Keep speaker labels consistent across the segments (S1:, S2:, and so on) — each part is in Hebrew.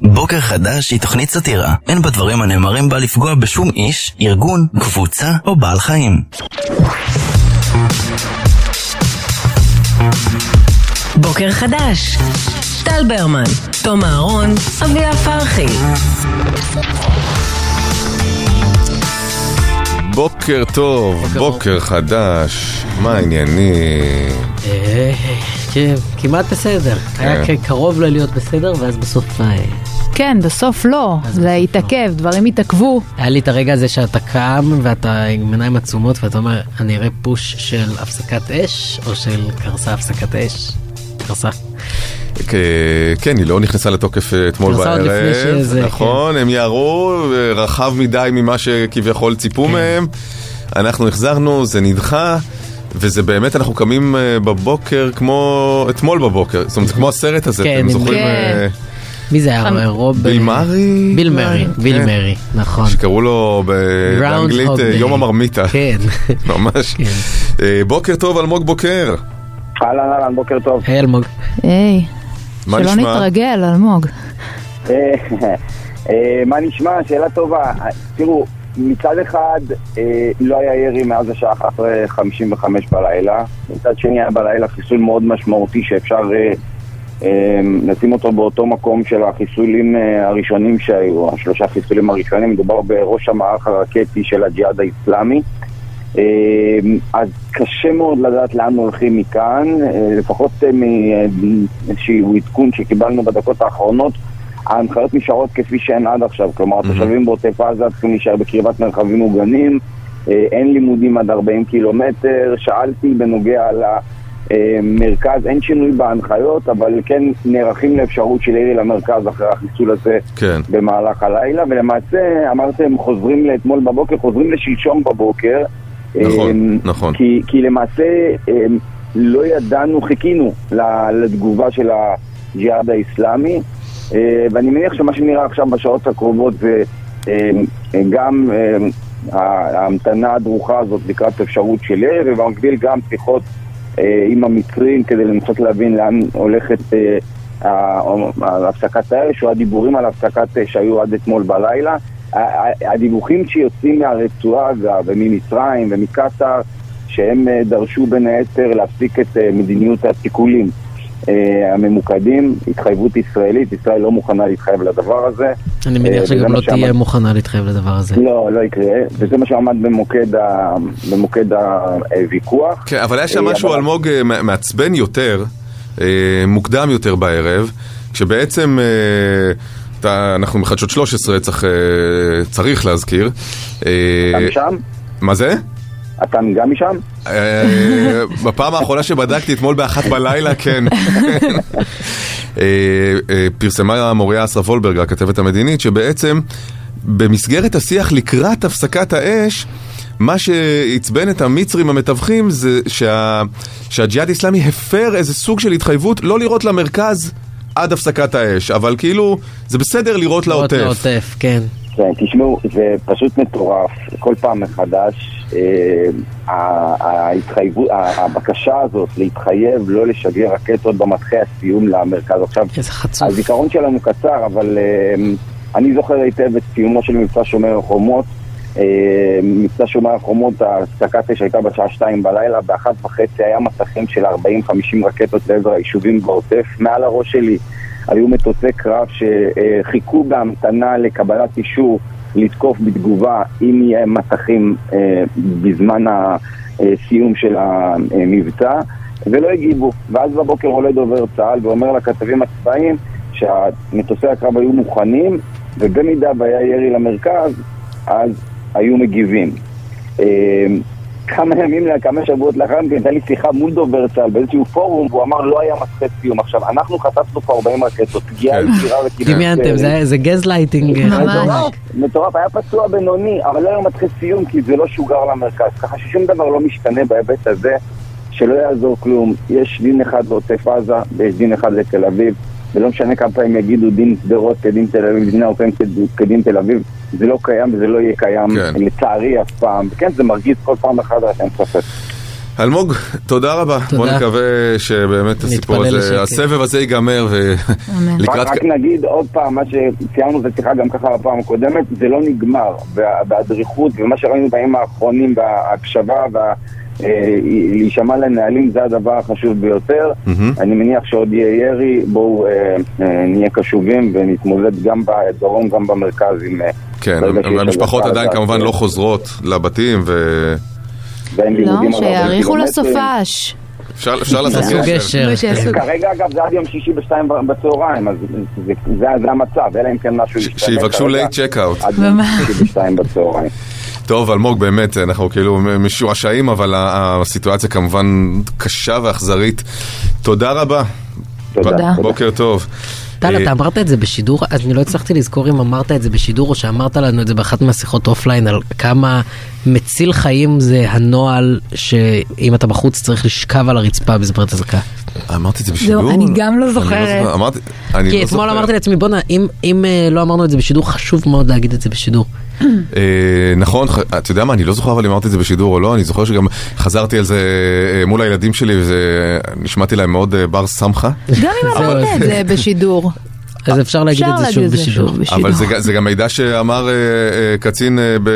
S1: בוקר חדש היא תוכנית סאטירה. אין בדברים הנאמרים בה לפגוע בשום איש, ארגון, קבוצה או בעל חיים.
S2: בוקר חדש. טל ברמן, תום אהרון, אביה פרחי.
S3: בוקר טוב, בוקר, חדש, מה העניינים?
S4: אה, כן, כמעט בסדר.
S3: כן.
S4: היה כ- קרוב ל- להיות בסדר, ואז בסוף אה,
S5: כן, בסוף
S3: אה,
S5: לא, זה התעכב, דברים התעכבו.
S4: היה לי את הרגע הזה שאתה קם ואתה עם עיניים עצומות ואתה אומר, אני אראה פוש של הפסקת אש, או של קרסה הפסקת אש. קרסה.
S3: כ- כן, היא לא נכנסה לתוקף אה, אתמול
S4: נכנסה עוד
S3: בערב,
S4: לפני שזה, כן.
S3: נכון, הם יערו אה, רחב מדי ממה שכביכול
S4: כן.
S3: ציפו מהם, אנחנו החזרנו, זה נדחה. וזה באמת, אנחנו קמים אה, בבוקר כמו אתמול בבוקר, זאת אומרת, זה כמו הסרט הזה,
S4: כן,
S3: אתם
S4: עם-
S3: זוכרים?
S5: כן.
S3: אה,
S4: מי זה היה? רוב...
S3: ביל מארי?
S4: ביל מרי, ביל
S3: כן.
S4: מרי, נכון.
S3: שקראו לו ב-
S4: Groundhog
S3: באנגלית אה,
S4: Day.
S3: יום המרמיתה,
S4: כן.
S3: ממש. אה, בוקר טוב, אלמוג בוקר.
S6: אהלן אהלן, בוקר טוב.
S4: היי אלמוג.
S5: היי,
S3: מה
S5: שלא
S3: נשמע?
S5: נתרגל, אלמוג.
S6: אה, אה, מה נשמע? שאלה טובה. אה, תראו, מצד אחד אה, לא היה ירי מאז השעה 11:55 בלילה, מצד שני היה בלילה חיסול מאוד משמעותי שאפשר אה, אה, לשים אותו באותו מקום של החיסולים אה, הראשונים שהיו, השלושה חיסולים הראשונים, מדובר בראש המערך הרקטי של הג'יהאד האיסלאמי. אה, אז קשה מאוד לדעת לאן הולכים מכאן, אה, לפחות אה, מאיזשהו עדכון שקיבלנו בדקות האחרונות, ההנחיות נשארות כפי שהן עד עכשיו, כלומר התושבים בעוטף עזה צריכים להישאר בקרבת מרחבים מוגנים, אה, אין לימודים עד 40 קילומטר, שאלתי בנוגע למרכז, אין שינוי בהנחיות, אבל כן נערכים לאפשרות של ירי למרכז אחרי החיסול הזה
S3: כן.
S6: במהלך הלילה, ולמעשה אמרתם חוזרים לאתמול בבוקר, חוזרים לשלשום בבוקר.
S3: נכון,
S6: אמ,
S3: נכון.
S6: כי, כי למעשה אמ, לא ידענו, חיכינו ל- לתגובה של הג'יהאד האיסלאמי, אה, ואני מניח שמה שנראה עכשיו בשעות הקרובות זה אמ, גם אמ, ה- ההמתנה הדרוכה הזאת לקראת אפשרות של ירי, ובמקביל גם שיחות אה, עם המצרים כדי לנסות להבין לאן הולכת אה, ה- ה- הפסקת האש או הדיבורים על הפסקת אש שהיו עד אתמול בלילה. ה- ה- הדיווחים שיוצאים מהרצועה וה- וממצרים ומקטאר שהם אה, דרשו בין היתר להפסיק את אה, מדיניות הסיכולים אה, הממוקדים, התחייבות ישראלית, ישראל לא מוכנה להתחייב לדבר הזה.
S4: אני מניח
S6: אה, וזה
S4: שגם
S6: מה
S4: לא
S6: שאמרתי.
S4: תהיה מוכנה להתחייב לדבר הזה.
S6: לא, לא יקרה, וזה מה שעמד במוקד ה- במוקד הוויכוח.
S3: כן, אבל היה שם
S6: אה,
S3: משהו,
S6: אבל-
S3: אלמוג, אה, מע- מעצבן יותר, אה, מוקדם יותר בערב, כשבעצם... אה, אתה- אנחנו מחדשות 13, צריך, אה, צריך להזכיר. אה,
S6: גם שם?
S3: מה זה?
S6: אתה גם משם?
S3: אה, בפעם האחרונה שבדקתי, אתמול באחת בלילה, כן. אה, אה, פרסמה מוריה אסרף וולברג, הכתבת המדינית, שבעצם במסגרת השיח לקראת הפסקת האש, מה שעצבן את המצרים המתווכים זה שה, שהג'יהאד האיסלאמי הפר איזה סוג של התחייבות לא לירות למרכז עד הפסקת האש, אבל כאילו זה בסדר לירות
S4: עוד
S3: לעוטף.
S4: לעוטף, כן.
S6: כן, תשמעו, זה פשוט מטורף, כל פעם מחדש, אה, ה- ההתחייבות, ה- הבקשה הזאת להתחייב לא לשגר רקטות במטחי הסיום למרכז. עכשיו,
S4: איזה חצוף.
S6: הזיכרון שלנו קצר, אבל אה, אני זוכר היטב את סיומו של מבצע שומר החומות. אה, מבצע שומר החומות, הפסקת אש הייתה בשעה שתיים בלילה, באחת וחצי היה מטחים של 40-50 רקטות לעבר היישובים בעוטף. מעל הראש שלי היו מטוסי קרב שחיכו בהמתנה לקבלת אישור לתקוף בתגובה אם יהיה מטחים אה, בזמן הסיום של המבצע. ולא הגיבו. ואז בבוקר עולה דובר צה"ל ואומר לכתבים הצבאיים שמטוסי הקרב היו מוכנים, ובמידה והיה ירי למרכז, אז היו מגיבים. אה, כמה ימים, כמה שבועות לאחר מכן, הייתה לי שיחה מול דובר צה"ל באיזשהו פורום, והוא אמר לא היה מצחק סיום. עכשיו, אנחנו חטפנו פה 40 רקטות, פגיעה
S3: כן.
S6: ישירה אה, וכמעט...
S4: דמיינתם, זה היה- זה גז לייטינג. לא,
S5: ממש.
S6: מטורף, מטורף, היה פצוע בינוני, אבל לא היה מצחיק סיום כי זה לא שוגר למרכז. ככה ששום דבר לא משתנה בהיבט הזה, שלא יעזור כלום. יש דין אחד לעוטף עזה ויש דין אחד לתל אביב, ולא משנה כמה פעמים יגידו דין שדרות כדין תל אביב, דין העוטף כד- כדין תל אביב, זה לא קיים וזה לא יהיה קיים
S3: כן.
S6: לצערי אף פעם. כן, זה מרגיז כל פעם מחדש, אין ספק.
S3: אלמוג, תודה רבה. בוא
S4: תודה.
S3: נקווה שבאמת הסיפור
S4: נתפלל
S3: הזה,
S4: לשקט.
S3: הסבב הזה ייגמר
S5: אמן.
S3: ולקראת...
S6: רק, רק נגיד עוד פעם, מה שציינו את השיחה גם ככה בפעם הקודמת, זה לא נגמר. וה- והדריכות ומה שראינו בימים האחרונים, וההקשבה ולהישמע לנהלים, זה הדבר החשוב ביותר.
S3: מהמם.
S6: אני מניח שעוד יהיה ירי, בואו אה, אה, נהיה קשובים ונתמודד גם בדרום, גם במרכז עם... אה,
S3: כן,
S6: ברגע שיש
S3: והמשפחות
S6: הדלקה,
S3: עדיין
S6: אז-
S3: כמובן לא חוזרות לבתים, ואפשר
S6: ועם
S5: לא,
S6: לימודים על הרבה
S5: שיאריכו
S6: קילומטרים.
S5: לסופש.
S3: אפשר לעשות
S4: תעשו
S3: גשר.
S4: גשר.
S5: ושיעשו-
S6: כן, כרגע, אגב, זה עד יום שישי בשתיים בצהריים, אז זה, זה, זה המצב, אלא אם כן משהו
S3: ש-
S6: ישתנה.
S3: שיבקשו
S6: כרגע,
S3: לייט צ'קאוט.
S6: עד יום שישי בשתיים בצהריים.
S3: טוב, אלמוג, באמת, אנחנו כאילו משועשעים, אבל ה- הסיטואציה כמובן קשה ואכזרית. תודה רבה.
S6: תודה.
S5: תודה.
S3: בוקר טוב.
S4: טל,
S3: אה,
S4: אתה אמרת את זה בשידור, אני לא הצלחתי לזכור אם אמרת את זה בשידור או שאמרת לנו את זה באחת מהשיחות אופליין, על כמה מציל חיים זה הנוהל שאם אתה בחוץ צריך לשכב על הרצפה בזמן אזעקה.
S3: אמרתי את זה בשידור?
S5: לא, אני גם לא
S3: אני
S5: זוכרת.
S3: זוכר, אמרתי, אני
S4: כי
S3: לא
S4: אתמול
S3: זוכר.
S4: אמרתי לעצמי, בואנה, אם- אם אה, לא אמרנו את זה בשידור, חשוב מאוד להגיד את זה בשידור.
S3: אה, נכון, ח- אתה יודע מה, אני לא זוכר אבל אם אמרתי את זה בשידור או לא, אני זוכר שגם חזרתי על זה אה, מול הילדים שלי, וזה נשמעתי להם מאוד אה, בר סמכה.
S5: גם אם
S4: לא
S5: אמרת את זה בשידור.
S4: אז אפשר להגיד
S5: אפשר
S4: את זה
S5: להגיד
S4: שוב
S5: את זה
S4: בשידור.
S5: שוב בשידור.
S3: אבל זה, ג- זה גם מידע שאמר אה, אה, קצין, אה, ב,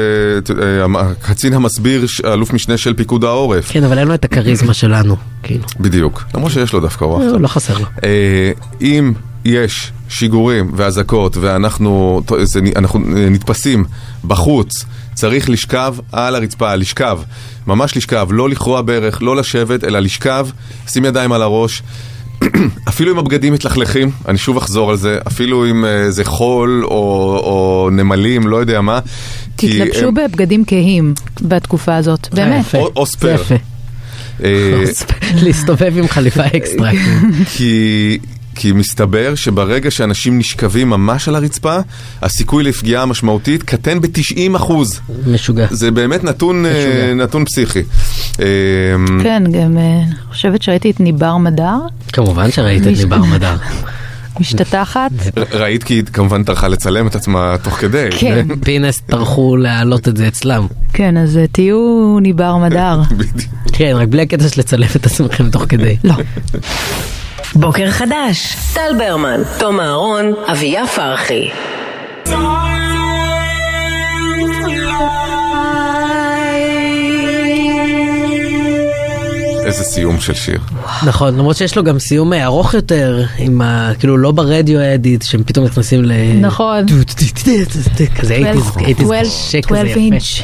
S3: אה, אמר- קצין המסביר, ש- אלוף משנה של פיקוד העורף,
S4: כן, אבל אין לו את הכריזמה שלנו, כאילו.
S3: בדיוק. למרות שיש לו דווקא,
S5: אה,
S3: וואו.
S4: לא חסר לו.
S3: אה, אם יש שיגורים ואזעקות ואנחנו ת- זה, נ- אנחנו אה, נתפסים בחוץ, צריך לשכב על הרצפה, לשכב, ממש לשכב, לא לכרוע ברך, לא לשבת, אלא לשכב, שים ידיים על הראש. אפילו אם הבגדים מתלכלכים, אני שוב אחזור על זה, אפילו אם אה, זה חול או, או נמלים, לא יודע מה. כי,
S5: תתלבשו
S3: אה,
S5: בבגדים כהים בתקופה הזאת, באמת.
S4: אה, יפה.
S3: או- או
S4: זה
S3: ספייר.
S4: יפה.
S3: אה,
S4: לא להסתובב עם חליפה אקסטרה.
S3: כי, כי מסתבר שברגע שאנשים נשכבים ממש על הרצפה, הסיכוי לפגיעה משמעותית קטן ב-90 אחוז.
S4: משוגע.
S3: זה באמת נתון, אה, נתון פסיכי. אה,
S5: כן, גם אה, אני חושבת שראיתי את ניבר מדר,
S4: כמובן שראיתי את
S5: מישהו-
S4: ליבר מדר.
S5: משתטחת.
S3: ר- ראית כי היא כמובן טרחה לצלם את עצמה תוך כדי.
S5: כן,
S4: פינס טרחו להעלות את זה אצלם.
S5: כן, אז אה, תהיו ניבר מדר.
S3: בדיוק.
S4: כן, רק בלי הקטע של לצלם את עצמכם תוך כדי.
S5: לא.
S2: בוקר חדש, טל ברמן, תום אהרון, אביה פרחי.
S3: איזה סיום של שיר.
S4: נכון, למרות שיש לו גם סיום אה, ארוך יותר, עם ה... כאילו לא ברדיו אדיט, שהם פתאום נכנסים ל...
S5: נכון.
S4: טו, טו, טו, טו, טו, טו, כזה
S5: 12
S4: 80's, 80's קשה כזה
S5: 12
S4: יפה.
S5: אינץ'.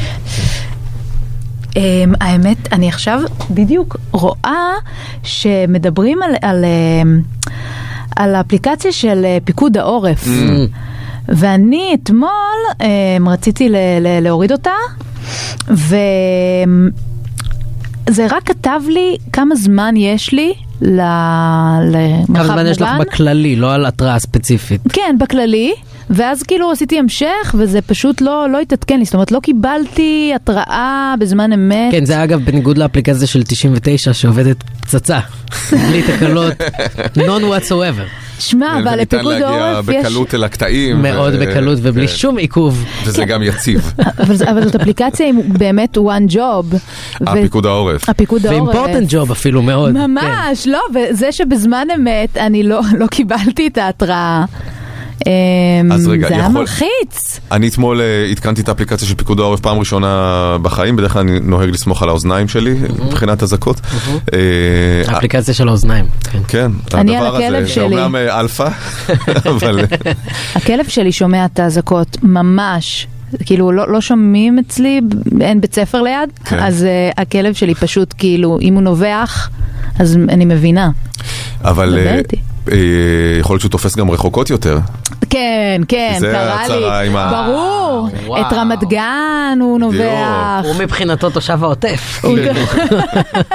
S5: אמ, האמת, אני עכשיו בדיוק רואה שמדברים על, על, אמ, על האפליקציה של אה, פיקוד
S4: Mm.
S5: העורף. ואני אתמול אמ, רציתי ל, ל, להוריד אותה, ו... זה רק כתב לי כמה זמן יש לי ל- למרחב מוגן.
S4: כמה זמן יש לך בכללי, לא על התראה ספציפית.
S5: כן, בכללי, ואז כאילו עשיתי המשך, וזה פשוט לא, לא התעדכן לי, זאת אומרת, לא קיבלתי התראה בזמן אמת.
S4: כן, זה אגב בניגוד לאפליקציה של 99 שעובדת פצצה, בלי תקלות,
S3: אה,
S4: non whatsoever,
S5: שמע, אה, אבל
S3: כן, וניתן
S5: לפיקוד
S3: להגיע
S5: העורף יש...
S3: בקלות אל הקטעים.
S4: מאוד
S3: ו-
S4: בקלות ובלי
S3: כן.
S4: שום עיכוב.
S3: וזה גם יציב,
S5: אבל, ז- אבל זאת אפליקציה עם באמת one job. ו-
S3: הפיקוד העורף.
S5: הפיקוד העורף.
S4: ואימפורטנט ג'וב אפילו מאוד. כן.
S5: ממש, לא, וזה שבזמן אמת אני לא, לא קיבלתי את ההתראה. אמ,
S3: אז רגע,
S5: זה היה
S3: יכול-
S5: מלחיץ.
S3: אני אתמול אה, עדכנתי את האפליקציה של פיקוד העורף פעם ראשונה בחיים, בדרך כלל אני נוהג לסמוך על האוזניים שלי
S5: Mhm.
S3: מבחינת אזעקות. אה,
S4: האפליקציה של האוזניים. כן.
S3: כן,
S5: אני
S3: הדבר
S5: על הכלב
S3: הזה, זה
S5: שלי.
S3: אומנם אה, אלפא, אבל אה,
S5: הכלב שלי שומע את האזעקות, ממש. כאילו, לא, לא שומעים אצלי, אין בית ספר ליד,
S3: כן.
S5: כן. אז uh, הכלב שלי פשוט, כאילו, אם הוא נובח, אז אני מבינה.
S3: אבל
S5: דבר
S3: אה,
S5: איתי.
S3: אה, יכול להיות שהוא תופס גם רחוקות יותר.
S5: כן, כן,
S3: זה
S5: קרה
S3: הצרה
S5: לי.
S3: עם ה-
S5: ברור,
S4: וואו.
S5: את רמת גן הוא נובח.
S4: הוא מבחינתו תושב העוטף.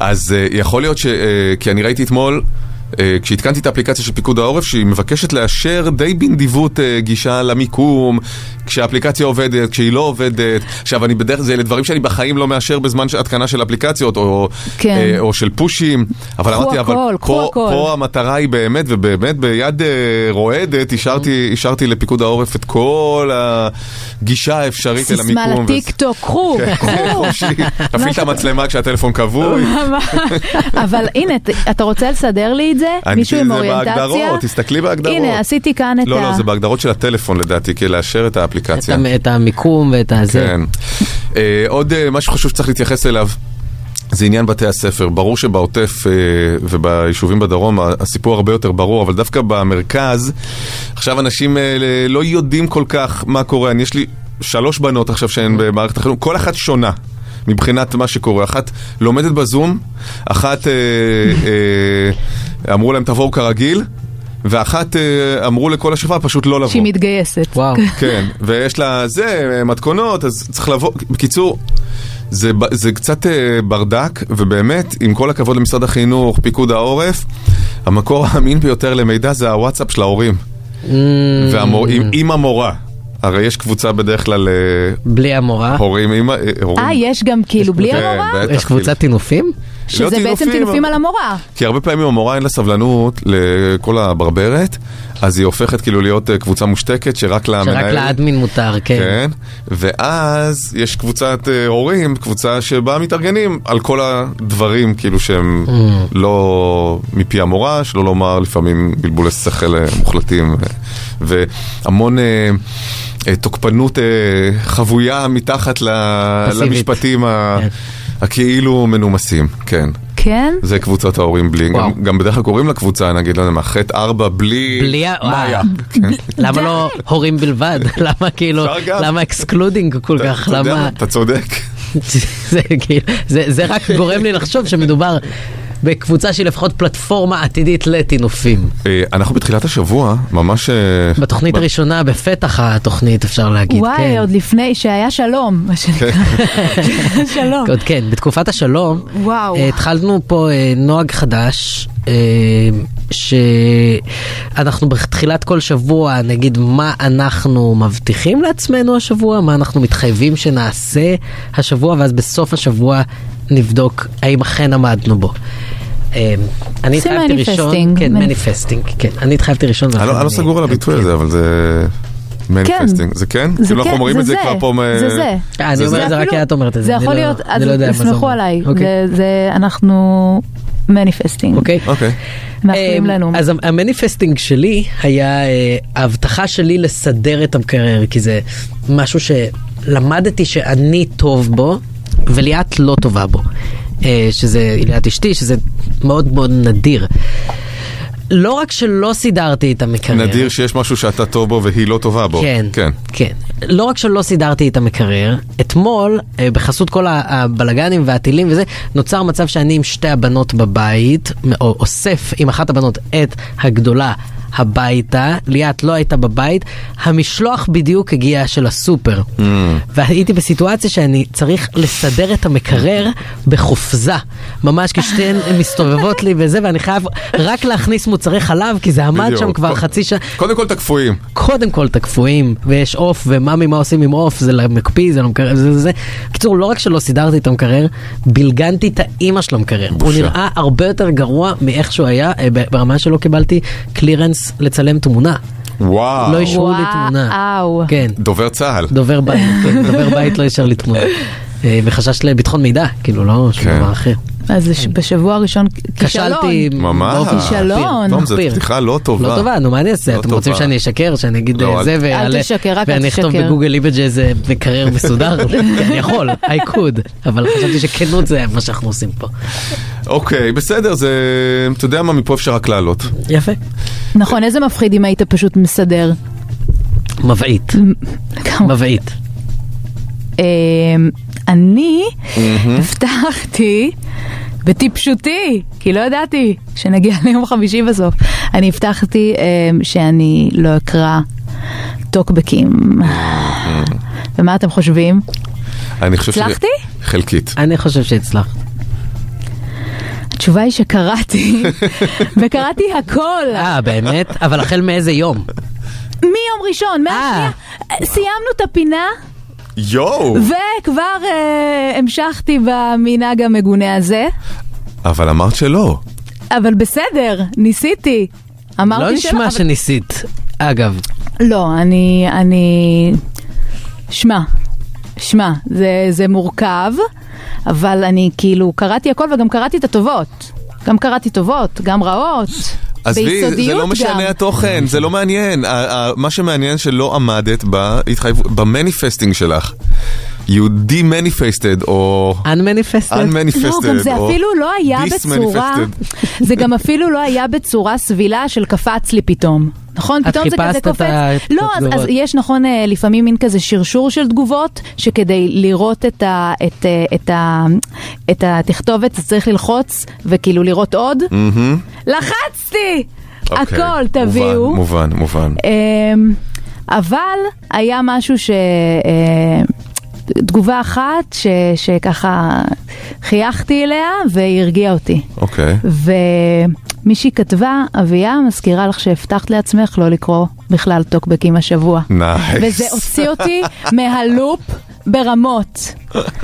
S3: אז אה, יכול להיות ש... אה, כי אני ראיתי אתמול אה, כשהתקנתי את האפליקציה של פיקוד העורף, שהיא מבקשת לאשר די בנדיבות אה, גישה למיקום, כשהאפליקציה עובדת, כשהיא לא עובדת. עכשיו, אני בדרך כלל, זה אלה דברים שאני בחיים לא מאשר בזמן ש- התקנה של אפליקציות, או,
S5: כן.
S3: אה, או של פושים. אבל
S5: קחו
S3: אמרתי, אבל
S5: הכל, קחו
S3: פה,
S5: הכל.
S3: פה המטרה היא באמת, ובאמת ביד אה, רועדת, השארתי, השארתי לפיקוד העורף את כל הגישה האפשרית אל
S5: סיסמה לא,
S3: המיקום.
S5: לטיקטוק, קחו,
S3: כן,
S5: קחו.
S3: חופשי. תפעיל את המצלמה כשהטלפון
S5: לא,
S3: כבוי.
S5: אבל הנה, ת- אתה רוצה לסדר לי את זה?
S3: אני-
S5: מישהו עם
S3: זה
S5: אוריינטציה?
S3: בהגדרות, תסתכלי בהגדרות.
S5: הנה, עשיתי כאן את
S3: לא,
S5: ה...
S3: לא, זה בהגדרות של הטלפון לדעתי, כי לאשר את
S4: את
S3: האפליקציה.
S4: המ- את המיקום ואת הזה.
S3: כן. אה, עוד אה, משהו חשוב שצריך להתייחס אליו. זה עניין בתי הספר, ברור שבעוטף אה, וביישובים בדרום ה- הסיפור הרבה יותר ברור, אבל דווקא במרכז, עכשיו אנשים אה, ל- לא יודעים כל כך מה קורה. אני, יש לי שלוש בנות עכשיו שהן במערכת החינוך, כל אחת שונה מבחינת מה שקורה. אחת לומדת בזום, אחת אה, אה, אמרו להם תבואו כרגיל, ואחת אה, אמרו לכל השכבה פשוט לא לבוא.
S5: שהיא מתגייסת.
S4: וואו.
S3: כן, ויש לה זה, מתכונות, אז צריך לבוא, בקיצור, זה, ב- זה קצת אה, ברדק, ובאמת, עם כל הכבוד למשרד החינוך, פיקוד העורף, המקור האמין ביותר למידע זה הוואטסאפ של ההורים,
S4: Mm.
S3: והמור, עם, עם המורה. הרי יש קבוצה בדרך כלל אה,
S4: בלי המורה.
S3: הורים, עם, ה- אה, הורים.
S5: אה, יש גם כאילו בלי
S3: כן,
S5: המורה?
S3: בטח,
S4: יש קבוצת טינופים?
S3: לא
S5: שזה בעצם
S3: טינופים,
S5: טינופים
S3: אבל-
S5: על המורה.
S3: כי הרבה פעמים המורה אין לה סבלנות לכל הברברת, אז היא הופכת כאילו להיות אה, קבוצה מושתקת שרק
S4: שרק
S3: למנהל.
S4: לאדמין מותר, כן.
S3: כן, ואז יש קבוצת אה, הורים, קבוצה שבה מתארגנים על כל הדברים כאילו שהם
S4: Mm.
S3: לא מפי המורה, שלא לומר לפעמים בלבולי שכל אה, מוחלטים, אה, והמון אה, אה, תוקפנות אה, חבויה מתחת ל-
S4: פסיבית.
S3: למשפטים ה-
S4: כן.
S3: הכאילו מנומסים, כן.
S5: כן?
S3: זה קבוצת ההורים בלי,
S4: וואו.
S3: גם, גם בדרך כלל קוראים לקבוצה, נגיד, לא יודע מה, חטא ארבע בלי,
S4: בלי ה-
S3: מאיה.
S4: וואו. למה לא הורים בלבד? למה כאילו,
S3: אפשר גם.
S4: למה אקסקלודינג כל
S3: אתה-
S4: כך?
S3: אתה יודע מה,
S4: למה...
S3: אתה צודק.
S4: זה כאילו, זה- זה רק גורם לי לחשוב שמדובר בקבוצה שהיא לפחות פלטפורמה עתידית לטינופים.
S3: אה, אנחנו בתחילת השבוע, ממש... אה,
S4: בתוכנית
S3: ב-
S4: הראשונה, בפתח התוכנית אפשר להגיד,
S5: וואי,
S4: כן.
S5: עוד לפני שהיה שלום, מה שנקרא. שלום.
S4: עוד כן, בתקופת השלום,
S5: אה. וואו.
S4: אה, התחלנו פה אה, נוהג חדש, אה, שאנחנו בתחילת כל שבוע נגיד מה אנחנו מבטיחים לעצמנו השבוע, מה אנחנו מתחייבים שנעשה השבוע, ואז בסוף השבוע נבדוק האם אכן עמדנו בו. אה, אני
S5: זה
S4: התחייבתי ראשון,
S5: manifesting,
S4: כן,
S5: manif-
S4: מניפסטינג, כן, אני התחייבתי ראשון. אה, כן.
S3: אני
S4: ולכן
S3: לא- אני לא סגור על הביטוי הזה, אבל זה... מניפסטינג. זה כן?
S5: זה
S3: כאילו אנחנו אומרים
S5: כן,
S3: את
S5: זה
S3: זה
S5: זה.
S3: כבר פה... מ-
S5: זה זה.
S4: אה, אני
S3: זה-
S4: אומר
S3: זה
S4: את זה רק
S5: אפילו-
S4: כי את אומרת את זה.
S5: זה
S4: אני
S5: יכול
S4: לא-
S5: להיות,
S4: אני
S5: אז
S4: לא יודע מה זה
S5: תסמכו
S4: אומר.
S5: עליי.
S4: אוקיי,
S5: זה- זה, אנחנו מניפסטינג.
S4: אוקיי.
S3: אוקיי.
S5: מאחלים
S4: אה,
S5: לנו.
S4: אז המ- המניפסטינג שלי היה אה, ההבטחה שלי לסדר את המקרר, כי זה משהו שלמדתי שאני טוב בו, וליאת לא טובה בו. אה, שזה ליאת אשתי, שזה מאוד מאוד נדיר. לא רק שלא סידרתי את המקרר.
S3: נדיר שיש משהו שאתה טוב בו והיא לא טובה בו.
S4: כן,
S3: כן.
S4: כן. לא רק שלא סידרתי את המקרר, אתמול, אה, בחסות כל ה- הבלגנים והטילים וזה, נוצר מצב שאני עם שתי הבנות בבית, או אוסף עם אחת הבנות את הגדולה הביתה, ליאת לא הייתה בבית, המשלוח בדיוק הגיע של הסופר. Mm. והייתי בסיטואציה שאני צריך לסדר את המקרר בחופזה. ממש כשתיהן מסתובבות לי וזה, ואני חייב רק להכניס מוצרי חלב, כי זה עמד שם
S3: בדיוק.
S4: כבר
S3: קו-
S4: חצי שנה.
S3: קודם כל את הקפואים.
S4: קודם כל את הקפואים, ויש עוף, ומאמי מה עושים עם עוף, זה מקפיא, זה לא מקרר, זה זה זה. בקיצור, לא רק שלא סידרתי את המקרר, בלגנתי את האימא של המקרר. הוא
S3: בושה.
S4: נראה הרבה יותר גרוע מאיך שהוא היה, אה, ב- ברמה שלא קיבלתי קלירנס לצלם תמונה.
S3: וואו.
S4: לא אישרו לי תמונה.
S5: וואו.
S4: כן,
S3: דובר צה"ל.
S4: דובר בית, כן, דובר בית לא אישר לי תמונה. אה, וחשש לביטחון מידע, כאילו, לא שום
S3: כן.
S4: דבר אחר.
S5: אז ש- בשבוע הראשון כ- כישלון.
S4: כשלתי אוקיי,
S3: ממש. אה,
S4: באופן
S5: כישלון.
S4: מחפיר,
S3: תום, זו
S4: מחפיר.
S3: פתיחה לא טובה.
S4: לא טובה, נו מה אני אעשה?
S3: לא
S4: אתם רוצים
S3: טובה.
S4: שאני אשקר? שאני אגיד
S3: לא,
S4: אה,
S3: אל-
S4: זה
S3: אל
S4: ואעלה-
S5: תשקר, רק אל
S4: ואני אכתוב
S5: תשקר.
S4: בגוגל אימג' איזה מקרר מסודר? כי אני יכול, I could, אבל חשבתי שכנות זה מה שאנחנו עושים פה.
S3: אוקיי, בסדר, זה... אתה יודע מה, מפה אפשר רק לעלות.
S4: יפה.
S5: נכון, איזה מפחיד אם היית פשוט מסדר.
S4: מבעית, מבעית.
S5: אמ, אני הבטחתי בטיפשותי, כי לא ידעתי שנגיע ליום חמישי בסוף. אני הבטחתי אמ, שאני לא אקרא טוקבקים. אה. ומה אתם חושבים?
S3: אה, אני חושב ש...
S5: הצלחתי?
S3: חלקית.
S4: אני חושב שהצלחת.
S5: התשובה היא שקראתי, וקראתי הכל.
S4: אה, באמת? אבל החל מאיזה יום?
S5: מיום ראשון,
S4: אה.
S5: מהשנייה, סיימנו את הפינה,
S3: יואו!
S5: וכבר אה, המשכתי במנהג המגונה הזה,
S3: אבל אמרת שלא.
S5: אבל בסדר, ניסיתי. אמרתי
S4: לא
S5: שלא,
S4: נשמע
S5: אבל-
S4: שניסית. אגב,
S5: לא, אני... אני... שמע, שמע, זה, זה מורכב, אבל אני כאילו קראתי הכל וגם קראתי את הטובות. גם קראתי טובות, גם רעות, ביסודיות
S3: עזבי, זה לא
S5: גם.
S3: משנה התוכן, זה לא מעניין. ה- ה- מה שמעניין שלא עמדת בהתחייבות, במניפסטינג שלך. You de-manifested, או...
S4: unmanifested.
S3: unmanifested.
S5: לא, גם זה
S3: או
S5: אפילו לא היה
S3: this
S5: בצורה,
S3: manifested.
S5: זה גם אפילו לא היה בצורה סבילה של קפץ לי פתאום. נכון?
S4: את
S5: פתאום זה כזה
S4: חיפשת את
S5: קופץ.
S4: ה- את
S5: לא, אז, אז
S4: התגובות.
S5: יש נכון אה, לפעמים מין כזה שרשור של תגובות, שכדי לראות את, ה, את, אה, את, ה, את התכתובת אז צריך ללחוץ וכאילו לראות עוד.
S3: מהמם.
S5: לחצתי!
S3: אוקיי,
S5: הכל תביאו.
S3: מובן, מובן. מובן.
S5: אמ, אבל היה משהו ש... אמ, תגובה אחת ש, שככה חייכתי אליה והיא הרגיעה אותי.
S3: אוקיי.
S5: ומישהי כתבה, אביה, מזכירה לך שהבטחת לעצמך לא לקרוא בכלל טוקבקים השבוע.
S3: נייס.
S5: וזה הוציא אותי מהלופ ברמות.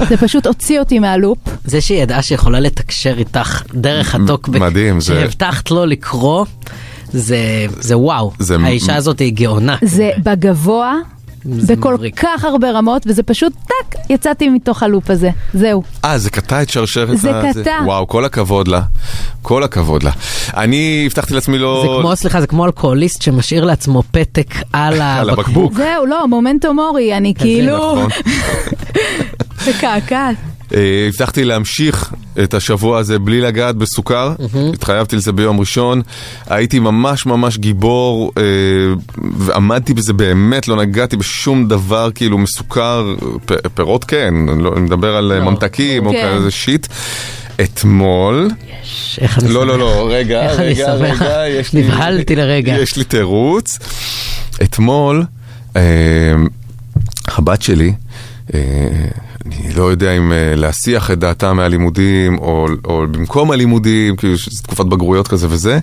S5: זה פשוט הוציא אותי מהלופ.
S4: זה שהיא ידעה שיכולה לתקשר איתך דרך הטוקבק,
S3: מדהים, זה-
S4: שהבטחת לו לקרוא, זה, זה וואו.
S3: זה-
S4: האישה הזאת היא גאונה.
S5: זה בגבוה,
S4: זה
S5: בכל
S4: מבריק.
S5: כך הרבה רמות, וזה פשוט טאק, יצאתי מתוך הלופ הזה. זהו.
S3: אה, זה קטע את שרשרת
S5: זה
S3: ה-
S5: קטע.
S3: וואו, כל הכבוד לה. כל הכבוד לה. אני הבטחתי לעצמי לא...
S4: זה כמו, סליחה, זה כמו אלכוהוליסט שמשאיר לעצמו פתק על
S3: על
S4: הבקבוק.
S3: הבקבוק.
S5: זהו, לא, מומנטו מורי, אני כאילו...
S3: נכון.
S5: בקעקעת.
S3: אה, הבטחתי להמשיך את השבוע הזה בלי לגעת בסוכר, התחייבתי לזה ביום ראשון, הייתי ממש ממש גיבור אה, ועמדתי בזה באמת, לא נגעתי בשום דבר כאילו מסוכר, פ- פירות כן, אני לא- אני מדבר על אה, ממתקים או
S5: כן.
S3: כזה שיט. אתמול,
S4: איך אני
S3: לא לא
S4: שמח.
S3: לא, רגע,
S4: איך אני
S3: רגע,
S4: שמח.
S3: רגע, יש לי-
S4: נבהלתי לרגע.
S3: יש לי תירוץ. אתמול, אה, הבת שלי, אה, אני לא יודע אם אה, להסיח את דעתה מהלימודים, או, או במקום הלימודים, כאילו שזו תקופת בגרויות כזה וזה,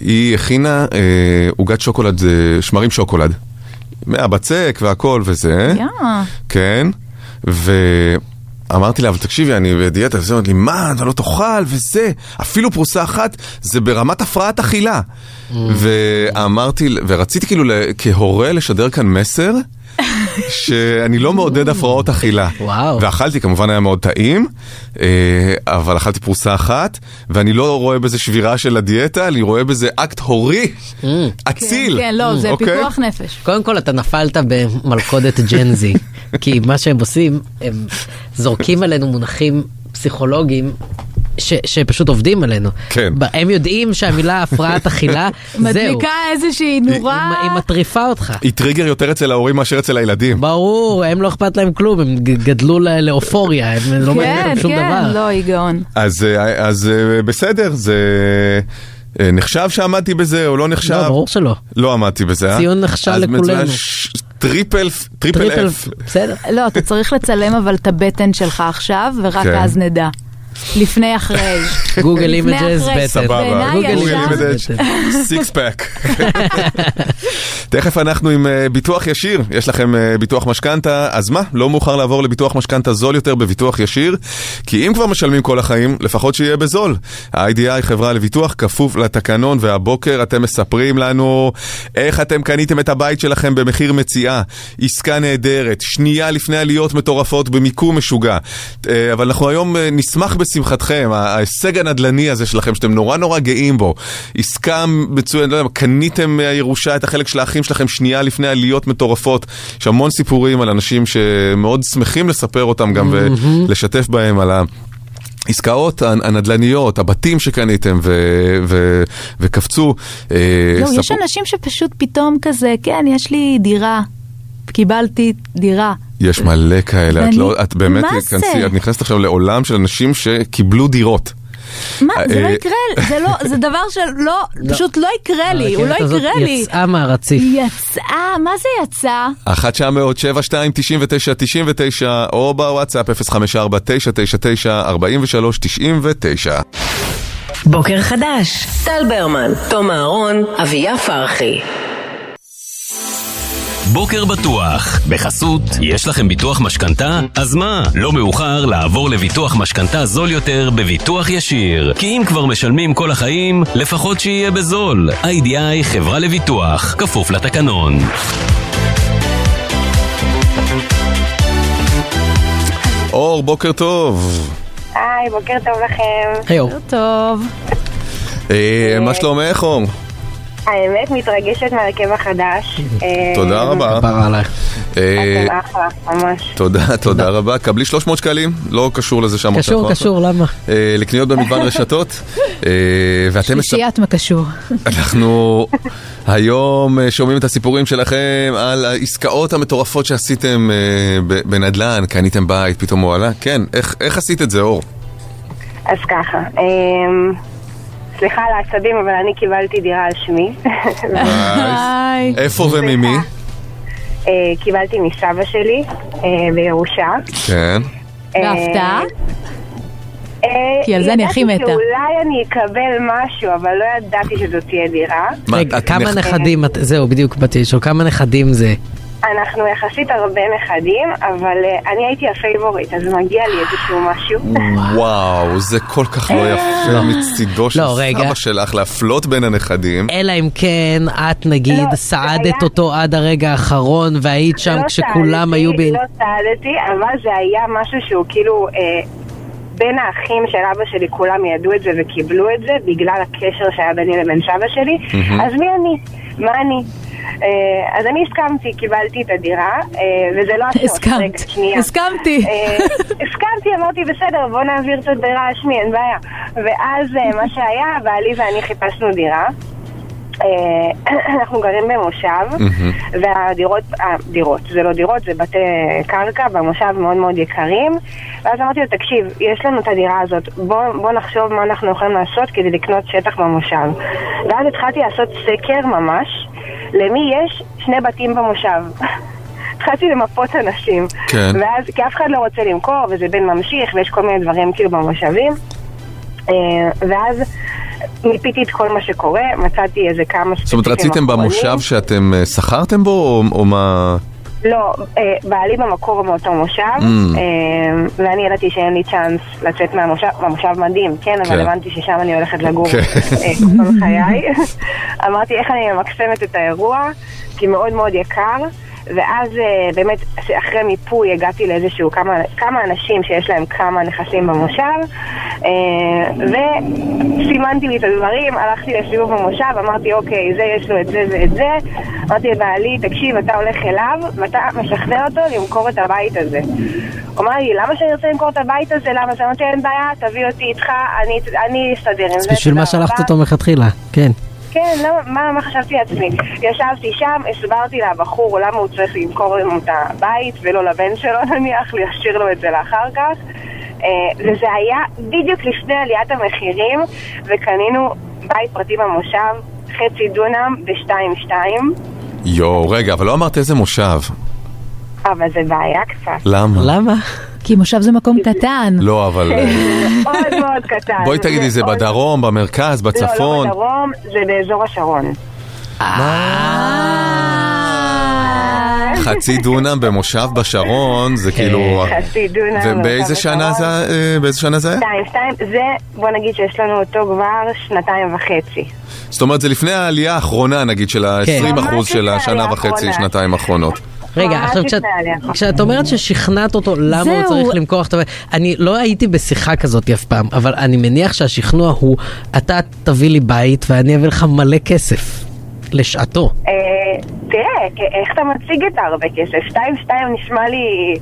S3: היא הכינה אה, עוגת שוקולד, אה, שמרים שוקולד. מהבצק והכל וזה.
S5: יאה.
S3: כן, ואמרתי לה, אבל תקשיבי, אני בדיאטה, וזה אומרת לי, מה, אתה לא תאכל, וזה, אפילו פרוסה אחת, זה ברמת הפרעת אכילה. ואמרתי, ורציתי כאילו ל- כהורה לשדר כאן מסר, שאני לא מעודד הפרעות אכילה.
S4: וואו.
S3: ואכלתי, כמובן היה מאוד טעים, אה, אבל אכלתי פרוסה אחת, ואני לא רואה בזה שבירה של הדיאטה, אני רואה בזה אקט הורי, אציל.
S5: כן, לא, זה
S3: אוקיי?
S5: פיקוח נפש.
S4: קודם כל אתה נפלת במלכודת ג'נזי, כי מה שהם עושים, הם זורקים עלינו מונחים פסיכולוגיים. ש, שפשוט עובדים עלינו.
S3: כן.
S4: ב- הם יודעים שהמילה הפרעת אכילה, זהו.
S5: מדליקה איזושהי נורה.
S4: היא- היא מטריפה אותך.
S3: היא טריגר יותר אצל ההורים מאשר אצל הילדים.
S4: ברור, הם לא אכפת להם כלום, הם ג- גדלו ל- לאופוריה, הם לא מעניין
S5: כן,
S4: אותם שום
S5: כן,
S4: דבר.
S5: לא, היא גאון.
S3: אז, אה, אז אה, בסדר, זה אה, נחשב שעמדתי בזה או לא נחשב?
S4: לא, ברור שלא.
S3: לא עמדתי בזה, אה?
S4: ציון נחשב
S3: אז
S4: לכולנו.
S3: מצוין, ש- טריפל, פ- טריפל
S4: טריפל,
S3: אפ.
S4: בסדר.
S5: לא, אתה צריך לצלם אבל את הבטן שלך עכשיו, ורק
S3: כן.
S5: אז נדע. לפני אחרי.
S4: גוגל
S5: לפני
S4: אימג'ס
S5: אחרי.
S4: בטן.
S3: סבבה, אה,
S5: בעיניי
S4: גוגל
S5: ישר-
S4: אימג'ס בטן.
S3: סיקס פאק. תכף אנחנו עם אה, ביטוח ישיר, יש לכם אה, ביטוח משכנתה, אז מה, לא מאוחר לעבור לביטוח משכנתה זול יותר בביטוח ישיר? כי אם כבר משלמים כל החיים, לפחות שיהיה בזול. ה-IDI חברה לביטוח כפוף לתקנון, והבוקר אתם מספרים לנו איך אתם קניתם את הבית שלכם במחיר מציאה. עסקה נהדרת, שנייה לפני עליות מטורפות במיקום משוגע. אה, אבל אנחנו היום אה, נשמח בשמחתכם, ה- ההישג הנדל"ני הזה שלכם, שאתם נורא נורא גאים בו. עסקה מצוינת, לא יודע, מה, קניתם מהירושה את החלק של האחים שלכם שנייה לפני עליות מטורפות. יש המון סיפורים על אנשים שמאוד שמחים לספר אותם גם ולשתף בהם על ה... עסקאות הנ- הנדל"ניות, הבתים שקניתם ו- ו- וקפצו. אה,
S5: לא, יש
S3: ספרו-
S5: אנשים שפשוט פתאום כזה, כן, יש לי דירה. קיבלתי דירה.
S3: יש מלא כאלה, את,
S5: ואני-
S3: לא, את באמת,
S5: מה זה?
S3: תיכנסי, את נכנסת עכשיו לעולם של אנשים שקיבלו דירות.
S5: מה, זה לא
S3: אה,
S5: יקרה לי, זה לא, זה דבר שלא, פשוט לא יקרה לי, הוא לא
S4: הרכבת הזאת
S5: יקרה לי.
S4: יצאה מהרציף.
S5: יצאה, מה זה יצאה?
S3: 1 900 72 99 99 או בוואטסאפ 054 999 43 99
S2: בוקר חדש, טל ברמן, תום אהרון, אביה פרחי.
S7: בוקר בטוח, בחסות, יש לכם ביטוח משכנתה? אז מה, לא מאוחר לעבור לביטוח משכנתה זול יותר בביטוח ישיר. כי אם כבר משלמים כל החיים, לפחות שיהיה בזול. איי-די-איי חברה לביטוח, כפוף לתקנון.
S3: אור, בוקר טוב.
S8: היי, בוקר טוב לכם.
S4: היי אור.
S5: טוב.
S3: אה, מה שלומך, אור?
S8: האמת, מתרגשת מהרכב החדש. אה,
S3: תודה רבה.
S4: כפרה עלייך.
S3: אה,
S8: אתם אחלה, ממש.
S3: תודה, תודה רבה. קבלי 300 שקלים, לא קשור לזה שם.
S4: קשור, קשור, למה?
S3: אה, לקניות במגוון רשתות, אה, ואתם מספ-
S5: שישיית מקשור.
S3: אנחנו היום אה, שומעים את הסיפורים שלכם על העסקאות המטורפות שעשיתם אה, ב- בנדל"ן, קניתם בית, פתאום הוא עלה, כן, איך- איך עשית את זה אור?
S8: אז ככה, אה, סליחה על העצבים, אבל אני קיבלתי דירה על שמי.
S5: היי.
S3: איפה וממי?
S8: אה, קיבלתי מסבא שלי אה, בירושה.
S3: כן.
S8: אה,
S5: בהפתעה?
S8: אה,
S5: כי על זה אני הכי מתה.
S8: ידעתי שאולי אני אקבל משהו, אבל לא ידעתי שזו תהיה דירה.
S3: מה,
S4: רגע,
S3: את
S4: כמה
S3: נכ-
S4: נכדים, את- זהו, בדיוק באתי לשאול, כמה נכדים זה?
S8: אנחנו יחסית הרבה נכדים, אבל אה, אני הייתי הפייבוריט, אז מגיע לי איזשהו משהו.
S3: וואו, זה כל כך לא יפה מצידו של
S4: לא, רגע.
S3: סבא שלך להפלות בין הנכדים.
S4: אלא אם כן, את נגיד
S8: לא, זה
S4: סעדת
S8: היה-
S4: אותו עד הרגע האחרון והיית שם
S8: לא
S4: כשכולם
S8: צעדתי,
S4: היו ב...
S8: לא צעדתי, אבל זה היה משהו שהוא כאילו... אה, בין האחים של אבא שלי כולם ידעו את זה וקיבלו את זה בגלל הקשר שהיה ביני לבין סבא שלי אז מי אני? מה אני? אה, אז אני הסכמתי, קיבלתי את הדירה אה, וזה לא הסוף,
S5: הסכמת.
S8: רגע, שנייה.
S5: הסכמתי.
S8: אה, הסכמתי, אמרתי בסדר, בוא נעביר את הדירה השמי, אין בעיה. ואז אה, מה שהיה, בעלי ואני חיפשנו דירה. אה, אנחנו גרים במושב, והדירות, אה, דירות, זה לא דירות, זה בתי קרקע במושב מאוד מאוד יקרים. ואז אמרתי לו, תקשיב, יש לנו את הדירה הזאת, בוא, בוא נחשוב מה אנחנו יכולים לעשות כדי לקנות שטח במושב. ואז התחלתי לעשות סקר ממש, למי יש שני בתים במושב. התחלתי למפות אנשים.
S3: כן.
S8: ואז, כי אף אחד לא רוצה למכור, וזה בן ממשיך, ויש כל מיני דברים כאילו במושבים. אה, ואז מיפיתי את כל מה שקורה, מצאתי איזה כמה
S3: זאת אומרת, רציתם
S8: אחרונים.
S3: במושב שאתם אה, שכרתם בו, או- או מה...
S8: לא, אה, בעלי במקור מאותו מושב,
S3: Mm.
S8: אה, ואני ידעתי שאין לי צ'אנס לצאת מהמושב, המושב מדהים, כן, אבל
S3: כן.
S8: הבנתי ששם אני הולכת לגור
S3: כן.
S8: אה, כל חיי. אמרתי, איך אני ממקסמת את האירוע, כי מאוד מאוד יקר. ואז אה, באמת, אחרי מיפוי הגעתי לאיזשהו כמה, כמה אנשים שיש להם כמה נכסים במושב, אה, וסימנתי לי את הדברים, הלכתי לסיבוב במושב, אמרתי, אוקיי, זה יש לו את זה ואת זה, אמרתי לבעלי, תקשיב, אתה הולך אליו, ואתה משכנע אותו למכור את הבית הזה. הוא אמר לי, למה שאני רוצה למכור את הבית הזה? למה? זה אמרתי, אין בעיה, תביא אותי איתך, אני- אני אסתדר עם זה.
S4: בשביל מה
S8: תודה
S4: שלחת
S8: רבה."
S4: אותו מלכתחילה, כן.
S8: כן, למה, מה, מה חשבתי לעצמי? ישבתי שם, הסברתי לבחור למה הוא צריך למכור לנו את הבית ולא לבן שלו נניח, להשאיר לו את זה לאחר כך. אה, וזה היה בדיוק לפני עליית המחירים, וקנינו בית פרטי במושב, חצי דונם ב-2.2,
S3: יואו, רגע, אבל לא אמרת איזה מושב.
S8: אבל זה בעיה קצת.
S3: למה?
S4: למה?
S5: כי מושב זה מקום קטן.
S3: לא, אבל... אה,
S8: מאוד מאוד קטן.
S3: בואי תגידי, זה
S8: מאוד-
S3: בדרום, במרכז,
S8: לא, לא
S3: בצפון?
S8: בדרום, זה באזור השרון.
S3: חצי דונם במושב בשרון,
S4: כן.
S3: זה כאילו...
S8: אה, חצי דונם. לא,
S3: ובאיזה
S8: במושב
S3: שנה
S8: השרון.
S3: זה אה, באיזה שנה זה היה?
S8: שתיים, שתיים, זה, בוא נגיד שיש לנו אותו כבר שנתיים וחצי.
S3: זאת אומרת, זה לפני העלייה האחרונה, נגיד, של
S4: כן.
S3: ה-20 אחוז
S8: ממש
S3: של
S8: לפני
S3: השנה
S8: העלייה
S3: וחצי,
S8: האחרונה.
S3: שנתיים האחרונות.
S4: רגע,
S8: ממש
S4: עכשיו
S8: לפני
S4: כשאת,
S8: העלייה האחרונה.
S4: כשאת אומרת ששכנעת אותו למה הוא
S5: זהו.
S4: צריך למכור את הבית, אני לא הייתי בשיחה כזאת אף פעם, אבל אני מניח שהשכנוע הוא, אתה תביא לי בית ואני אביא לך מלא כסף, לשעתו.
S8: אה, תראה, כ- איך אתה מציג את הרבה כסף? שתיים, שתיים נשמע לי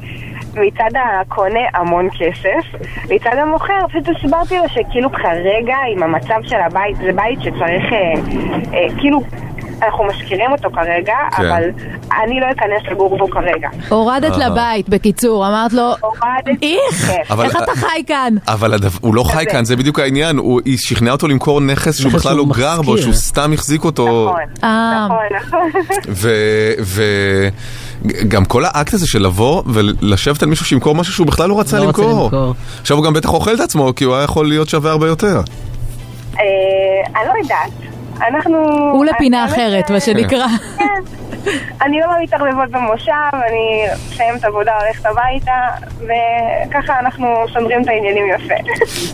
S8: מצד הקונה המון כסף, מצד המוכר, פשוט הסברתי לו שכאילו כרגע עם המצב של הבית, זה בית שצריך, אה, אה, כאילו... אנחנו משכירים אותו כרגע,
S3: כן.
S8: אבל אני לא אכנס לגור בו כרגע.
S5: הורדת
S3: אה.
S5: לבית, בקיצור, אמרת לו,
S8: הורדתי-
S5: איך,
S8: כן.
S3: אבל- אה,
S5: איך אתה חי כאן?
S3: אבל הדו... הוא לא חי
S8: יפה.
S3: כאן, זה בדיוק העניין, הוא... היא שכנעה אותו למכור נכס שהוא
S4: נכס
S3: בכלל לא
S4: שהוא
S3: גר בו,
S4: משכיר.
S3: שהוא סתם החזיק אותו.
S8: נכון,
S5: אה.
S8: נכון, נכון.
S3: וגם כל האקט הזה של לבוא ולשבת על מישהו שימכור משהו שהוא בכלל לא רצה
S4: לא רוצה
S3: למכור.
S4: למכור.
S3: עכשיו הוא גם בטח אוכל את עצמו, כי הוא היה יכול להיות שווה הרבה יותר.
S8: אה, אני לא יודעת. אנחנו...
S5: הוא לפינה
S8: האמת
S5: אחרת,
S8: ש-
S5: מה שנקרא.
S8: כן. אני לא מתערבבת במושב, אני מסיימת עבודה, הולכת הביתה, וככה אנחנו סודרים את העניינים יפה.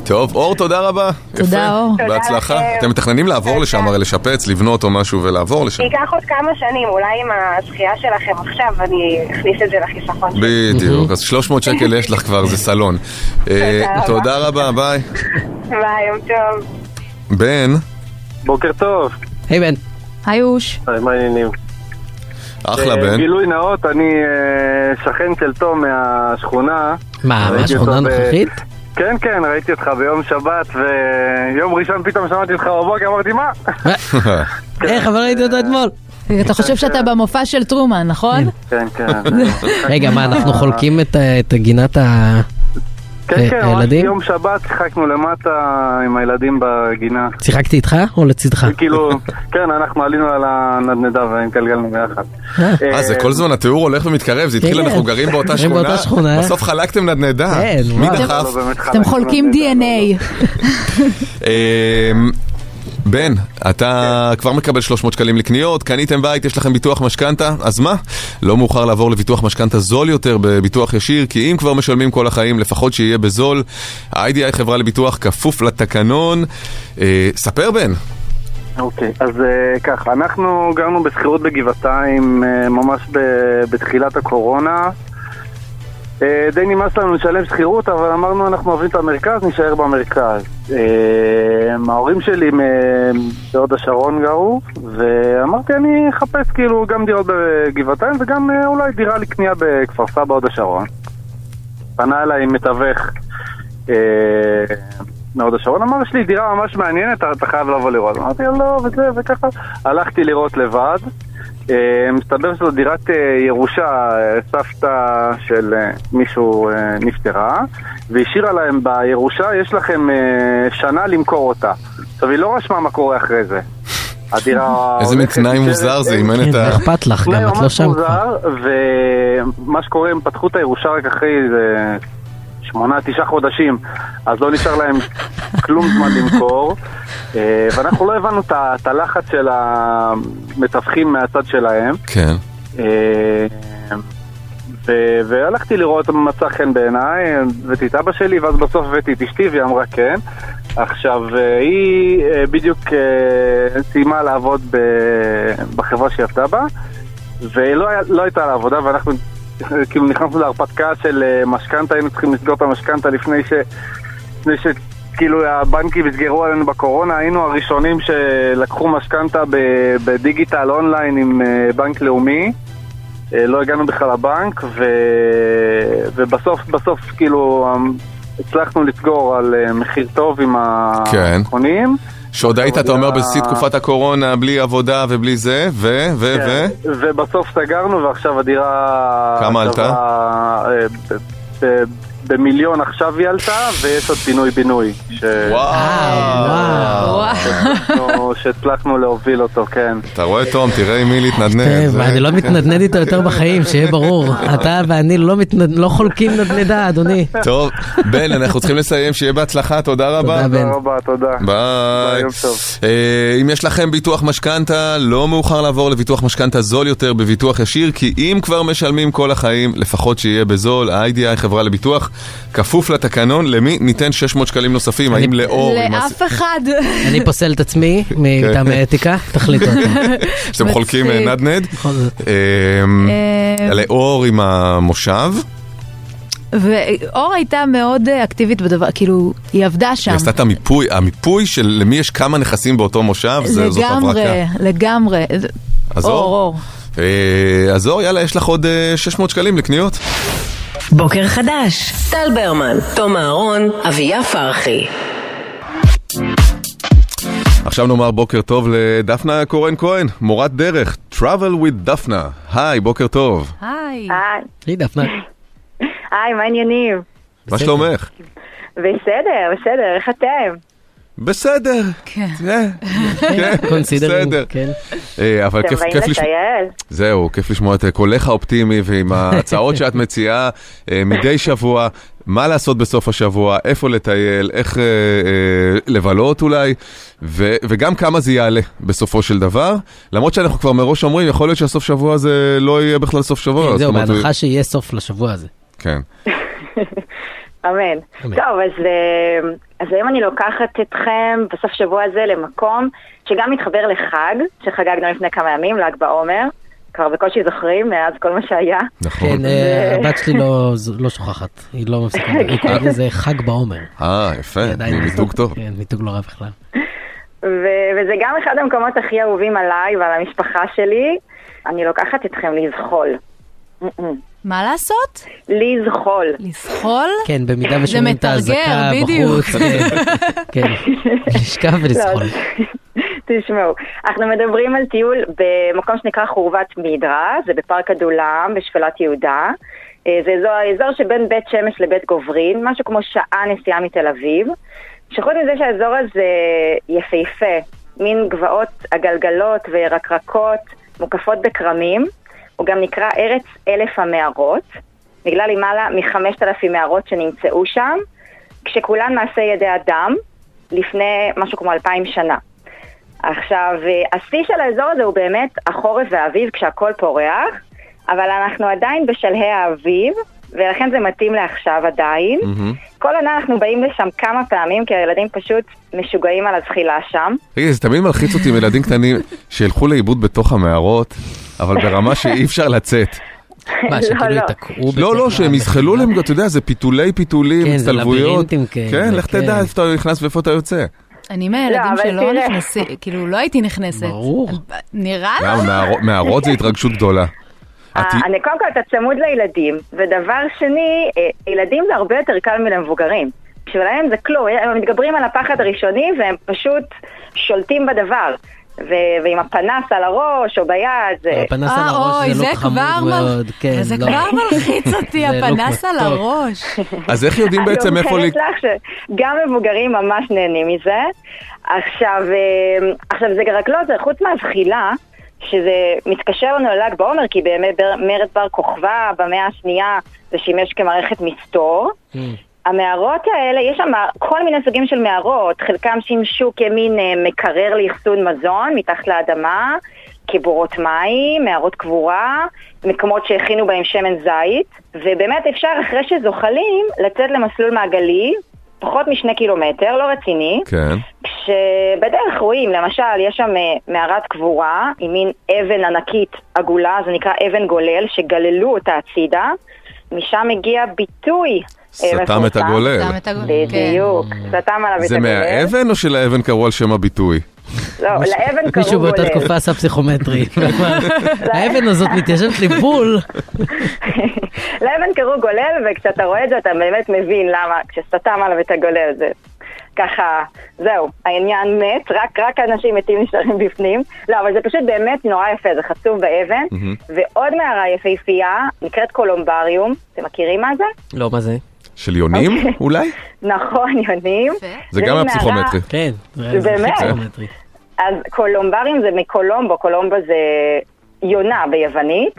S3: טוב, אור, תודה רבה.
S5: תודה,
S3: יפה.
S5: אור.
S8: תודה
S3: בהצלחה.
S8: לכם.
S3: אתם מתכננים לעבור
S8: תודה.
S3: לשם, הרי לשפץ, לבנות או משהו ולעבור לשם.
S8: ייקח עוד כמה שנים, אולי עם הזכייה שלכם עכשיו, אני אכניס את זה לחיסכון שלי.
S3: בדיוק, אז 300 שקל יש לך כבר, זה סלון. אה,
S8: רבה.
S3: תודה רבה, ביי.
S8: ביי, יום טוב.
S3: בן,
S9: בוקר טוב,
S4: היי בן,
S5: היוש,
S9: היי, אה, מה העניינים?
S3: אחלה
S9: אה,
S3: בן.
S9: גילוי נאות, אני אה, שכן של תום מהשכונה.
S4: אה, מה,
S9: ראיתי
S4: מה השכונה
S9: אותו ב-
S4: הנוכחית?
S9: כן, כן, ראיתי אותך ביום שבת, ויום ראשון פתאום שמעתי אותך בבוקר, אמרתי מה? כן.
S4: איך, אבל אה, ראיתי אותו אתמול.
S5: אתה חושב שאתה במופע של טרומן, נכון?
S9: כן,
S4: אה,
S9: כן.
S4: רגע, מה, אנחנו חולקים את ה- את גינת ה...
S9: כן, כן, ממש
S4: אה, ילדים?
S9: יום שבת שיחקנו למטה עם הילדים בגינה.
S4: שיחקתי איתך או לצדך?
S9: כאילו, כן, אנחנו עלינו על הנדנדה והתגלגלנו ביחד.
S3: אה, זה כל זמן התיאור הולך ומתקרב, זה התחיל,
S4: כן.
S3: אנחנו גרים באותה
S4: גרים
S3: שכונה,
S4: באותה שכונה.
S3: בסוף חלקתם נדנדה.
S4: כן,
S3: מי
S4: וואו.
S3: דחף?
S9: לא, באמת
S5: אתם
S9: חלקנו
S5: חולקים
S9: נדנדה,
S5: DNA.
S3: אמ, בן, אתה
S4: כן.
S3: כבר מקבל 300 שקלים לקניות, קניתם בית, יש לכם ביטוח משכנתה, אז מה? לא מאוחר לעבור לביטוח משכנתה זול יותר בביטוח ישיר, כי אם כבר משלמים כל החיים, לפחות שיהיה בזול. ה-IDI חברה לביטוח כפוף לתקנון. אה, ספר בן.
S9: אוקיי, אז אה, ככה, אנחנו גרנו בשכירות בגבעתיים אה, ממש ב- בתחילת הקורונה. אה, די נמאס לנו לשלם שכירות, אבל אמרנו אנחנו אוהבים את המרכז, נישאר במרכז. אה, ההורים שלי מ- בהוד השרון גרו, ואמרתי אני אחפש כאילו גם דירות בגבעתיים וגם אה, אולי דירה לקנייה בכפר סבא, הוד השרון. פנה אליי מתווך אה, מהוד השרון, אמר יש לי דירה ממש מעניינת, אתה חייב לבוא לראות. אמרתי לו לא, וזה וככה. הלכתי לראות לבד. אה, מסתבר שזו דירת אה, ירושה, אה, סבתא של אה, מישהו אה, נפטרה, והשאירה להם בירושה, יש לכם אה, שנה למכור אותה. עכשיו, היא לא רשמה מה קורה אחרי זה. הדירה...
S3: איזה מין
S9: הולכת,
S3: תנאי
S9: נשארת,
S3: מוזר זה,
S9: אין
S3: אם אין את
S4: כן,
S3: ה...
S4: אכפת לך, גם את לא שם.
S9: ממש מוזר, ומה שקורה, הם פתחו את הירושה רק אחרי איזה שמונה, תשעה חודשים, אז לא נשאר להם כלום זמן למכור. אה, ואנחנו לא הבנו את ה- את הלחץ של המתווכים מהצד שלהם.
S3: כן.
S9: אה, ו- והלכתי לראות מה מצא חן בעיניי, הבאתי את אבא שלי, ואז בסוף הבאתי את אשתי, והיא אמרה כן. עכשיו, אה, היא אה, בדיוק אה, סיימה לעבוד ב- בחברה שהיא עבדה בה, ולא היה- לא הייתה לה עבודה, ואנחנו אה, כאילו נכנסנו להרפתקה של אה, משכנתה, היינו צריכים לסגור את המשכנתה לפני ש... לפני ש... כאילו הבנקים הסגרו עלינו בקורונה, היינו הראשונים שלקחו משכנתה ב- בדיגיטל אונליין עם אה, בנק לאומי. אה, לא הגענו בכלל לבנק, ו... ובסוף, בסוף, כאילו, אמ, הצלחנו לסגור על אה, מחיר טוב עם
S3: כן.
S9: הקונים.
S3: שעוד היית, אתה אומר,
S9: אבל-
S3: בשיא תקופת הקורונה, בלי עבודה ובלי זה, ו... ו... ו...
S9: כן,
S4: כן.
S9: ובסוף סגרנו, ועכשיו הדירה...
S3: כמה עלתה?
S9: שווה, אה, ב- ב- במיליון עכשיו היא עלתה, ויש עוד פינוי-בינוי. ש...
S3: וואו.
S9: שאנחנו- שהצלחנו להוביל אותו, כן.
S3: אתה רואה, תום, תראה עם מי להתנדנד.
S4: כן,
S3: זה-
S4: ואני לא מתנדנד איתו יותר בחיים, שיהיה ברור. אתה ואני לא מתנד- לא חולקים נדנדה, אדוני.
S3: טוב, בן, אנחנו צריכים לסיים, שיהיה בהצלחה, תודה רבה.
S4: תודה, בן.
S9: תודה רבה, תודה.
S3: ביי.
S9: ביי, יום טוב.
S3: אה, אם יש לכם ביטוח משכנתה, לא מאוחר לעבור לביטוח משכנתה זול יותר בביטוח ישיר, כי אם כבר משלמים כל החיים, לפחות שיהיה בזול. ה-IDI חברה לביטוח, כפוף לתקנון, למי ניתן 600 שקלים נוספים? האם לאור? אם
S5: לאף אחד.
S4: אני פוסל את עצמי
S3: כן.
S4: מטעמי אתיקה, תחליטו. אתם.
S3: עשי- שאתם חולקים אה,
S5: מצחיק.
S3: נדנד?
S4: בכל זאת.
S3: אה,
S5: אה,
S3: לאור עם המושב,
S5: ואור הייתה מאוד אה, אקטיבית בדבר, כאילו, היא עבדה שם.
S3: היא עשתה את המיפוי, המיפוי של למי יש כמה נכסים באותו מושב, זה- זאת הברקה.
S5: לגמרי, לגמרי.
S3: אז
S5: אור,
S3: אור?
S5: אור.
S3: אה, אז אור, יאללה, יש לך עוד אה, 600 שקלים לקניות.
S2: בוקר חדש. טל ברמן, תום אהרון, אביה פרחי.
S3: עכשיו נאמר בוקר טוב לדפנה קורן כהן, מורת דרך, Travel with דפנה. היי, בוקר טוב.
S5: היי.
S10: היי,
S4: היי דפנה.
S10: היי, מה העניינים?
S3: מה שלומך?
S10: בסדר, בסדר, איך אתם?
S3: בסדר.
S5: כן.
S3: כן, כן,
S4: קונסידרים,
S3: בסדר.
S4: כן.
S3: אה, אבל
S10: אתם
S3: כיף
S10: באים
S3: כיף לשמוע.
S10: לטייל?
S3: זהו, כיף לשמוע את אה, קולך האופטימי ועם ההצעות שאת מציעה אה, מדי שבוע, מה לעשות בסוף השבוע, איפה לטייל, איך אה, אה, לבלות אולי, ו, וגם כמה זה יעלה בסופו של דבר. למרות שאנחנו כבר מראש אומרים, יכול להיות שהסוף שבוע הזה לא יהיה בכלל סוף שבוע.
S4: כן,
S3: זאת
S4: זהו,
S3: אומרת, אה,
S4: בהנחה שיהיה סוף לשבוע הזה.
S3: כן.
S10: אמן.
S4: אמן.
S10: טוב, אז, אה, אז היום אני לוקחת אתכם בסוף שבוע הזה למקום שגם מתחבר לחג, שחגגנו לפני כמה ימים, ל"ג בעומר. כבר בקושי זוכרים מאז כל מה שהיה.
S3: נכון.
S4: כן, אה, הבת שלי לא- ז- לא שוכחת, היא לא מפסיקה, היא
S3: כן.
S4: קוראת לזה חג בעומר.
S3: אה, יפה,
S4: היא עדיין-
S3: מיתוג טוב.
S4: כן, מיתוג לא רע בכלל.
S10: ו- וזה גם אחד המקומות הכי אהובים עליי ועל המשפחה שלי. אני לוקחת אתכם לזחול.
S5: מה לעשות?
S10: לזחול.
S5: לזחול?
S4: כן, במידה ושומעים את
S5: מתרגר,
S4: האזעקה
S5: בדיוק.
S4: בחוץ. כן, כן, לשכב ולזחול.
S10: לא, תשמעו, אנחנו מדברים על טיול במקום שנקרא חורבת מידרה, זה בפארק הדולם בשפלת יהודה. אה, זה אזור, האזור שבין בית שמש לבית גוברין, משהו כמו שעה נסיעה מתל אביב. שחוץ מזה שהאזור הזה יפהפה, מין גבעות עגלגלות וירקרקות מוקפות בכרמים, הוא גם נקרא ארץ אלף המערות, נגלה למעלה מחמשת אלפים מערות שנמצאו שם, כשכולן מעשה ידי אדם, לפני משהו כמו אלפיים שנה. עכשיו, אה, השיא של האזור הזה הוא באמת החורף והאביב כשהכול פורח, אבל אנחנו עדיין בשלהי האביב, ולכן זה מתאים לעכשיו עדיין.
S3: מהמם.
S10: כל עונה אנחנו באים לשם כמה פעמים, כי הילדים פשוט משוגעים על הזחילה שם.
S3: תגידי, זה תמיד מלחיץ אותי עם ילדים קטנים שילכו לאיבוד בתוך המערות, אבל ברמה שאי אפשר לצאת.
S4: מה,
S10: לא,
S4: שכאילו
S10: לא.
S4: ייתקעו
S3: לא,
S4: בתוך
S3: לא, שהם
S4: המחנה.
S3: יזחלו להם, אתה יודע, זה פיתולי פיתולים,
S4: כן, זה
S3: הצטלבויות.
S4: לבירינטים כאלה,
S3: כן, לך
S4: כן.
S3: תדע איפה אתה נכנס ואיפה אתה יוצא.
S5: אני מהילדים
S10: לא, אבל
S5: שלא
S10: תראה.
S5: נכנסים, כאילו לא הייתי נכנסת.
S4: ברור.
S5: נראה לך?
S10: לא.
S3: גם מערו- מערות זה התרגשות גדולה. את-
S10: אה, אני קודם כל, אתה צמוד לילדים, ודבר שני, אה, ילדים זה הרבה יותר קל מלמבוגרים. בשבילם זה כלום, הם מתגברים על הפחד הראשוני והם פשוט שולטים בדבר. ו- ועם הפנס על הראש או ביד, זה...
S4: הפנס על
S5: אה,
S4: הראש זה
S5: אוי, זה
S4: לוק
S5: כבר
S4: חמוד מאוד,
S5: מלחיץ,
S4: כן,
S5: זה
S4: לא.
S5: כבר מלחיץ אותי,
S4: זה לא
S5: הפנס על
S4: מתוק.
S5: הראש.
S3: אז איך יודעים בעצם
S10: אני
S3: איפה...
S10: אומרת
S3: ל-
S10: לך שגם מבוגרים ממש נהנים מזה. עכשיו, אה, עכשיו זה רק לא, זה חוץ מהזחילה, שזה מתקשר לנו לל"ג בעומר, כי באמת בר- מרד בר כוכבא במאה השנייה זה שימש כמערכת מסתור. המערות האלה, יש שם כל מיני סוגים של מערות, חלקם שימשו כמין אה, מקרר לאחסון מזון מתחת לאדמה, קיבורות מים, מערות קבורה, מקומות שהכינו בהם שמן זית, ובאמת אפשר אחרי שזוחלים לצאת למסלול מעגלי, פחות משני קילומטר, לא רציני,
S3: כן.
S10: כשבדרך רואים, למשל, יש שם אה, מערת קבורה עם מין אבן ענקית עגולה, זה נקרא אבן גולל, שגללו אותה הצידה, משם הגיע ביטוי אה,
S3: סתם את הגולל.
S5: סתם את הגול.
S10: בדיוק, סתם עליו את
S3: זה
S10: הגולל.
S3: מהאבן או שלאבן קראו על שם הביטוי?
S10: לא, לאבן קראו
S4: מישהו באותה
S10: גולל.
S4: תקופה עשה פסיכומטרי, ואמר, האבן הזאת מתיישבת לי בול.
S10: לאבן קראו גולל, וכשאתה רואה את זה אתה באמת מבין למה, כשסתם עליו את הגולל זה. ככה, זהו, העניין מת, רק, רק אנשים מתים נשארים בפנים. לא, אבל זה פשוט באמת נורא יפה, זה חצוב באבן. ועוד מערה יפהפייה, נקראת קולומבריום, אתם מכירים מה זה?
S4: לא, מה זה?
S3: של יונים אולי?
S10: נכון, יונים.
S3: זה
S10: אוקיי. זה
S3: גם
S10: מערה-
S3: מהפסיכומטרי.
S4: כן,
S10: זה באמת.
S4: פסיכומטרי.
S10: אז קולומברים זה מקולומבו, קולומבו זה יונה ביוונית,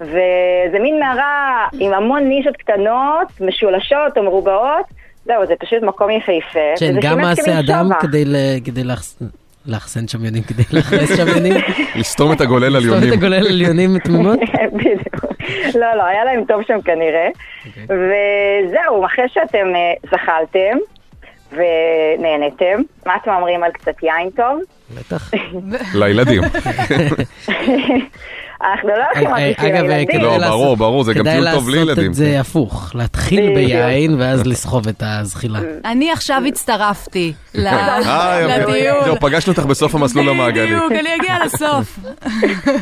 S10: וזה מין מערה עם המון נישות קטנות, משולשות או מרובעות, זהו, זה פשוט מקום יפהפה.
S4: כן,
S10: וזה
S4: גם
S10: שימש
S4: מעשה
S10: כמין
S4: אדם
S10: שובע.
S4: כדי ל- כדי לאחס- לאחסן שם יונים, כדי לאכלס שם יונים.
S3: לסתום את הגולל על
S4: זאת
S3: יונים.
S4: אומרת, הגולל על יונים תמימות?
S10: בדיוק. לא, לא, היה להם טוב שם כנראה.
S4: אוקיי.
S10: וזהו, אחרי שאתם אה, זחלתם ונהנתם, מה אתם אומרים על קצת יין טוב?
S4: בטח.
S3: לילדים.
S10: אנחנו לא
S4: ε,
S10: הולכים רק
S4: אוקיי, אגב,
S10: בשביל הילדים.
S4: כדאי
S3: לא,
S4: לעשות-
S3: ברור, ברור, זה גם
S4: כדאי
S3: טיול טוב
S4: לעשות
S3: לילדים. כן.
S4: את זה הפוך, להתחיל
S10: בדיוק.
S4: ביין ואז לסחוב את הזחילה.
S5: אני עכשיו הצטרפתי ל-
S3: אה, יפה.
S5: לדיון.
S3: זהו, פגשנו אותך בסוף המסלול המעגלי.
S5: בדיוק, אני אגיע לסוף.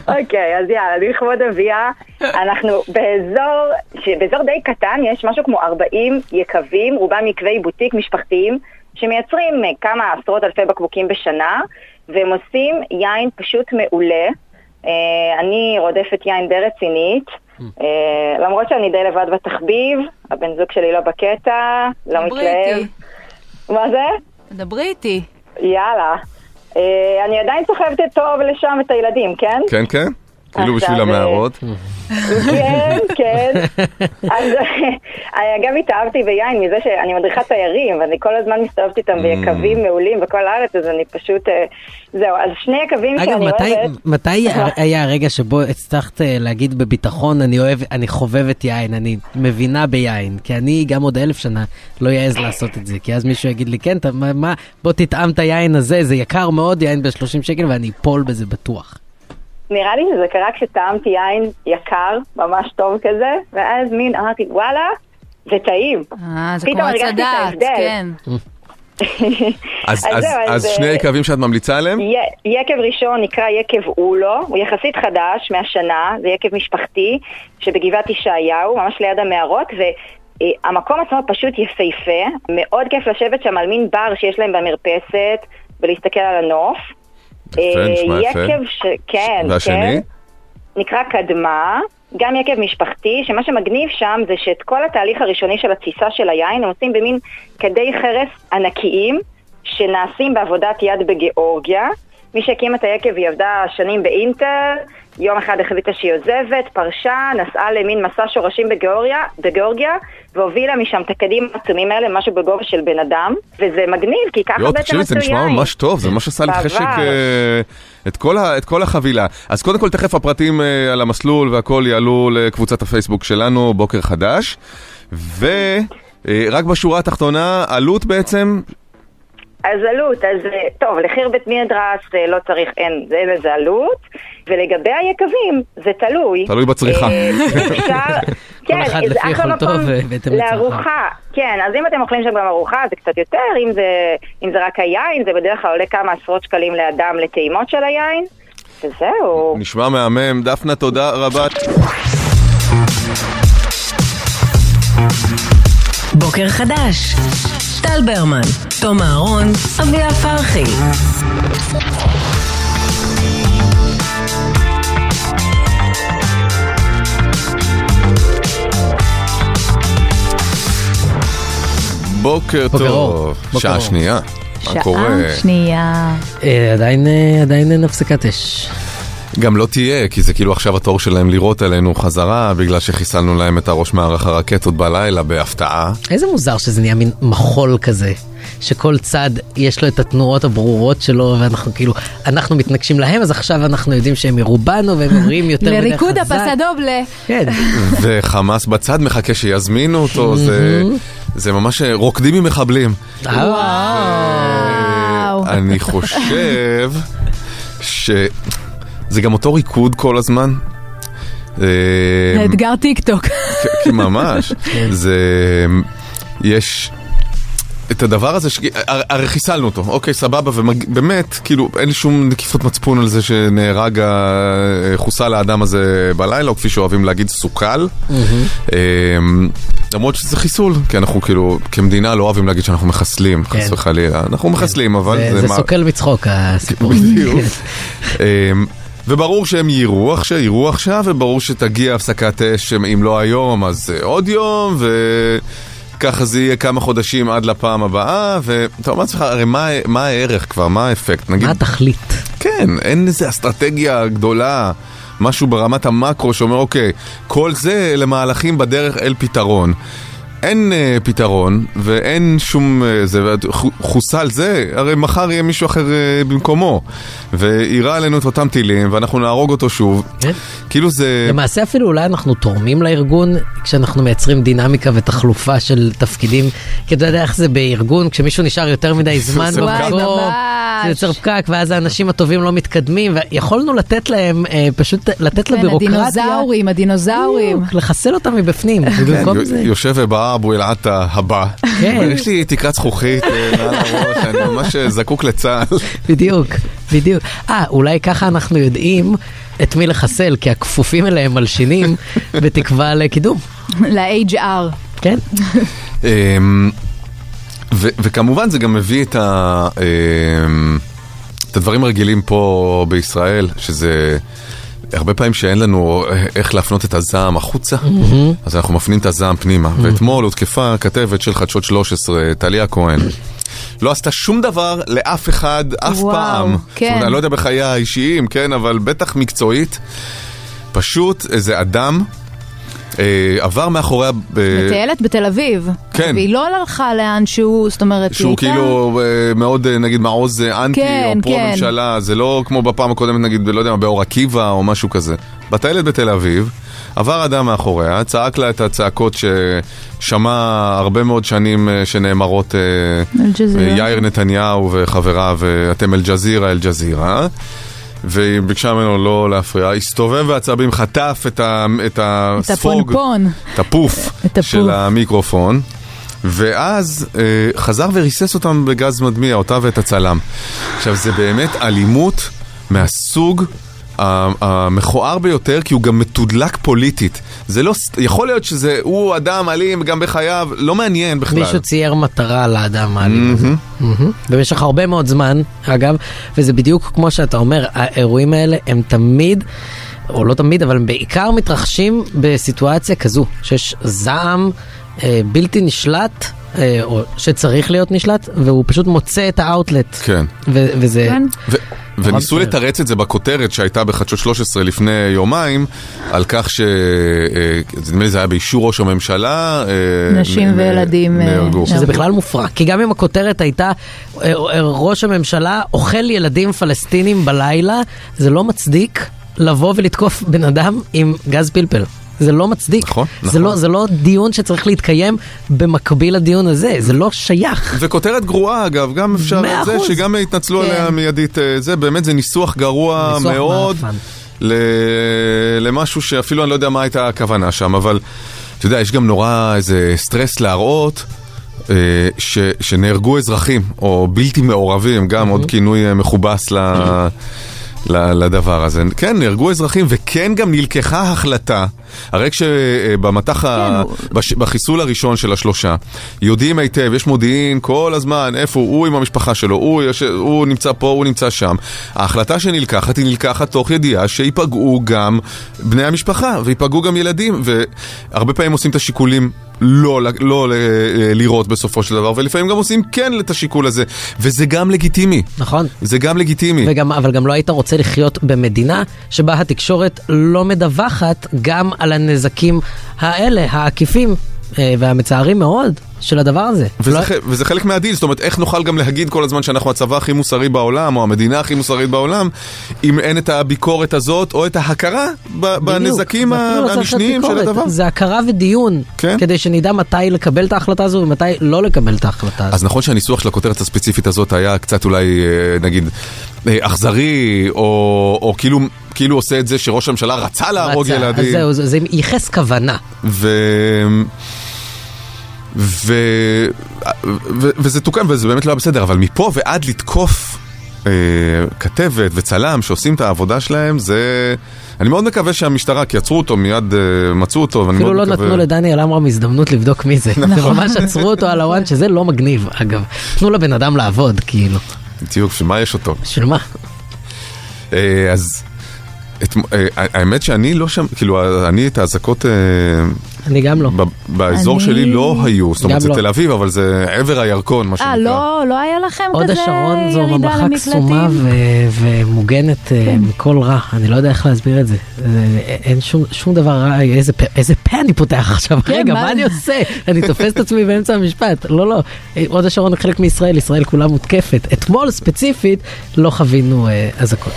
S10: אוקיי, אז יאללה, לכבוד אביה, אנחנו באזור, ש- באזור די קטן, יש משהו כמו 40 יקבים, רובם יקבי בוטיק משפחתיים, שמייצרים אה, כמה עשרות אלפי בקבוקים בשנה, והם עושים יין פשוט מעולה. אה, אני רודפת יין די רצינית, אה, למרות שאני די לבד בתחביב, הבן זוג שלי לא בקטע,
S5: דברי
S10: לא מתלהב.
S5: איתי.
S10: מה זה?
S5: דברי איתי.
S10: יאללה. אה, אני עדיין סוחבת את טוב לשם את הילדים, כן?
S3: כן, כן? כאילו
S10: עכשיו,
S3: בשביל
S10: אה,
S3: המערות.
S10: כן, כן. אז אה, אגב, התאהבתי ביין מזה שאני מדריכת תיירים, ואני כל הזמן מסתובבת איתם
S4: Mm.
S10: ביקבים מעולים בכל הארץ, אז אני פשוט... אה, זהו, אז שני יקבים שאני
S4: אגב, מתי,
S10: אוהבת...
S4: מתי
S10: אה.
S4: היה הרגע שבו הצלחת אה, להגיד בביטחון, אני אוהב, אני חובבת יין, אני מבינה ביין? כי אני גם עוד אלף שנה לא אעז לעשות את זה, כי אז מישהו יגיד לי, כן, אתה, מה, מה, בוא תטעם את היין הזה, זה יקר מאוד, יין ב-30 שקל, ואני אפול בזה בטוח.
S10: נראה לי שזה קרה כשטעמתי יין יקר, ממש טוב כזה, ואז מין אמרתי, וואלה, זה טעים.
S5: אה, זה
S10: פתאום
S5: כמו
S10: הרגשתי את
S5: הצד"צ,
S10: ההבדל.
S5: כן.
S3: אז-
S10: אז
S3: אז-
S10: זהו,
S3: אז
S10: אז,
S3: שני
S10: אה,
S3: יקבים שאת ממליצה עליהם?
S10: י- יקב ראשון נקרא יקב אולו, הוא יחסית חדש, מהשנה, זה יקב משפחתי שבגבעת ישעיהו, ממש ליד המערות, והמקום עצמו פשוט יפהפה, מאוד כיף לשבת שם על מין בר שיש להם במרפסת ולהסתכל על הנוף.
S3: יפה,
S10: אה,
S3: נשמע יפה.
S10: יקב ש... כן, כן.
S3: והשני?
S10: נקרא קדמה, גם יקב משפחתי, שמה שמגניב שם זה שאת כל התהליך הראשוני של התסיסה של היין הם עושים במין כדי חרס ענקיים שנעשים בעבודת יד בגיאורגיה. מי שהקים את היקב היא עבדה שנים באינטל, יום אחד החליטה שהיא עוזבת, פרשה, נסעה למין מסע שורשים בגיאורגיה, בגיאורגיה והובילה משם את הקדים העצומים האלה, משהו בגובה של בן אדם, וזה מגניב, כי ככה
S3: יואו,
S10: בעצם עשו יין.
S3: תקשיבי, זה נשמע ממש טוב, זה ממש עשה לי
S10: בעבר.
S3: חשק אה, את כל ה- את כל החבילה. אז קודם כל, תכף הפרטים אה, על המסלול והכל יעלו לקבוצת הפייסבוק שלנו, בוקר חדש. ורק בשורה התחתונה, עלות בעצם,
S10: אז עלות, אז אה, טוב, לחיר בית מדרס אה, לא צריך, אין, זה- אין לזה עלות, ולגבי היקבים, זה תלוי.
S3: תלוי בצריכה.
S10: אה, אפשר, כן,
S4: אחד
S10: זה
S4: לפי
S10: אחלה
S4: יכולתו
S10: מקום
S4: והבאתם לצרכיו.
S10: לארוחה, כן, אז אם אתם אוכלים שם גם ארוחה זה קצת יותר, אם זה, אם זה רק היין, זה בדרך כלל עולה כמה עשרות שקלים לאדם לטעימות של היין, וזהו.
S3: נשמע מהמם. דפנה, תודה רבה.
S2: בוקר חדש. טל ברמן, תום אהרון, אביה פרחי.
S3: בוקר
S4: בוקר
S3: טוב.
S4: אור. בוקר
S3: שעה
S4: אור.
S3: שנייה. מה קורה?
S5: שעה שנייה.
S4: אה, עדיין, אה, עדיין אין הפסקת אש.
S3: גם לא תהיה, כי זה כאילו עכשיו התור שלהם לירות עלינו חזרה, בגלל שחיסלנו להם את הראש מערך הרקטות בלילה בהפתעה.
S4: איזה מוזר שזה נהיה מין מחול כזה, שכל צד יש לו את התנועות הברורות שלו, ואנחנו כאילו, אנחנו מתנגשים להם, אז עכשיו אנחנו יודעים שהם ירו בנו, והם יורים יותר מדי חזק.
S5: לריקוד הפסדובלה.
S4: כן,
S3: וחמאס בצד מחכה שיזמינו אותו, זה, זה ממש אה, רוקדים עם מחבלים.
S4: אה.
S5: וואו.
S3: אני חושב ש... זה גם אותו ריקוד כל הזמן. אה,
S5: זה אתגר טיק טוק.
S3: כי- כי ממש. זה... יש... את הדבר הזה, ש... הר- הרי חיסלנו אותו, אוקיי, סבבה, ובאמת, כאילו, אין לי שום נקיפות מצפון על זה שנהרג, ה- אה, חוסל האדם הזה בלילה, או כפי שאוהבים להגיד, סוכל. אה, למרות שזה חיסול, כי אנחנו כאילו, כמדינה לא אוהבים להגיד שאנחנו מחסלים, חס
S4: כן.
S3: וחלילה. אנחנו מחסלים, אבל
S4: זה- זה
S3: מה-
S4: סוקל מצחוק הסיפור. כן.
S3: בדיוק. אמ, וברור שהם יירו עכשיו, יירו עכשיו, וברור שתגיע הפסקת אש, אם לא היום, אז אה, עוד יום, וככה זה יהיה כמה חודשים עד לפעם הבאה, ואתה אומר לעצמך, הרי מה, מה הערך כבר, מה האפקט? נגיד,
S4: מה התכלית?
S3: כן, אין איזה אסטרטגיה גדולה, משהו ברמת המקרו שאומר, אוקיי, כל זה אלה מהלכים בדרך אל פתרון. אין אה, פתרון, ואין שום... אה, זה, ואת- חו- חוסל זה, הרי מחר יהיה מישהו אחר אה, במקומו. ויירה עלינו את אותם טילים, ואנחנו נהרוג אותו שוב.
S4: כן.
S3: כאילו זה...
S4: למעשה אפילו אולי אנחנו תורמים לארגון כשאנחנו מייצרים דינמיקה ותחלופה של תפקידים. כי אתה יודע איך זה בארגון, כשמישהו נשאר יותר מדי זמן
S3: זה פקק.
S4: במקום,
S5: וואי,
S4: זה יוצר
S5: ממש.
S4: פקק, ואז האנשים הטובים לא מתקדמים, ויכולנו לתת להם, אה, פשוט לתת לבירוקרטיה,
S5: כן, הדינוזאורים, הדינוזאורים.
S4: בדיוק, לחסל אותם מבפנים,
S3: כן, יו-
S4: ובמקום זה.
S3: יושב ובא אבו אלעטה הבא.
S4: כן.
S3: אומר, יש לי תקרת זכוכית אה, מעל הראש, אני ממש אה, זקוק לצה"ל.
S4: בדיוק, בדיוק. אה, אולי ככה אנחנו יודעים את מי לחסל, כי הכפופים אליהם מלשינים בתקווה לקידום.
S3: כן.
S5: ל-HR.
S4: כן,
S3: אמ, ו- וכמובן זה גם מביא את, ה- אמ, את הדברים הרגילים פה בישראל, שזה הרבה פעמים שאין לנו איך להפנות את הזעם החוצה,
S11: מהמם.
S5: Mm-hmm.
S3: אז אנחנו מפנים את הזעם פנימה. ואתמול הותקפה כתבת של חדשות 13, טליה כהן. לא עשתה שום דבר לאף אחד אף
S5: וואו,
S3: פעם. זאת
S5: כן.
S3: אומרת, אני לא יודע בחיי האישיים, כן, אבל בטח מקצועית. פשוט איזה אדם אה, עבר מאחורי... ה- אה,
S5: מטיילת בתל אביב.
S3: כן.
S5: והיא לא הלכה לאן שהוא, זאת אומרת,
S3: שהוא
S5: היא הייתה-
S3: כאילו אה, מאוד אה, נגיד מעוז אה, אנטי
S5: כן,
S3: או פרו
S5: כן.
S3: ממשלה, זה לא כמו בפעם הקודמת נגיד, לא יודע מה, באור עקיבא או משהו כזה. בטיילת בתל אביב, עבר אדם מאחוריה, צעק לה את הצעקות ששמע הרבה מאוד שנים אה, שנאמרות אה,
S5: אל-ג'זירה.
S3: אה, יאיר נתניהו וחבריו, אה, אתם אל-ג'זירה, אל-ג'זירה. והיא ביקשה ממנו לא להפריע, הסתובב בעצבים, חטף את, ה, את
S5: את
S3: הספוג,
S5: הפונפון.
S3: את הפוף של המיקרופון. ואז אה, חזר וריסס אותם בגז מדמיע, אותה ואת הצלם. עכשיו, זה באמת אלימות מהסוג ה- המכוער ביותר, כי הוא גם מתודלק פוליטית. זה לא, ס- יכול להיות שזה, הוא אדם אלים גם בחייו, לא מעניין בכלל.
S4: מישהו צייר מטרה לאדם האלים הזה. מהמם. במשך הרבה מאוד זמן, אגב, וזה בדיוק כמו שאתה אומר, האירועים האלה הם תמיד, או לא תמיד, אבל הם בעיקר מתרחשים בסיטואציה כזו, שיש זעם אה, בלתי נשלט, אה, או שצריך להיות נשלט, והוא פשוט מוצא את האאוטלט.
S3: כן.
S4: ו- וזה...
S3: ו- וניסו לתרץ את זה בכותרת שהייתה בחדשות 13 לפני יומיים, על כך ש... אה, זה נדמה לי זה היה באישור ראש הממשלה. אה,
S5: נשים
S3: נ-
S5: וילדים, אה,
S3: נהרגו.
S4: שזה בכלל מופרע, כי גם אם הכותרת הייתה אה, אה, ראש הממשלה אוכל ילדים פלסטינים בלילה, זה לא מצדיק לבוא ולתקוף בן אדם עם גז פלפל. זה לא מצדיק. נכון, זה
S3: נכון.
S4: לא, זה לא דיון שצריך להתקיים במקביל לדיון הזה, זה לא שייך.
S3: וכותרת גרועה אגב, גם אפשר
S4: מאה
S3: את זה,
S4: אחוז.
S3: שגם התנצלו
S4: כן.
S3: עליה מיידית, אה, זה באמת זה ניסוח גרוע
S4: ניסוח
S3: מאוד,
S4: מעפן.
S3: ל... למשהו שאפילו אני לא יודע מה הייתה הכוונה שם, אבל אתה יודע, יש גם נורא איזה סטרס להראות. אה, ש, שנהרגו אזרחים, או בלתי מעורבים, גם
S4: Mm-hmm.
S3: עוד כינוי אה, מכובס ל, ל, לדבר הזה. כן, נהרגו אזרחים, וכן גם נלקחה החלטה, הרי כשבמטח, ה, בש, בחיסול הראשון של השלושה, יודעים היטב, יש מודיעין כל הזמן, איפה הוא, הוא עם המשפחה שלו, הוא, יש, הוא נמצא פה, הוא נמצא שם. ההחלטה שנלקחת, היא נלקחת תוך ידיעה שייפגעו גם בני המשפחה, וייפגעו גם ילדים, והרבה פעמים עושים את השיקולים לא, ל- לא ל- לירות בסופו של דבר, ולפעמים גם עושים כן את השיקול הזה, וזה גם לגיטימי.
S4: נכון.
S3: זה גם לגיטימי.
S4: וגם, אבל גם לא היית רוצה לחיות במדינה שבה התקשורת לא מדווחת גם על הנזקים האלה, העקיפים אה, והמצערים מאוד של הדבר הזה.
S3: וזה, לא... וזה חלק מהדיל, זאת אומרת, איך נוכל גם להגיד כל הזמן שאנחנו הצבא הכי מוסרי בעולם, או המדינה הכי מוסרית בעולם, אם אין את הביקורת הזאת, או את ההכרה ב- בנזקים
S4: בדיוק, ואפילו לא
S3: ה-
S4: צריך לעשות
S3: המשניים של
S4: ביקורת,
S3: הדבר?
S4: זה הכרה ודיון,
S3: כן.
S4: כדי שנדע מתי לקבל את ההחלטה הזו ומתי לא לקבל את ההחלטה הזו.
S3: אז נכון שהניסוח של הכותרת הספציפית הזאת היה קצת אולי, אה, נגיד, אה, אכזרי, או, או כאילו, כאילו עושה את זה שראש הממשלה רצה להרוג
S4: רצה.
S3: ילדים.
S4: אז זהו, זה- זה ייחס כוונה.
S3: ו... ו... ו... וזה תוקן וזה באמת לא היה בסדר, אבל מפה ועד לתקוף אה, כתבת וצלם שעושים את העבודה שלהם, זה... אני מאוד מקווה שהמשטרה, כי עצרו אותו, מיד אה, מצאו אותו, ואני
S4: אפילו
S3: מאוד
S4: לא
S3: מקווה... נכון.
S4: נתנו לדניאל עמרם הזדמנות לבדוק מי זה. ממש עצרו אותו על הוואן, שזה לא מגניב, אגב. תנו לבן אדם לעבוד, כאילו.
S3: בדיוק, בשביל מה יש אותו?
S4: בשביל מה?
S3: אה, אז... את, אה, האמת שאני לא שם, כאילו, אני את האזעקות אה,
S4: אני גם לא.
S3: ב- באזור
S5: אני-
S3: שלי לא היו, זאת אומרת
S4: גם
S3: זה
S4: לא.
S3: תל אביב, אבל זה עבר הירקון, מה שנקרא.
S5: אה, לא, לא היה לכם
S4: הוד
S5: כזה
S4: השרון זו
S5: ירידה
S4: ממלכה קסומה
S5: למקלטים? כן.
S4: ו- ומוגנת אה, מכל רע, אני לא יודע איך להסביר את זה. זה- אין שום- שום דבר רע, איזה פה- איזה פה אני פותח עכשיו,
S5: כן,
S4: רגע,
S5: מה
S4: מה
S5: זה?
S4: אני עושה? אני תופס את עצמי באמצע המשפט. לא, לא, אה, הוד השרון היא חלק מישראל, ישראל כולה מותקפת. אתמול ספציפית לא חווינו אה, אזעקות.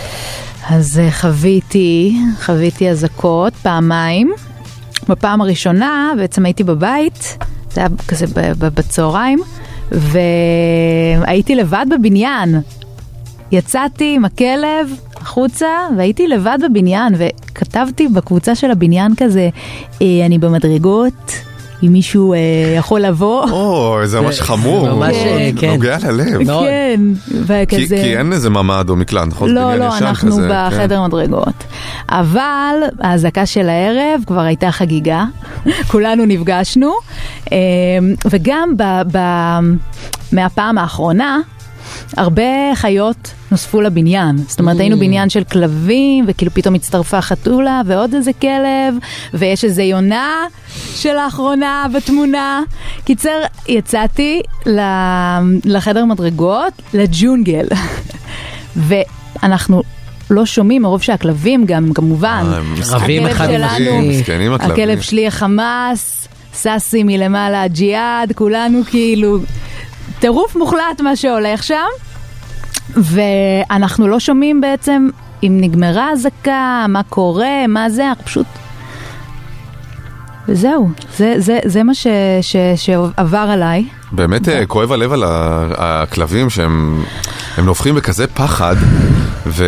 S5: אז אה, חוויתי, חוויתי אזעקות פעמיים. בפעם הראשונה בעצם הייתי בבית, זה היה כזה ב- ב- בצהריים, והייתי לבד בבניין. יצאתי עם הכלב החוצה והייתי לבד בבניין וכתבתי בקבוצה של הבניין כזה, "אה, אני במדרגות, אם מישהו אה, יכול לבוא.
S3: אוי, זה ממש
S4: זה-
S3: חמור,
S4: זה ממש,
S3: הוא
S4: אה, כן.
S3: נוגע ללב.
S5: כן,
S3: כי,
S5: וכזה...
S3: כי אין איזה ממ"ד או מקלט, נכון? זה
S5: לא,
S3: בניין
S5: לא,
S3: ישן
S5: אנחנו
S3: כזה, כן.
S5: בחדר מדרגות. אבל האזעקה של הערב כבר הייתה חגיגה, כולנו נפגשנו, אמ, וגם ב- ב- מהפעם האחרונה, הרבה חיות נוספו לבניין. זאת אומרת,
S3: Mm.
S5: היינו בניין של כלבים, וכאילו פתאום הצטרפה חתולה, ועוד איזה כלב, ויש איזה יונה שלאחרונה בתמונה. קיצר, יצאתי ל- לחדר מדרגות, לג'ונגל. ואנחנו לא שומעים, מרוב שהכלבים גם, כמובן.
S3: אה, הם
S4: רבים
S5: הכלב
S4: אחד עם
S5: שלנו,
S4: השני.
S3: מסכנים הכלבים.
S5: הכלב שלי החמאס, סאסי מלמעלה הג'יהאד, כולנו כאילו טירוף מוחלט מה שהולך שם. ואנחנו לא שומעים בעצם אם נגמרה האזעקה, מה קורה, מה זה, אנחנו פשוט... וזהו, זה, זה, זה מה ש, ש, שעבר עליי.
S3: באמת אה, כואב הלב על ה- הכלבים שהם הם נופחים בכזה פחד, ו...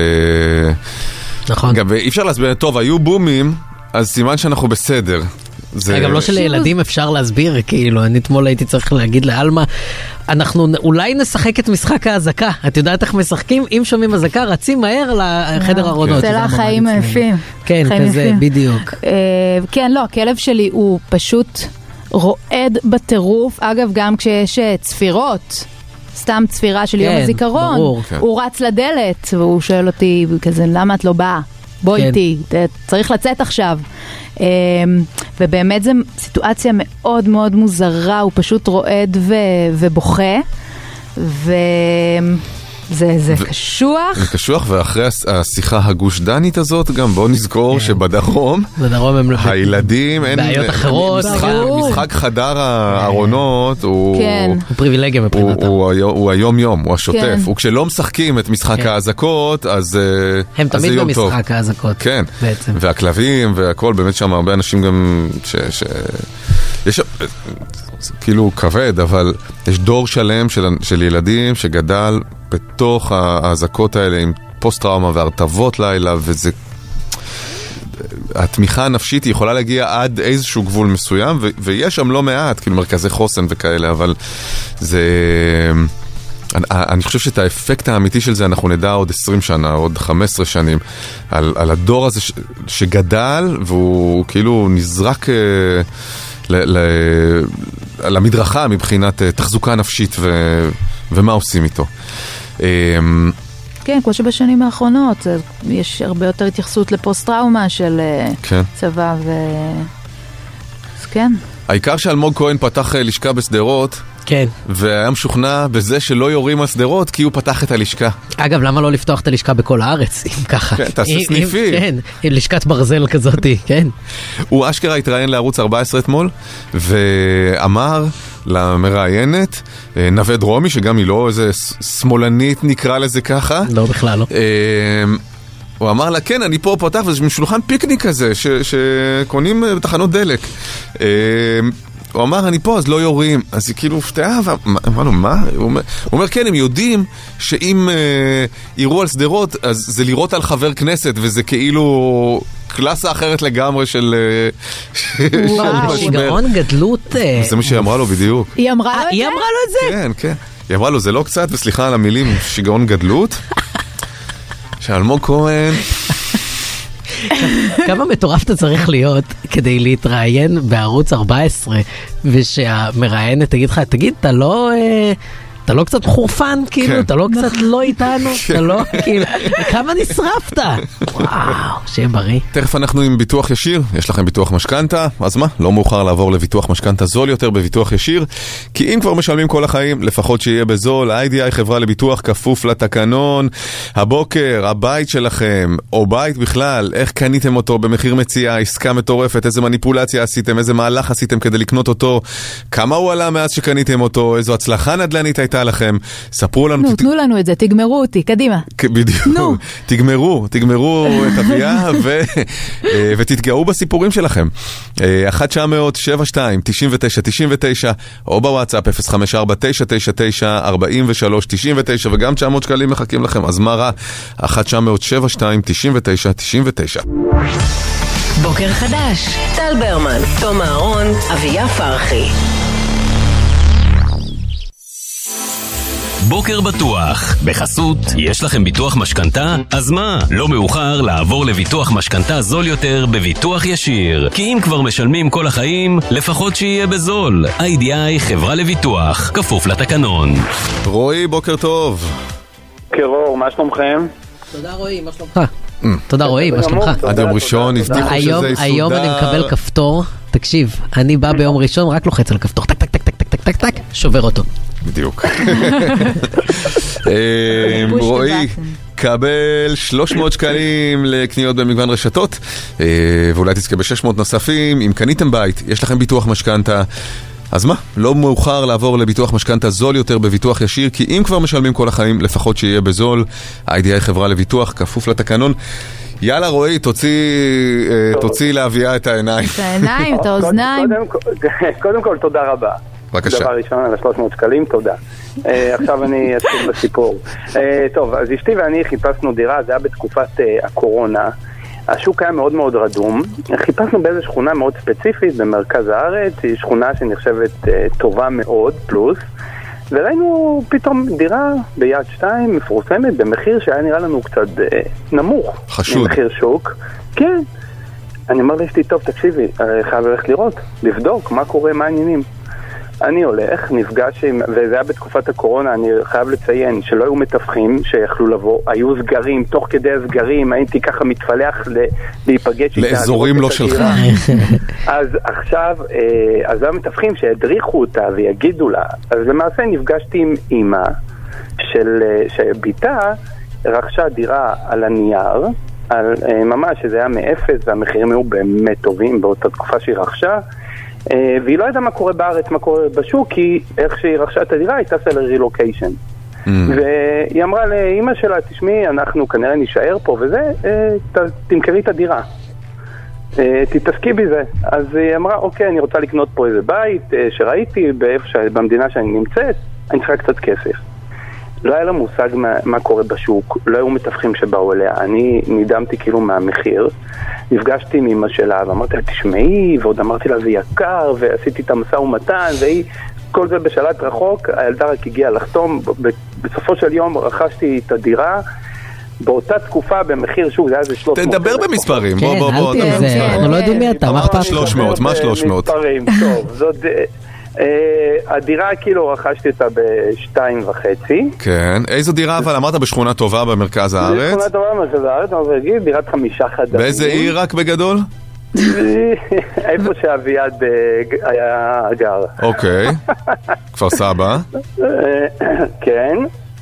S4: נכון.
S3: גם אה, אי אפשר להסביר, טוב, היו בומים, אז סימן שאנחנו בסדר. זה...
S4: גם לא שלילדים אפשר להסביר, כאילו, אני אתמול הייתי צריך להגיד לעלמה, אנחנו נ- אולי נשחק את משחק האזעקה. את יודעת איך משחקים? אם שומעים אזעקה, רצים מהר לחדר ארונות.
S5: אה, זה לא
S4: שזה
S5: לה
S4: הממ"ד
S5: אוקיי. חיים
S4: אצלנו.
S5: יפים.
S4: כן,
S5: חיים
S4: כזה,
S5: יפים.
S4: בדיוק.
S5: אה, כן, לא, הכלב שלי הוא פשוט רועד בטירוף. אגב, גם כשיש אה, צפירות, סתם צפירה של יום
S4: כן,
S5: הזיכרון,
S4: ברור.
S3: כן.
S5: הוא רץ לדלת והוא שואל אותי כזה, למה את לא באה? בואי
S4: כן.
S5: איתי, ת- צריך לצאת עכשיו. אה, ובאמת זו סיטואציה מאוד מאוד מוזרה, הוא פשוט רועד ו- ובוכה. וזה זה קשוח.
S3: זה קשוח, ואחרי הס- השיחה הגוש דנית הזאת, גם בואו נזכור שבדרום...
S4: כן. בדרום הם לא...
S3: הילדים, אין...
S4: בעיות אחרות. כן.
S3: משחק-
S5: ברור.
S3: משחק חדר הארונות הוא...
S5: כן.
S4: הוא פריבילגיה
S3: הוא-
S4: מבחינתם.
S3: הוא היו- הוא היום-יום, הוא השוטף.
S5: כן.
S3: הוא כשלא משחקים את משחק
S4: כן.
S3: האזעקות, אז אה,
S4: הם
S3: אז זה
S4: תמיד
S3: יום טוב.
S4: במשחק האזעקות.
S3: כן,
S4: בעצם.
S3: והכלבים והכל, באמת שם הרבה אנשים גם ש... ש... יש... זה כאילו כבד, אבל יש דור שלם של, של ילדים שגדל בתוך האזעקות האלה עם פוסט-טראומה והרטבות לילה, וזה... התמיכה הנפשית היא יכולה להגיע עד איזשהו גבול מסוים, ו- ויש שם לא מעט, כאילו מרכזי חוסן וכאלה, אבל זה... אני, אני חושב שאת האפקט האמיתי של זה אנחנו נדע עוד 20 שנה, עוד 15 שנים, על, על הדור הזה ש, שגדל והוא כאילו נזרק אה, ל, ל, למדרכה מבחינת אה, תחזוקה נפשית ו, ומה עושים איתו. אה,
S5: כן, כמו שבשנים האחרונות, אה, יש הרבה יותר התייחסות לפוסט-טראומה של אה,
S3: כן.
S5: צבא ו... אז כן.
S3: העיקר שאלמוג כהן פתח אה, לשכה בשדרות,
S4: כן.
S3: והיה משוכנע בזה שלא יורים על שדרות כי הוא פתח את הלשכה.
S4: אגב, למה לא לפתוח את הלשכה בכל הארץ, אם ככה?
S3: כן, תעשו
S4: אם- אם-
S3: סניפים.
S4: כן, עם לשכת ברזל כזאתי, כן.
S3: הוא אשכרה התראיין לערוץ 14 אתמול, ואמר למראיינת, אה, נווה דרומי, שגם היא לא איזה ס- שמאלנית נקרא לזה ככה,
S4: לא, בכלל לא.
S3: אה, הוא אמר לה, כן, אני פה פותח, וזה משולחן פיקניק כזה, ש- שקונים אה, בתחנות דלק. אה, הוא אמר, אני פה, אז לא יורים. אז היא כאילו הופתעה, ואמרנו, מה? הוא אומר, הוא אומר, כן, הם יודעים שאם אה, יירו על שדרות, אז זה לירות על חבר כנסת, וזה כאילו קלאסה אחרת לגמרי של... אה, של
S4: וואו,
S3: משבר.
S4: בשיגעון גדלות... אה,
S3: זה מה שהיא אמרה לו בדיוק.
S5: היא אמרה
S4: אה,
S5: לו את
S4: היא
S5: זה?
S4: אמרה לו את זה?
S3: כן, כן. היא אמרה לו, זה לא קצת, וסליחה על המילים, שיגעון גדלות. שאלמוג כהן, כן.
S4: כמה מטורף אתה צריך להיות כדי להתראיין בערוץ 14, ושהמראיינת תגיד לך, תגיד, אתה לא... אה, אתה לא קצת חורפן,
S3: כן.
S4: כאילו, אתה לא קצת לא איתנו, אתה לא, כאילו, כמה נשרפת? וואו, שיהיה בריא.
S3: תכף אנחנו עם ביטוח ישיר, יש לכם ביטוח משכנתה, אז מה, לא מאוחר לעבור לביטוח משכנתה זול יותר בביטוח ישיר, כי אם כבר משלמים כל החיים, לפחות שיהיה בזול, איי-די-איי חברה לביטוח כפוף לתקנון, הבוקר, הבית שלכם, או בית בכלל, איך קניתם אותו במחיר מציאה, עסקה מטורפת, איזה מניפולציה עשיתם, איזה מהלך עשיתם כדי לקנות אותו, כמה הוא עלה מאז שקניתם אותו, איזו הצלחה נדל"נית הייתה לכם, ספרו לנו,
S5: נו,
S3: תת-
S5: תנו לנו את זה, תגמרו אותי, קדימה.
S3: כן, בדיוק.
S5: נו.
S3: תגמרו, תגמרו את אביה ו- אה, ותתגאו בסיפורים שלכם. אה, 1 900 72 99 99 או בוואטסאפ 054 999 43 99 וגם 900 שקלים מחכים לכם, אז מה רע? 1 900 72 99 99
S2: בוקר חדש, טל ברמן, תום אהרון, אביה פרחי.
S7: בוקר בטוח, בחסות, יש לכם ביטוח משכנתה? אז מה, לא מאוחר לעבור לביטוח משכנתה זול יותר בביטוח ישיר. כי אם כבר משלמים כל החיים, לפחות שיהיה בזול. איי-די-איי חברה לביטוח, כפוף לתקנון.
S3: רועי, בוקר טוב.
S12: קרור, מה שלומכם?
S4: תודה רועי, מה שלומך? אה, תודה רועי, מה שלומך?
S3: אה, עד יום ראשון, הבטיחו שזה
S4: היום,
S3: יסודר.
S4: היום אני מקבל כפתור, תקשיב, אני בא ביום ראשון, רק לוחץ על כפתור, טק טק טק טק טק טק טק, שובר אותו.
S3: כן, בדיוק. אה,
S5: בוש
S3: רועי,
S5: ובאסם.
S3: קבל 300 שקלים לקניות במגוון רשתות, אה, ואולי תזכה ב-600 נוספים. אם קניתם בית, יש לכם ביטוח משכנתה. אז מה, לא מאוחר לעבור לביטוח משכנתה זול יותר בביטוח ישיר, כי אם כבר משלמים כל החיים, לפחות שיהיה בזול. איי-די-איי חברה לביטוח, כפוף לתקנון. יאללה רועי, תוציא, אה, תוציא לאביה את העיניים.
S5: את העיניים, את האוזניים.
S12: קודם כל- קודם כל, תודה רבה.
S3: בבקשה.
S12: דבר ראשון על ה-300 שקלים, תודה. אה, עכשיו אני אתחיל בסיפור. אה, טוב, אז אשתי ואני חיפשנו דירה, זה היה בתקופת אה, הקורונה. השוק היה מאוד מאוד רדום. חיפשנו באיזו שכונה מאוד ספציפית במרכז הארץ, היא שכונה שנחשבת אה, טובה מאוד, פלוס. וראינו פתאום דירה ביד שתיים מפורסמת במחיר שהיה נראה לנו קצת אה, נמוך.
S3: חשוד.
S12: ממחיר שוק. כן. אני אומר לאשתי, טוב, תקשיבי, אני חייב ללכת לראות, לבדוק מה קורה, מה העניינים. אני הולך, נפגש עם, וזה היה בתקופת הקורונה, אני חייב לציין שלא היו מתווכים שיכלו לבוא, היו סגרים, תוך כדי הסגרים הייתי ככה מתפלח ל, להיפגש איתה.
S3: לאזורים
S12: לראות את
S3: לא שלך.
S12: הדירה. אז עכשיו, אה, אז זה המתווכים שידריכו אותה ויגידו לה, אז למעשה נפגשתי עם אימא של, אה, שבתה רכשה דירה על הנייר, על, אה, ממש שזה היה מאפס והמחירים היו באמת טובים באותה תקופה שהיא רכשה אה, והיא לא ידעה מה קורה בארץ, מה קורה בשוק, כי איך שהיא רכשה את הדירה היא טסה לרילוקיישן.
S6: Mm.
S12: והיא אמרה לאימא שלה, תשמעי, אנחנו כנראה נישאר פה וזה, אה, ת- תמכרי את הדירה. אה, תתעסקי בזה. אז היא אמרה, אוקיי, אני רוצה לקנות פה איזה בית אה, שראיתי באיפה ש... במדינה שאני נמצאת, אני צריכה קצת כסף. לא היה לה מושג מה, מה קורה בשוק, לא היו מתווכים שבאו אליה, אני נדהמתי כאילו מהמחיר. נפגשתי עם אמא שלה ואמרתי לה, תשמעי, ועוד אמרתי לה, זה יקר, ועשיתי את המשא ומתן, והיא, כל זה בשלט רחוק, הילדה רק הגיעה לחתום, ב- בסופו של יום רכשתי את הדירה. באותה תקופה במחיר, שוב, זה היה איזה 300
S3: תדבר
S12: אלף.
S3: במספרים,
S4: כן,
S3: בוא בוא בוא.
S4: אל
S3: תדבר
S4: תזה,
S3: במספרים.
S4: אנחנו לא יודעים מי אתה, מה אכפת לך?
S3: 300, מה 300?
S12: אה, מספרים, טוב, זאת... אה, אה, הדירה כאילו רכשתי אותה בשתיים וחצי.
S3: כן, איזו דירה אבל אמרת בשכונה טובה במרכז
S12: זה
S3: הארץ?
S12: שכונה טובה במרכז הארץ, אני רוצה להגיד, דירת חמישה חדרים.
S3: באיזה עיר רק בגדול?
S12: איפה שאביעד אה, ג- היה גר.
S3: אוקיי. כפר סבא,
S12: אה, כן,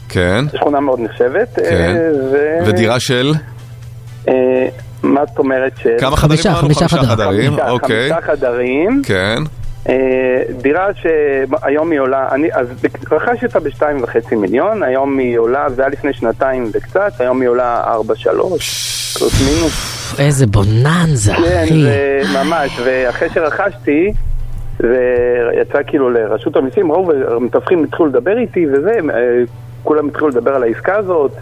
S3: כן.
S12: שכונה מאוד נחשבת. אה,
S3: כן.
S12: ו-
S3: ודירה של?
S12: אה, מה זאת אומרת ש...
S3: כמה חדרים?
S4: חמישה,
S3: אמרנו?
S4: חמישה חדר.
S3: חדרים,
S12: חמישה-
S3: אוקיי.
S12: חמישה חדרים.
S3: כן,
S12: אה, דירה שהיום היא עולה, אני, אז רכשתי אותה בשתיים וחצי מיליון, היום היא עולה, זה היה לפני שנתיים וקצת, היום היא עולה ארבע שלוש, פלוס מינוס.
S4: פוף, איזה בוננזה,
S12: כן,
S4: אחי.
S12: זה ממש, ואחרי שרכשתי, ויצא כאילו לרשות המיסים, רוב המתווכים התחילו לדבר איתי וזה, אה, כולם התחילו לדבר על העסקה הזאת,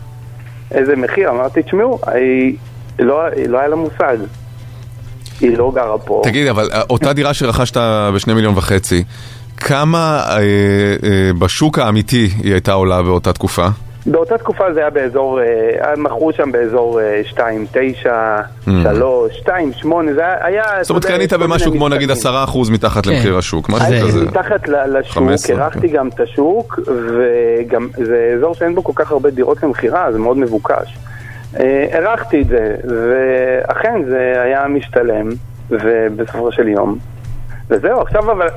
S12: איזה מחיר, אמרתי, תשמעו, היא לא, היא לא היה לה מושג. היא לא גרה פה.
S3: תגיד, אבל אה, אותה דירה שרכשת בשני מיליון וחצי, כמה אה, אה, בשוק האמיתי היא הייתה עולה באותה תקופה?
S12: באותה תקופה זה היה באזור, אה, מכרו שם באזור אה, 2.9, 3, 2.8, זה היה- היה...
S3: Mm-hmm. זאת אומרת, קנית במשהו כמו נגיד 10% מתחת
S4: כן.
S3: למחיר השוק, משהו
S4: זה-
S12: הייתי
S3: כזה.
S12: מתחת ל- לשוק,
S3: 15,
S12: הרחתי
S3: כן.
S12: גם את השוק, וגם זה אזור שאין בו כל כך הרבה דירות למכירה, זה מאוד מבוקש. אה, הרחתי את זה, ואכן זה היה משתלם, ובסופו של יום. וזהו, עכשיו אבל...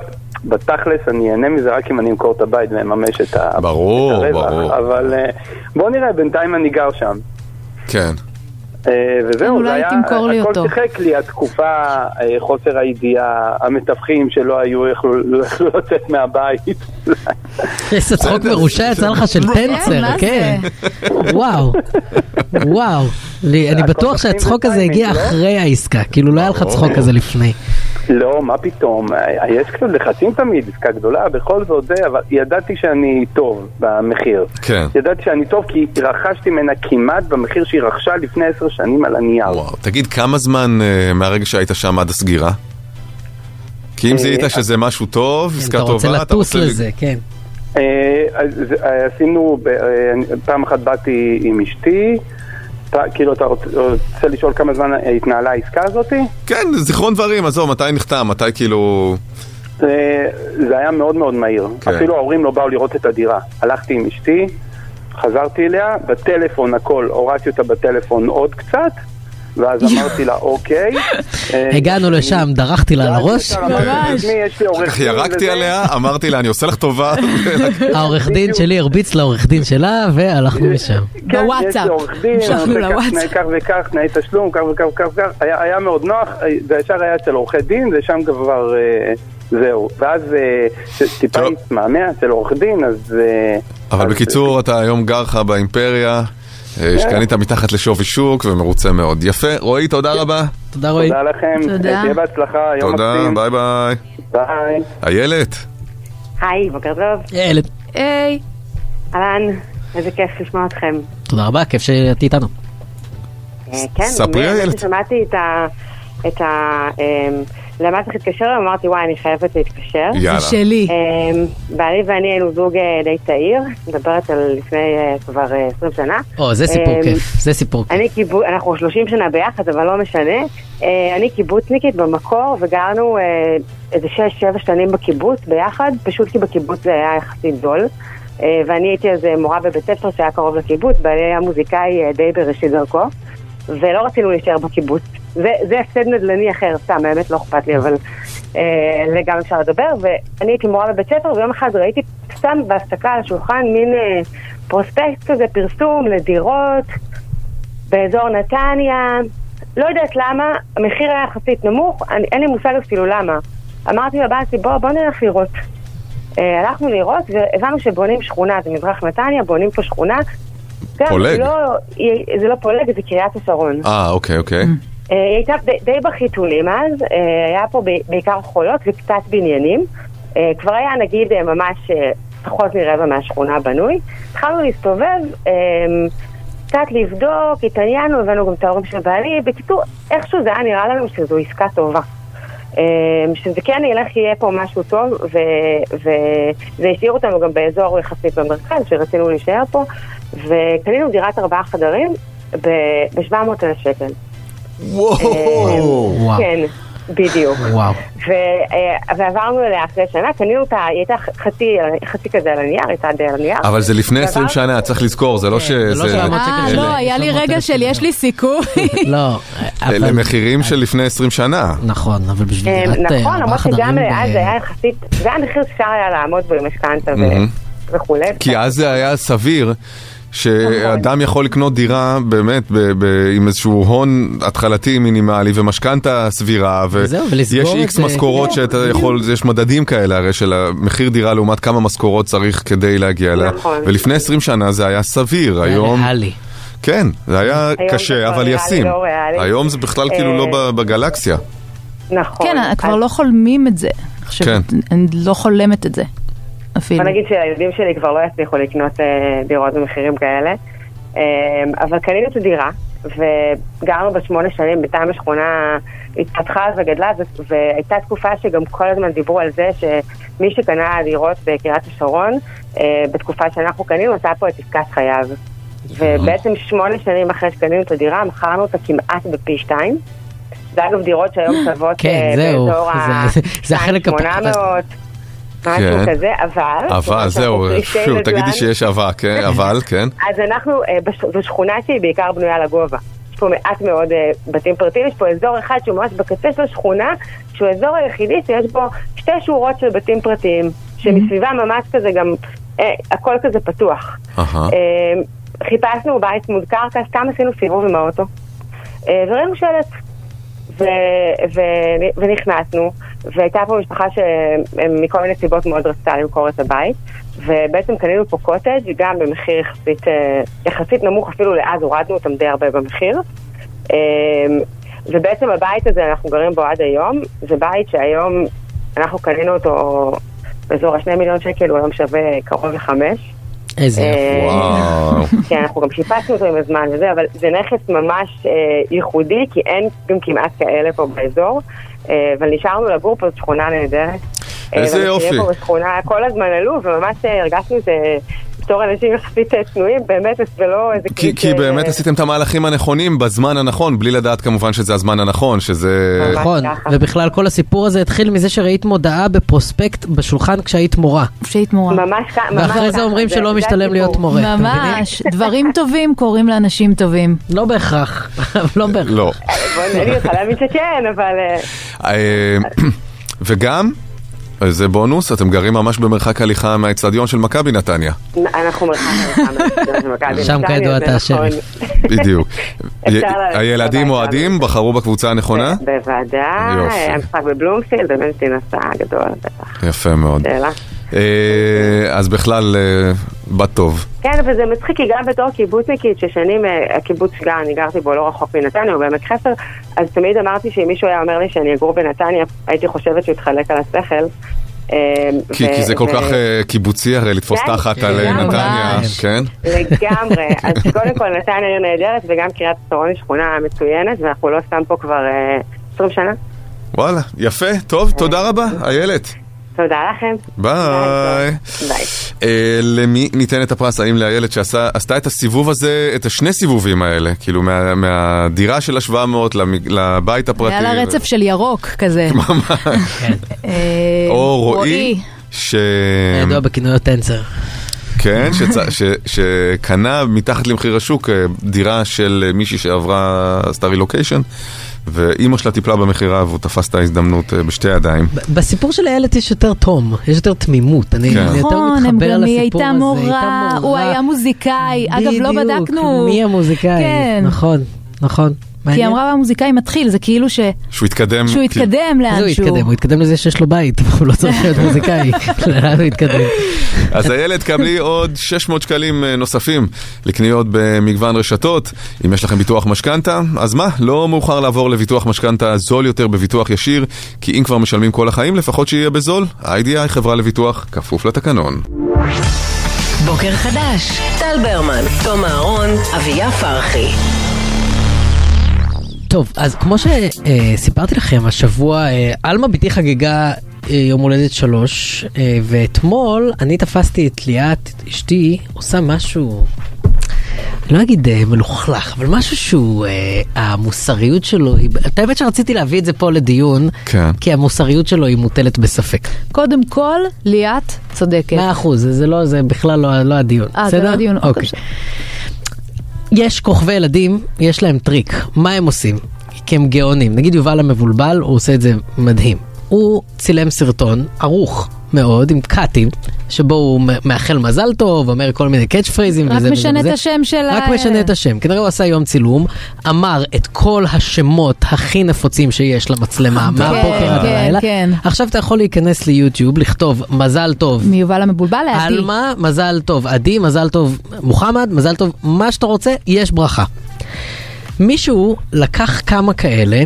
S12: בתכלס אני אהנה מזה רק אם אני אמכור את הבית ואממש את ה-
S3: ברור,
S12: את הרווח,
S3: ברור.
S12: אבל אה, בוא נראה, בינתיים אני גר שם.
S3: כן.
S12: אה, וזהו,
S5: אולי
S12: זה היה,
S5: תמכור לי אותו.
S12: הכל שיחק לי, התקופה, אה, חוסר הידיעה, המתווכים שלא היו, יכלו לא יכלו לצאת מהבית.
S4: איזה צחוק
S3: בסדר.
S4: מרושע יצא לך של
S5: כן,
S4: פנצר,
S5: מה
S4: כן.
S5: זה?
S4: וואו, וואו. לי- אני בטוח שהצחוק הזה הגיע
S12: לא?
S4: אחרי העסקה, כאילו לא היה לך צחוק כזה לפני.
S12: לא, מה פתאום, אה, יש קצת לחצים תמיד, עסקה גדולה, בכל זאת זה, אבל ידעתי שאני טוב במחיר.
S3: כן.
S12: ידעתי שאני טוב כי רכשתי ממנה כמעט במחיר שהיא רכשה לפני עשר שנים על הנייר.
S3: וואו, תגיד, כמה זמן אה, מהרגע שהיית שם עד הסגירה?
S12: אה,
S3: כי אם זיהית שזה משהו טוב,
S4: כן,
S3: עסקה
S4: אתה
S3: טובה,
S4: רוצה לטוס
S3: לג-
S4: לזה, כן.
S12: אה, אז, אה, עשינו, ב- אה, אני- פעם אחת באתי עם אשתי, אתה- כאילו אתה רוצ- רוצה לשאול כמה זמן התנהלה העסקה הזאתי?
S3: כן, זיכרון דברים, עזוב, מתי נחתם, מתי כאילו...
S12: אה, זה היה מאוד מאוד מהיר.
S3: כן.
S12: אפילו ההורים לא באו לראות את הדירה. הלכתי עם אשתי, חזרתי אליה, בטלפון הכל, הורדתי אותה בטלפון עוד קצת, ואז אמרתי לה, אוקיי. אה,
S4: הגענו לשם, דרכתי לה על הראש,
S12: אתה אמרת, "תשמעי, יש לי עורך
S3: כך
S12: דין
S3: ירקתי
S12: וזה."
S3: עליה, אמרתי לה, אני עושה לך טובה.
S4: העורך דין שלי הרביץ לעורך דין שלה, והלכנו משם.
S12: כן, יש
S5: בוואטסאפ.
S12: לי עורך דין, אני
S5: שלחנו
S12: רוצה כך
S5: לוואטסאפ.
S12: תנאי כך וכך, תנאי תשלום, כך וכך וכך וכך, היה היה מאוד נוח, אה, זה ישר היה אצל עורכי דין, ושם כבר אה, זהו. ואז אה, ש- טיפה
S3: טוב.
S12: התמהמה אצל עורך דין, אז... אה,
S3: אבל
S12: אז-
S3: בקיצור, אתה היום גר לך באימפריה,
S12: כן.
S3: אה, שקנית מתחת לשווי שוק ומרוצה מאוד. יפה, רועי, תודה
S12: כן.
S3: רבה.
S4: תודה רועי.
S12: תודה לכם,
S5: תודה.
S12: תהיה בהצלחה, יום
S3: תודה,
S12: מקסים.
S3: ביי ביי.
S12: ביי.
S3: איילת,
S13: היי, בוקר טוב.
S4: אלה,
S5: היי.
S13: אהלן, איזה כיף לשמוע אתכם.
S4: תודה רבה, כיף שאת איתנו.
S13: אה, כן,
S3: ספרי,
S13: באמת
S3: איילת.
S13: ששמעתי את ה... את ה... אמ, למה צריך להתקשר? אמרתי, וואי, אני חייבת להתקשר.
S5: זה
S3: יאללה.
S5: שלי.
S13: אמ, בעלי ואני היינו זוג אה, די צעיר, מדברת על לפני אה, כבר אה, 20 שנה.
S4: או, זה סיפור
S13: אמ,
S4: כיף, זה סיפור כיף.
S13: אני קיבוץ, אנחנו 30 שנה ביחד, אבל לא משנה. אה, אני קיבוצניקית במקור, וגרנו אה, איזה 6-7 שנים בקיבוץ ביחד, פשוט כי בקיבוץ זה היה יחסית זול. אה, ואני הייתי אז אה, מורה בבית ספר שהיה קרוב לקיבוץ, בעלי היה מוזיקאי אה, די בראשית דרכו, ולא רצינו להישאר בקיבוץ. זה, זה הפסד נדל"ני אחר, סתם, האמת לא אכפת לי, אבל אה, זה גם אפשר לדבר. ואני הייתי מורה בבית ספר, ויום אחד ראיתי סתם בהפסקה על השולחן מין אה, פרוספקט כזה, פרסום לדירות, באזור נתניה, לא יודעת למה, המחיר היה יחסית נמוך, אני, אין לי מושג אפילו למה. אמרתי לבת שלי, בוא, בוא נלך לראות. אה, הלכנו לראות והבנו שבונים שכונה, זה מזרח נתניה, בונים פה שכונה. גם
S3: פולג.
S13: לא, זה לא פולג, זה קריית השרון.
S3: אה, אוקיי, אוקיי.
S4: Mm.
S13: אה, היא הייתה די, די בחיתולים אז, אה, היה פה ב- בעיקר חולות וקצת בניינים. אה, כבר היה נגיד אה, ממש אה, פחות מרבע מהשכונה בנוי. התחלנו להסתובב, אה, קצת לבדוק, התעניינו, הבאנו גם את ההורים של בעלי. בקיצור, איכשהו זה היה נראה לנו שזו עסקה טובה. אה, שזה כן ילך, יהיה פה משהו טוב, ו- וזה השאיר אותנו גם באזור יחסית במרכז, שרצינו להישאר פה, וקנינו דירת ארבעה חדרים ב-700,000 שקל.
S3: וואו.
S4: וואו,
S13: כן, בדיוק.
S4: וואו.
S13: ו- אה, ועברנו אליה אחרי שנה, קנינו אותה, היא הייתה חצי, חצי כזה על הנייר, הייתה די על הנייר.
S3: אבל זה לפני 20 שנה, צריך לזכור, זה לא ש...
S4: זה לא
S3: זה-
S4: שבע מאות
S5: אה,
S4: שקל.
S5: לא,
S4: אלה.
S5: היה לי
S4: שלוש מאות
S5: רגע
S4: אלף
S5: של
S4: שקל.
S5: יש לי סיכוי.
S4: לא,
S3: אלה
S4: אבל-
S3: מחירים של לפני 20 שנה.
S4: נכון, אבל בשביל
S13: אה,
S4: דירת אה,
S13: נכון,
S4: ארבעה
S13: למרות שגם
S4: חדרים...
S13: אה, אז
S4: ב-
S13: זה היה יחסית, זה היה מחיר שאפשר היה לעמוד בו עם משכנתה ו-
S3: מהמם.
S13: וכולי.
S3: כי אז זה היה סביר. שאדם יכול לקנות דירה באמת ב- ב- עם איזשהו הון התחלתי מינימלי ומשכנתה סבירה
S4: וזהו, ולסגור
S3: ויש
S4: את
S3: איקס
S4: זה.
S3: משכורות שאתה יכול, יש מדדים כאלה הרי של המחיר דירה לעומת כמה משכורות צריך כדי להגיע אליה
S13: נכון.
S3: ולפני 20 שנה זה היה סביר,
S4: זה היה
S3: היום,
S4: ריאלי.
S3: כן, זה היה
S13: היום זה
S3: קשה
S13: כבר
S3: אבל
S13: נראה לי
S3: ישים,
S13: לא ריאלי.
S3: היום זה בכלל כאילו
S13: אה,
S3: לא ב- בגלקסיה,
S13: נכון.
S5: כן, כבר
S13: אז
S5: לא חולמים את זה. אני חושבת,
S3: כן.
S5: אני לא חולמת את זה. אפילו.
S13: בוא נגיד שהילדים שלי כבר לא יצליחו לקנות אה, דירות במחירים כאלה. אה, אבל קנינו את הדירה, וגרנו בה שמונה שנים, בינתיים השכונה התפתחה וגדלה, ו- והייתה תקופה שגם כל הזמן דיברו על זה שמי שקנה דירות בקריית השרון, אה, בתקופה שאנחנו קנינו, עשה פה את עסקת חייו. ובעצם שמונה שנים אחרי שקנינו את הדירה, מכרנו אותה כמעט בפי שתיים. זה אגב דירות שהיום שוות
S4: כן,
S13: אה,
S4: זהו,
S13: באזור
S4: זה-
S13: ה...
S4: זה- זה החלק הפחות-
S13: 800, משהו
S3: כן.
S13: כזה, אבל...
S3: אבל
S13: כיוון
S3: זהו, אה,
S13: שאנחנו פרישי
S3: שוב,
S13: נדל"ן,
S3: תגידי שיש אבל, כן, אבל, כן,
S13: אז אנחנו, אה, בש- זו שכונה שהיא בעיקר בנויה לגובה. יש פה מעט מאוד אה, בתים פרטיים, יש פה אזור אחד שהוא ממש בקצה של השכונה, שהוא האזור היחידי שיש בו שתי שורות של בתים פרטיים,
S3: Mhm.
S13: שמסביבם ממש כזה גם, אה, הכל כזה פתוח.
S3: אהה.
S13: אה, חיפשנו בית צמוד קרקע, סתם עשינו סיבוב עם האוטו. אה, וראינו שלט. ו- ו- ונכנסנו, והייתה פה משפחה שמכל מיני סיבות מאוד רצתה למכור את הבית, ובעצם קנינו פה קוטג' גם במחיר יחסית, אה, יחסית נמוך, אפילו לאז הורדנו אותם די הרבה במחיר. אה, ובעצם הבית הזה, אנחנו גרים בו עד היום, זה בית שהיום אנחנו קנינו אותו באזור השני מיליון שקל, הוא היום שווה קרוב לחמש.
S4: איזה יופי.
S13: אה,
S3: וואו,
S13: כן, אנחנו גם שיפצנו אותו עם הזמן וזה, אבל זה נכס ממש אה, ייחודי, כי אין גם כמעט כאלה פה באזור, אה, אבל נשארנו לגור פה, זו שכונה נהדרת. אה,
S3: איזה
S13: והמחירים
S3: יופי.
S13: פה בשכונה כל הזמן עלו, וממש אה, הרגשנו את זה בתור אנשים יחסית אה, צנועים, באמת, ולא איזה
S3: כי,
S13: כביש,
S3: כי
S13: אה,
S3: באמת עשיתם את המהלכים הנכונים בזמן הנכון, בלי לדעת כמובן שזה הזמן הנכון, שזה...
S4: נכון,
S13: אה, ככה.
S4: ובכלל כל הסיפור הזה התחיל מזה שראית מודעה בפרוספקט בשולחן כשהיית מורה.
S5: שהיית מורה.
S13: ממש כ- ממש
S4: ואחרי זה
S13: ככה,
S4: אומרים שלא
S13: זה
S4: משתלם
S13: הסיפור. אמ.
S4: להיות מורה. אתם מבינים?
S5: ממש, דברים טובים קורים לאנשים טובים.
S4: לא בהכרח, לא בהכרח.
S3: לא.
S13: בוא, אני רוצה להאמין שכן, אבל... אה,
S3: אה, וגם, אה, זה בונוס, אתם גרים ממש במרחק הליכה מהאצטדיון של מכבי נתניה.
S13: אנחנו מרחק מלחמה, זה מכבי
S4: שם
S13: נתניה,
S4: כידוע
S13: זה
S4: אתה
S13: נכון.
S3: בדיוק.
S13: אפשר
S3: י-
S13: ללכת
S3: הילדים
S13: הביתה.
S3: אוהדים, בחרו בקבוצה הנכונה?
S13: בוודאי,
S3: יופי.
S13: היה משחק בבלומפילד, באמת זה נסע גדול, בטח,
S3: יפה מאוד.
S13: שאלה.
S3: אה, אז בכלל, אה, בת טוב.
S13: כן, וזה מצחיק, כי גם בתור קיבוצניקית, ששנים אה, הקיבוץ שגם אני גרתי בו לא רחוק מנתניה, הוא בעמק חפר, אז תמיד אמרתי שאם מישהו היה אומר לי שאני אגור בנתניה, הייתי חושבת שהוא התחלק על השכל. אה,
S3: כי
S13: ו-
S3: כי זה כל
S13: ו-
S3: כך אה, קיבוצי הרי לתפוס
S13: כן,
S3: תחת על אה,
S13: לגמרי.
S3: נתניה, כן?
S13: לגמרי. אז קודם כל נתניה עיר נהדרת, וגם קריית צורון היא שכונה מצוינת, ואנחנו לא סתם פה כבר אה, 20 שנה.
S3: וואלה, יפה, טוב, תודה רבה, איילת.
S13: תודה לכם.
S3: ביי.
S13: ביי.
S3: אה, למי ניתן את הפרס? האם לאיילת שעשתה את הסיבוב הזה, את השני סיבובים האלה? כאילו מה- מהדירה של ה-700 לבית הפרטי.
S5: היה לה רצף של ירוק כזה. אה,
S3: או רועי. ש...
S4: ידוע בכינויו טנסר.
S3: כן, שצ... ש... שקנה מתחת למחיר השוק אה, דירה של אה, מישהי שעברה, עשתה רילוקיישן, ואימא שלה טיפלה במכירה והוא תפס את ההזדמנות אה, בשתי ידיים.
S4: ב- בסיפור של איילת יש יותר תום, יש יותר תמימות, אני
S3: כן.
S4: אני יותר
S5: נכון, הם
S4: מתחבר
S5: גם היא
S4: לסיפור
S5: הייתה
S4: הזה,
S5: מורה, הוא היה מוזיקאי, אגב לא
S4: בדיוק,
S5: בדקנו,
S4: מי המוזיקאי,
S5: כן.
S4: נכון, נכון.
S5: כי
S4: מעניין.
S5: היא אמרה המוזיקאי מתחיל, זה כאילו ש-
S3: שהוא התקדם.
S5: שהוא
S3: כאילו-
S5: התקדם
S4: אז הוא
S5: לאנשהו.
S4: התקדם, הוא התקדם לזה שיש לו בית, הוא לא צריך להיות מוזיקאי, לאן הוא התקדם.
S3: אז איילת, קבלי עוד 600 שקלים אה, נוספים לקניות במגוון רשתות. אם יש לכם ביטוח משכנתה, אז מה, לא מאוחר לעבור לביטוח משכנתה זול יותר בביטוח ישיר, כי אם כבר משלמים כל החיים, לפחות שיהיה בזול. ה-IDI חברה לביטוח, כפוף לתקנון.
S2: בוקר חדש, טל ברמן, תום אהרון, אביה פרחי.
S4: טוב, אז כמו שסיפרתי לכם, השבוע אה, עלמה בתי חגגה אה, יום הולדת שלוש, אה, ואתמול אני תפסתי את ליאת, אשתי, עושה משהו, אני לא אגיד אה, מלוכלך, אבל משהו שהוא, אה, המוסריות שלו, היא- את האמת שרציתי להביא את זה פה לדיון,
S3: כן.
S4: כי המוסריות שלו היא מוטלת בספק.
S5: קודם כל, ליאת צודקת.
S4: מאה אחוז, זה- זה לא, זה בכלל לא, לא הדיון,
S5: אה, זה
S4: בסדר?
S5: לא הדיון, אוקיי.
S4: אוקיי. יש כוכבי ילדים, יש להם טריק, מה הם עושים? כי הם גאונים. נגיד יובל המבולבל, הוא עושה את זה מדהים. הוא צילם סרטון ערוך מאוד, עם קאטים, שבו הוא מ- מאחל מזל טוב, אומר כל מיני קאץ' פרייזים
S5: רק
S4: וזה וזה
S5: משנה את
S4: וזה.
S5: השם של ה...
S4: רק משנה את השם. כנראה הוא עשה יום צילום, אמר את כל השמות הכי נפוצים שיש למצלמה, מהבוקר עד
S5: כן,
S4: הלילה.
S5: כן.
S4: עכשיו אתה יכול להיכנס ליוטיוב, לכתוב מזל טוב,
S5: מיובל המבולבל לעדי.
S4: עלמה, מזל טוב. עדי, מזל טוב. מוחמד, מזל טוב. מה שאתה רוצה, יש ברכה. מישהו לקח כמה כאלה,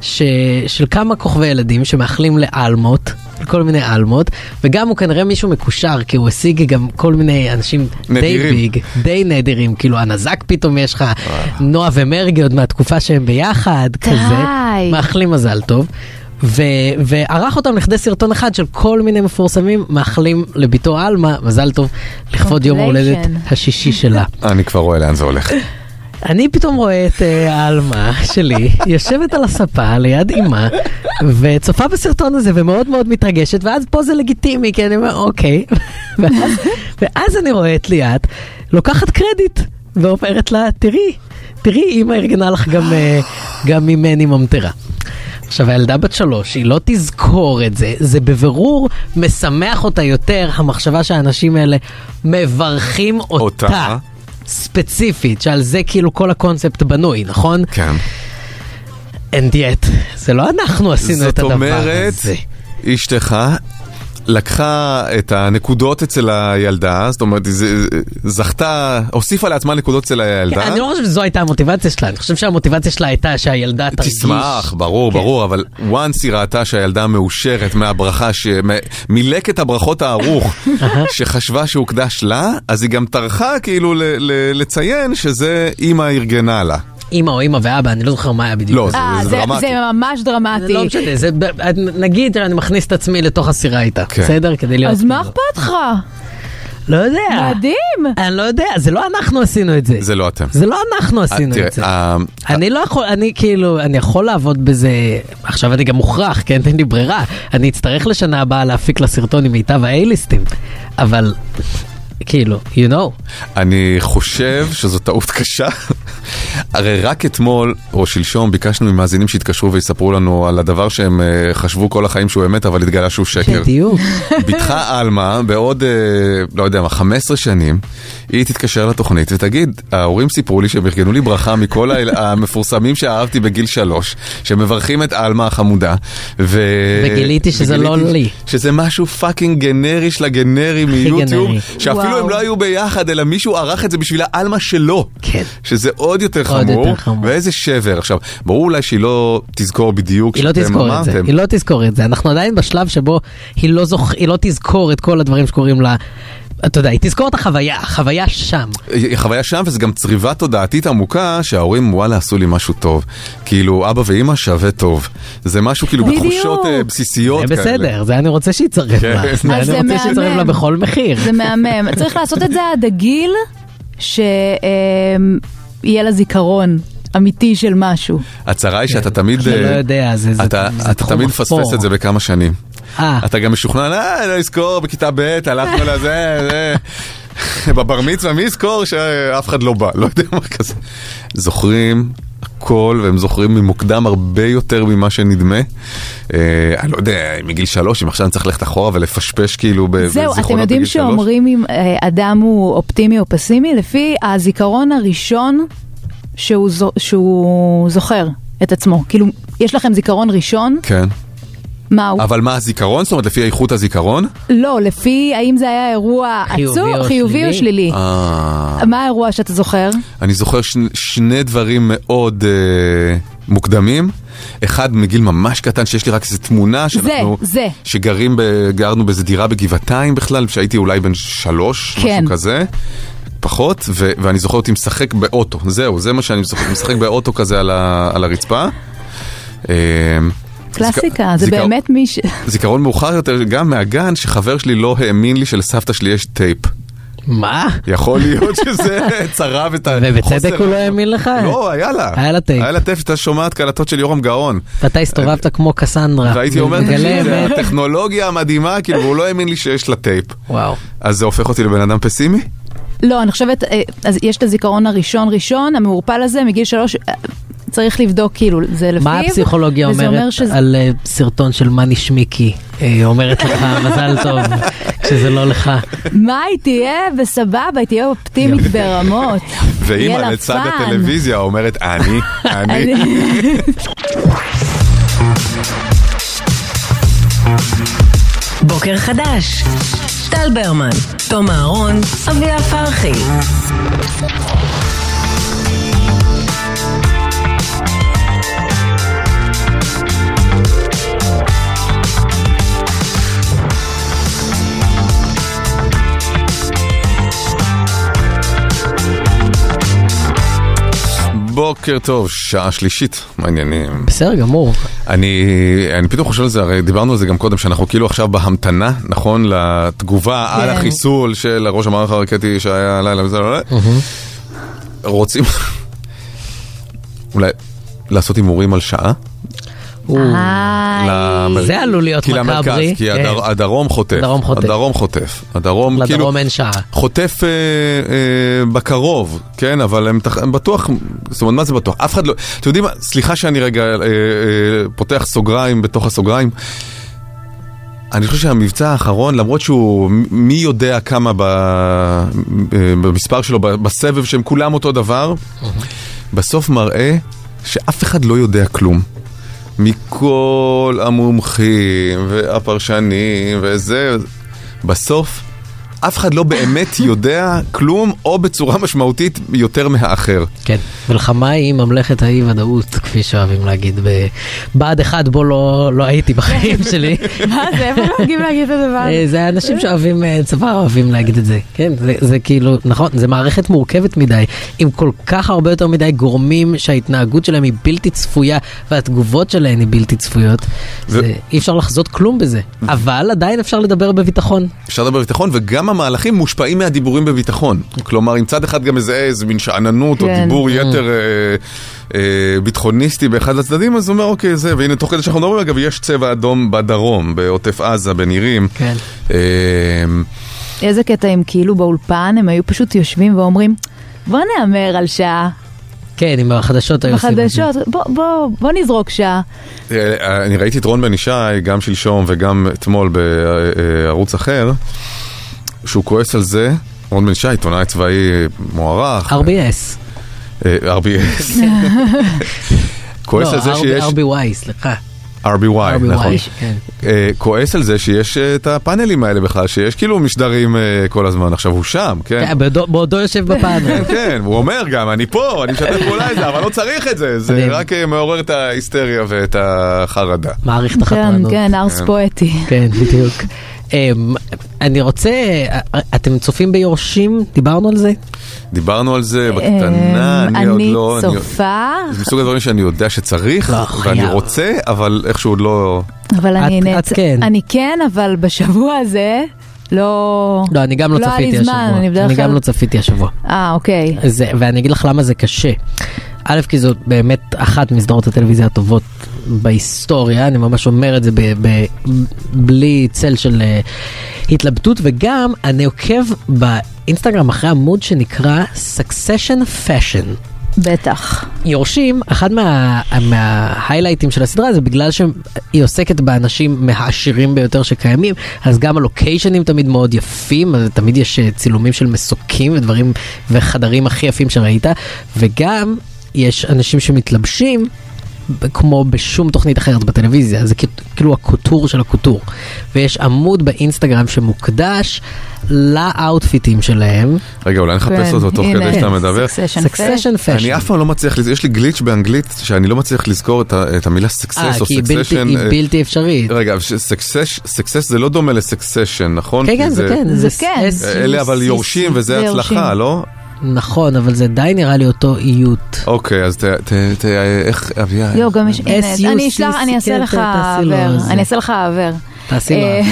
S4: ש... של כמה כוכבי ילדים שמאחלים לאלמות, כל מיני אלמות, וגם הוא כנראה מישהו מקושר, כי הוא השיג גם כל מיני אנשים די
S3: נדירים.
S4: ביג, די נדירים, כאילו הנזק פתאום יש לך, נועה ומרגי עוד מהתקופה שהם ביחד, כזה.
S5: די.
S4: מאחלים מזל טוב. ו- וערך אותם לכדי סרטון אחד של כל מיני מפורסמים מאחלים לביתו עלמה, מזל טוב, לכבוד יום ההולדת
S5: Congratulations.
S4: השישי שלה.
S3: אני כבר רואה לאן זה הולך.
S4: אני פתאום רואה את אה, עלמה שלי יושבת על הספה ליד אימה וצופה בסרטון הזה ומאוד מאוד מתרגשת ואז פה זה לגיטימי כי אני אומר אוקיי ואז, ואז אני רואה את ליאת לוקחת קרדיט ואומרת לה תראי, תראי אימא ארגנה לך גם, אה, גם ממני ממטרה. עכשיו הילדה בת שלוש, היא לא תזכור את זה, זה בבירור משמח אותה יותר המחשבה שהאנשים האלה מברכים אותה.
S3: אותה.
S4: ספציפית, שעל זה כאילו כל הקונספט בנוי, נכון?
S3: כן.
S4: And yet, זה לא אנחנו עשינו את
S3: זאת
S4: הדבר
S3: אומרת,
S4: הזה.
S3: אשתך לקחה את הנקודות אצל הילדה, זאת אומרת, זה- זה- זכתה, הוסיפה לעצמה נקודות אצל הילדה.
S4: אני לא חושב שזו הייתה המוטיבציה שלה, אני חושב שהמוטיבציה שלה הייתה שהילדה תרגיש...
S3: תשמח, ברור,
S4: כן.
S3: ברור, אבל once היא ראתה שהילדה מאושרת מהברכה, ש- מ- מלקט הברכות הערוך שחשבה שהוקדש לה, אז היא גם טרחה כאילו ל- ל- לציין שזה אימא ארגנה לה.
S4: אימא או אימא ואבא, אני לא זוכר מה היה בדיוק.
S3: לא, זה-
S5: אה,
S3: זה
S5: זה
S3: דרמטי.
S5: זה ממש
S4: זה
S5: דרמטי.
S4: לא משנה, זה ב- את- נגיד אני מכניס את עצמי לתוך הסירה איתה,
S3: כן.
S4: בסדר? כדי להיות...
S5: אז מה
S4: כאילו-
S5: אכפת לך?
S4: לא יודע.
S5: מדהים.
S4: אני לא יודע, זה לא אנחנו עשינו את זה.
S3: זה לא אתם.
S4: זה לא אנחנו
S3: אה,
S4: עשינו
S3: תראה,
S4: את זה.
S3: אה,
S4: אני לא יכול, אני כאילו, אני יכול לעבוד בזה, עכשיו אני גם מוכרח, כן, אין לי ברירה. אני אצטרך לשנה הבאה להפיק לסרטון עם מיטב האייליסטים, אבל כאילו, you know,
S3: אני חושב שזו טעות קשה. הרי רק אתמול או שלשום ביקשנו ממאזינים שיתקשרו ויספרו לנו על הדבר שהם אה, חשבו כל החיים שהוא אמת, אבל התגלה שהוא שקר.
S4: בדיוק.
S3: בתך עלמה, בעוד, אה, לא יודע מה, 15 שנים, היא תתקשר לתוכנית ותגיד, ההורים סיפרו לי שהם ארגנו לי ברכה מכל האל- המפורסמים שאהבתי בגיל שלוש, שמברכים את עלמה החמודה, ו...
S4: וגיליתי שזה
S3: אה, וגיליתי
S4: לא לי.
S3: שזה משהו פאקינג גנרי של הגנרי מיוטיוב,
S4: גנרי.
S3: שאפילו
S5: וואו.
S3: הם לא היו ביחד, אלא מישהו ערך את זה בשביל העלמה שלו.
S4: כן.
S3: שזה עוד יותר
S4: עוד
S3: חמור.
S4: יותר חמור.
S3: ואיזה שבר. עכשיו, ברור אולי שהיא לא תזכור בדיוק
S4: היא לא
S3: שאתם
S4: תזכור את זה,
S3: אמרתם.
S4: היא לא תזכור את זה. אנחנו עדיין בשלב שבו היא לא זוכ... היא לא תזכור את כל הדברים שקורים לה. אתה יודע, היא תזכור את החוויה, החוויה שם.
S3: היא חוויה שם, וזה גם צריבה תודעתית עמוקה שההורים וואלה עשו לי משהו טוב. כאילו, אבא ואימא שווה טוב. זה משהו כאילו
S5: בדיוק.
S3: בתחושות אה, בסיסיות
S4: זה
S3: כאלה.
S4: בסדר, זה אני רוצה שיצרב
S3: כן.
S4: לה. זה
S5: אז
S4: אני
S5: זה
S4: רוצה שיצרב
S5: מהמם.
S4: לה בכל מחיר.
S5: זה מהמם. צריך לעשות את זה עד הגיל שיהיה לה זיכרון אמיתי של משהו.
S3: הצרה היא שאתה תמיד...
S4: אתה
S3: אה,
S4: לא יודע, זה- זה-
S3: אתה-
S4: זה
S3: אתה
S4: תחום
S3: תמיד
S4: אפור.
S3: מפספס את זה בכמה שנים.
S4: אה.
S3: אתה גם משוכנע, אה, לא יזכור, בכיתה ב', הלכנו לזה, זה... בבר מצווה, מי יזכור שאף אחד לא בא? לא יודע מה כזה. זוכרים הכל, והם זוכרים ממוקדם הרבה יותר ממה שנדמה. אה, אני לא יודע, מגיל שלוש, אם עכשיו אני צריך ללכת אחורה ולפשפש כאילו ב-
S5: זהו,
S3: בזיכרונות
S5: אתם יודעים
S3: בגיל שלוש.
S5: שאומרים אם אה, אדם הוא אופטימי או פסימי לפי הזיכרון הראשון שהוא זו- שהוא זוכר את עצמו. כאילו, יש לכם זיכרון ראשון?
S3: כן.
S5: מהו?
S3: אבל מה הזיכרון? זאת אומרת, לפי איכות הזיכרון?
S5: לא, לפי האם זה היה אירוע
S4: חיובי או
S5: עצוב, חיובי או
S4: שלילי?
S5: שלילי.
S3: אה,
S5: מה האירוע שאתה זוכר?
S3: אני זוכר שני, שני דברים מאוד אה, מוקדמים. אחד מגיל ממש קטן, שיש לי רק איזו תמונה שאנחנו...
S5: זה.
S3: שגרים, ב, גרנו באיזה דירה בגבעתיים בכלל, שהייתי אולי בן שלוש,
S5: כן.
S3: משהו כזה. פחות, ו- ואני זוכר אותי משחק באוטו, זהו, זה מה שאני משחק, משחק באוטו כזה על, ה- על הרצפה. אה,
S5: קלאסיקה,
S3: זיכר-
S5: זה באמת מי ש...
S3: זיכרון מאוחר יותר, גם מהגן, שחבר שלי לא האמין לי שלסבתא שלי יש טייפ.
S4: מה?
S3: יכול להיות שזה צרב את החוסר...
S4: ובצדק הוא לא האמין לך?
S3: לא, היה לה.
S4: היה לה טייפ.
S3: היה לה טייפ, הייתה שומעת קלטות של יורם גאון.
S4: ואתה הסתובבת כמו קסנדרה.
S3: והייתי אומר,
S4: אה, מגלה
S3: תקשיב, זה
S4: אמת.
S3: הטכנולוגיה המדהימה, כאילו, והוא לא האמין לי שיש לה טייפ.
S4: וואו.
S3: אז זה הופך אותי לבן אדם פסימי?
S5: לא, אני חושבת, אה, אז יש את הזיכרון הראשון ראשון, המעורפל הזה, מגיל שלוש, אה, צריך לבדוק כאילו, זה לפיו.
S4: מה הפסיכולוגיה
S5: וזה אומר
S4: אומרת
S5: שזה-
S4: על אה, סרטון של מה נשמיקי? אה, אומרת לך מזל טוב, כשזה לא לך.
S3: כאילו,
S5: מה היא תהיה בסבבה, היא תהיה אופטימית ברמות. יהיה
S3: ואימא
S5: לה
S3: לצד
S5: פאן.
S3: הטלוויזיה אומרת, אני, אני.
S2: בוקר חדש. טל ברמן, תום אהרון, אביה פרחי.
S3: בוקר טוב, שעה שלישית, מה העניינים?
S4: בסדר גמור.
S3: אני, אני פתאום חושב על זה, הרי דיברנו על זה גם קודם, שאנחנו כאילו עכשיו בהמתנה, נכון? לתגובה על
S5: כן.
S3: החיסול של ראש המערך הרקטי שהיה הלילה וזה, לא, לא.
S4: Mm-hmm.
S3: רוצים אולי לעשות הימורים על שעה?
S5: היי.
S3: למרכז.
S4: זה עלול להיות
S3: כי למרכז,
S4: מקאברי.
S3: כי
S4: כן.
S3: הדר- הדרום חוטף.
S4: הדרום חוטף.
S3: הדרום חוטף. הדרום, כאילו,
S4: לדרום אין שעה.
S3: חוטף אה, אה, בקרוב, כן? אבל הם, תח... הם בטוח, זאת אומרת, מה זה בטוח? אף אחד לא... אתם יודעים מה? סליחה שאני רגע אה, אה, פותח סוגריים בתוך הסוגריים. אני חושב שהמבצע האחרון, למרות שהוא מ- מי יודע כמה ב, אה, במספר שלו, ב- בסבב שהם כולם אותו דבר, בסוף מראה שאף אחד לא יודע כלום. מכל המומחים והפרשנים וזה, בסוף אף אחד לא באמת יודע כלום, או בצורה משמעותית יותר מהאחר.
S4: כן, מלחמה היא ממלכת האי ודאות, כפי שאוהבים להגיד. בבה"ד 1 בו לא, לא הייתי בחיים שלי.
S5: מה זה? איפה נוהגים להגיד את הדבר
S4: אה,
S5: הזה?
S4: זה אנשים שאוהבים אה, צבא, אוהבים להגיד את זה. כן, זה, זה כאילו, נכון, זה מערכת מורכבת מדי, עם כל כך הרבה יותר מדי גורמים שההתנהגות שלהם היא בלתי צפויה, והתגובות שלהם היא בלתי צפויות.
S3: ו-
S4: זה, אי אפשר לחזות כלום בזה, אבל עדיין אפשר לדבר בביטחון.
S3: אפשר לדבר בביטחון, וגם המהלכים מושפעים מהדיבורים בביטחון. כלומר, אם צד אחד גם מזהה איזה מין שאננות או
S5: כן.
S3: דיבור יתר אה, אה, ביטחוניסטי באחד הצדדים, אז הוא אומר, אוקיי, זה, והנה, תוך כדי שאנחנו מדברים, אגב, יש צבע אדום בדרום, בעוטף עזה, בנירים.
S4: כן.
S3: אה,
S5: איזה קטע הם כאילו באולפן, הם היו פשוט יושבים ואומרים, בוא נהמר על שעה.
S4: כן, עם החדשות היו עושים את זה.
S5: בחדשות, בוא, בוא, בוא נזרוק שעה.
S3: אה, אני ראיתי את רון בן ישי, גם שלשום וגם אתמול בערוץ אחר, שהוא כועס על זה. רון בן ישי, עיתונאי צבאי מוערך.
S4: RBS.
S3: אה, RBS.
S4: לא, כן.
S3: כועס על זה שיש...
S4: RBY, סליחה.
S3: RBY, נכון.
S4: RBY, כן.
S3: אה, כועס על זה שיש אה, את הפאנלים האלה בכלל, שיש כאילו משדרים אה, כל הזמן. עכשיו הוא שם, כן?
S4: כן, בעודו- בעודו יושב בפאנל.
S3: כן, כן, הוא אומר גם, אני פה, אני משתף פעולה עם זה, אבל לא צריך את זה, זה
S4: מדהים.
S3: רק אה, מעורר את ההיסטריה ואת החרדה.
S4: מעריך את
S5: כן,
S4: החתרנות.
S5: כן, ארס פואטי.
S4: כן, בדיוק. אמ, אני רוצה, אתם צופים ביורשים? דיברנו על זה?
S3: דיברנו על זה בקטנה,
S5: אמ,
S3: אני עוד לא...
S5: אה, אני
S3: אני-
S5: צופה,
S3: זה מסוג הדברים שאני יודע שצריך,
S4: לא,
S3: ואני
S4: חייב.
S3: רוצה, אבל איכשהו עוד לא...
S5: אבל אני
S4: את-
S5: נעצ...
S4: את כן.
S5: אני כן, אבל בשבוע הזה, לא...
S4: לא, אני גם לא
S5: לא היה לי
S4: צפיתי
S5: זמן,
S4: השבוע.
S5: אני בדרך
S4: אני
S5: כלל-
S4: גם לא צפיתי השבוע.
S5: אה, אוקיי.
S4: זה, ואני אגיד לך למה זה קשה. א', כי זאת באמת אחת מסדרות הטלוויזיה הטובות בהיסטוריה, אני ממש אומר את זה ב, ב, בלי צל של uh, התלבטות, וגם אני עוקב באינסטגרם אחרי עמוד שנקרא Succession Fashion.
S5: בטח.
S4: יורשים, אחד מה- מההיילייטים של הסדרה זה בגלל שהיא עוסקת באנשים מהעשירים ביותר שקיימים, אז גם הלוקיישנים תמיד מאוד יפים, אז תמיד יש אה, צילומים של מסוקים ודברים וחדרים הכי יפים שראית, וגם יש אנשים שמתלבשים. ב- כמו בשום תוכנית אחרת בטלוויזיה, זה כ- כאילו הקוטור של הקוטור. ויש עמוד באינסטגרם שמוקדש לאאוטפיטים שלהם,
S3: רגע, אולי נחפש
S5: כן,
S3: אותו תוך
S5: הנה,
S3: כדי שאתה מדבר.
S5: Succession Fair.
S4: סקסשן פאשן.
S3: אני אף פעם לא מצליח, לז- יש לי גליץ' באנגלית שאני לא מצליח לזכור את ה- את המילה סקסס או
S4: אה, כי היא בלתי-
S3: סקסשן.
S4: היא בלתי אפשרית.
S3: רגע, סקסס זה לא דומה לסקסשן, נכון?
S4: כן,
S3: כי אה,
S4: כן, זה כן.
S5: זה כן.
S4: ס-
S3: אלה אבל
S4: ס-
S3: יורשים
S5: זה
S3: וזה הצלחה,
S5: יורשים.
S3: לא?
S4: נכון, אבל זה די נראה לי אותו איות.
S3: אוקיי, אז ת... ת- ת- איך... אה, אביה...
S5: לא, גם יש... הנה,
S4: SUCC,
S5: אני אשלח, אני אעשה
S4: כן,
S5: לך
S4: כן, תעשי לו
S5: עבר.
S4: זה.
S5: אני אעשה לך עבר.
S4: תעשי לו.
S5: אה,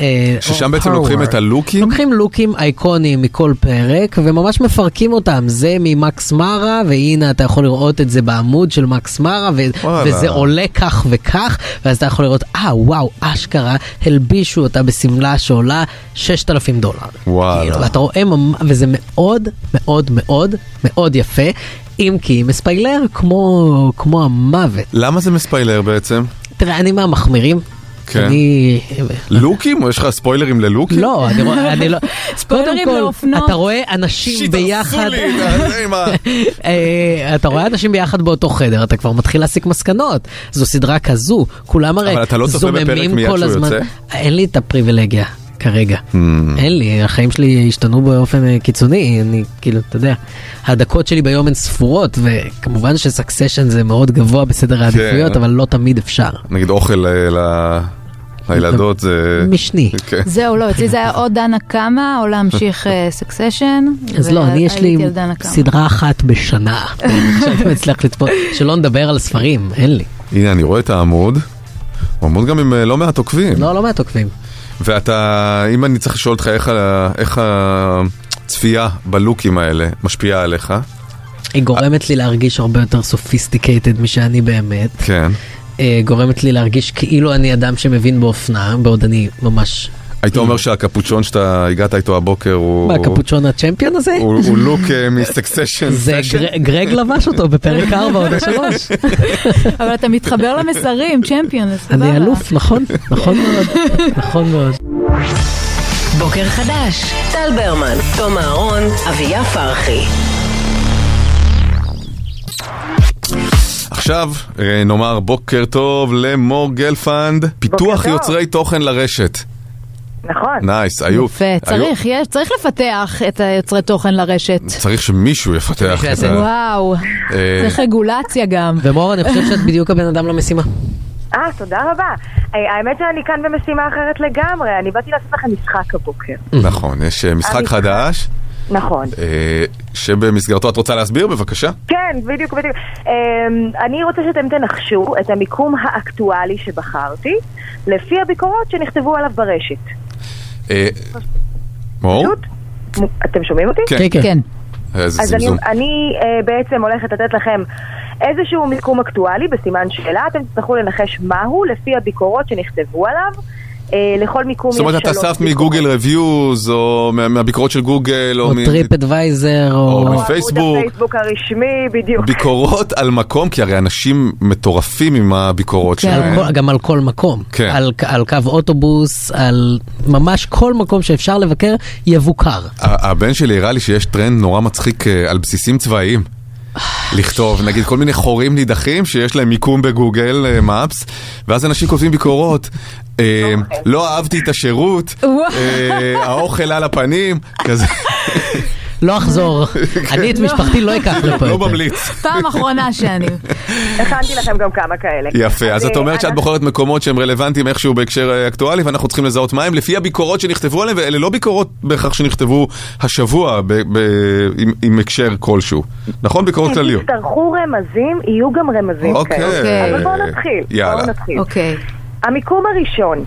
S4: אה,
S3: ששם
S4: או
S3: בעצם
S4: power.
S3: לוקחים את הלוקים?
S4: לוקחים לוקים אייקונים מכל פרק וממש מפרקים אותם, זה ממקס מרה והנה אתה יכול לראות את זה בעמוד של מקס מרה ו-
S3: וואלה.
S4: וזה עולה כך וכך ואז אתה יכול לראות אה וואו אשכרה הלבישו אותה בשמלה שעולה 6,000 דולר.
S3: וואלה.
S4: כאילו, ואתה רואה ממ- וזה מאוד מאוד מאוד מאוד יפה אם כי מספיילר כמו, כמו המוות.
S3: למה זה מספיילר בעצם?
S4: תראה אני מהמחמירים.
S3: כן.
S4: אני
S3: לוקים? או יש לך ספוילרים ללוקים?
S4: לא, אני רואה, אני לא...
S5: ספוילרים
S4: קודם כל,
S5: לאופנות.
S4: אתה רואה אנשים
S3: שיט, הרסו
S4: ביחד...
S3: לי את הזה עם ה-
S4: אה, אתה רואה אנשים ביחד באותו חדר, אתה כבר מתחיל להסיק מסקנות. זו סדרה כזו, כולם הרי
S3: אבל אתה לא צופה בפרק
S4: זוממים
S3: מיד
S4: כל
S3: שהוא
S4: הזמן.
S3: יוצא? Mm.
S4: אין לי את הפריבילגיה כרגע. אין לי, החיים שלי השתנו באופן אה, קיצוני, אני כאילו, אתה יודע, הדקות שלי ביום הן ספורות, וכמובן שסקסשן זה מאוד גבוה בסדר העדיפויות,
S3: כן.
S4: אבל לא תמיד אפשר.
S3: נגיד אוכל אה, ל- לילדות זה...
S4: משני.
S3: כן.
S5: זהו, לא, אצלי זה היה או דנה קמה, או להמשיך אה, סקסשן.
S4: אז לא, אני יש לי סדרה אחת בשנה, שאני מצליח לצפות, שלא נדבר על ספרים, אין לי.
S3: הנה, אני רואה את העמוד. הוא עמוד גם עם אה, לא מעט עוקבים.
S4: לא, לא מעט עוקבים.
S3: ואתה, אם אני צריך לשאול אותך איך ה- איך הצפייה בלוקים האלה משפיעה עליך,
S4: היא גורמת לי להרגיש הרבה יותר סופיסטיקייטד משאני באמת.
S3: כן.
S4: אה, גורמת לי להרגיש כאילו אני אדם שמבין באופנה, בעוד אני ממש...
S3: היית אומר שהקפוצ'ון שאתה הגעת איתו הבוקר הוא...
S4: מה, הקפוצ'ון הצ'מפיון הזה?
S3: הוא הוא לוק אה, מסקסשן.
S4: זה
S3: פשן?
S4: גר- גרג לבש אותו בפרק 4 עוד השלוש.
S5: אבל אתה מתחבר למסרים, צ'מפיון, אז סבבה.
S4: אני אלוף, נכון? נכון מאוד. נכון מאוד.
S2: בוקר חדש, טל ברמן, תום אהרון, אביה פרחי.
S3: עכשיו אה, נאמר בוקר טוב למור גלפנד, פיתוח
S10: טוב.
S3: יוצרי תוכן לרשת.
S14: נכון.
S3: נייס, היו...
S5: יפה, צריך, יש, צריך לפתח את היוצרי תוכן לרשת.
S3: היו- צריך שמישהו יפתח את ה...
S5: וואו,
S3: אה,
S5: צריך רגולציה גם.
S4: ומור, אני חושב שאת בדיוק הבן אדם למשימה.
S14: אה, תודה רבה. אה, האמת שאני כאן במשימה אחרת לגמרי, אני באתי לעשות לכם משחק הבוקר.
S3: נכון, יש אה, משחק
S14: המשחק.
S3: חדש,
S14: נכון.
S3: אה, שבמסגרתו את רוצה להסביר? בבקשה.
S14: כן, בדיוק, בדיוק. אמ, אני רוצה שאתם תנחשו את המיקום האקטואלי שבחרתי, לפי הביקורות שנכתבו עליו ברשת.
S3: אה, מור?
S14: פשוט? אתם שומעים אותי?
S3: כן.
S5: כן.
S3: איזה
S14: אז אני,
S3: זמזום.
S14: אני אה, בעצם הולכת לתת לכם איזשהו מיקום אקטואלי בסימן שאלה, אתם תצטרכו לנחש מהו לפי הביקורות שנכתבו עליו. אה, לכל מיקום יש
S3: זאת
S14: שלוש
S3: אומרת, את אספת
S14: ביקורות.
S3: מגוגל רביוז, או מה- מהביקורות של גוגל,
S4: או
S3: או מ-
S4: טריפ אדוויזר, או...
S3: או
S14: או עמוד
S3: מפייסבוק.
S14: לא, הפייסבוק הרשמי, בדיוק.
S3: ביקורות על מקום, כי הרי אנשים מטורפים עם הביקורות
S4: על
S3: שלהם.
S4: כל- גם על כל מקום,
S3: כן.
S4: על, על קו אוטובוס, על ממש כל מקום שאפשר לבקר, יבוקר.
S3: ה- הבן שלי הראה לי שיש טרנד נורא מצחיק אה, על בסיסים צבאיים. לכתוב, נגיד כל מיני חורים נידחים שיש להם מיקום בגוגל מפס, ואז אנשים כותבים ביקורות. אה, לא אהבתי את השירות,
S5: וואו.
S3: אה, האוכל על הפנים, כזה, כן.
S4: לא אחזור, אני את משפחתי לא אקח לפה
S3: לא
S4: יותר.
S3: ממליץ.
S5: פעם אחרונה שאני.
S14: הכנתי לכם גם כמה כאלה.
S3: יפה, אז את
S14: אה,
S3: אומרת שאת
S14: אנחנו-
S3: בוחרת מקומות שהם רלוונטיים איכשהו בהקשר אה, אקטואלי, ואנחנו צריכים לזהות מהם לפי הביקורות שנכתבו עליהם, ואלה לא ביקורות בהכרח שנכתבו השבוע ב- ב- עם- עם הקשר כלשהו. נכון?
S5: כן,
S3: ביקורות כלליות.
S14: תצטרכו רמזים, יהיו גם רמזים כאלה.
S5: אוקיי.
S14: אבל בואו נתחיל.
S3: יאללה.
S14: בואו נתחיל.
S5: אוקיי.
S14: המיקום הראשון,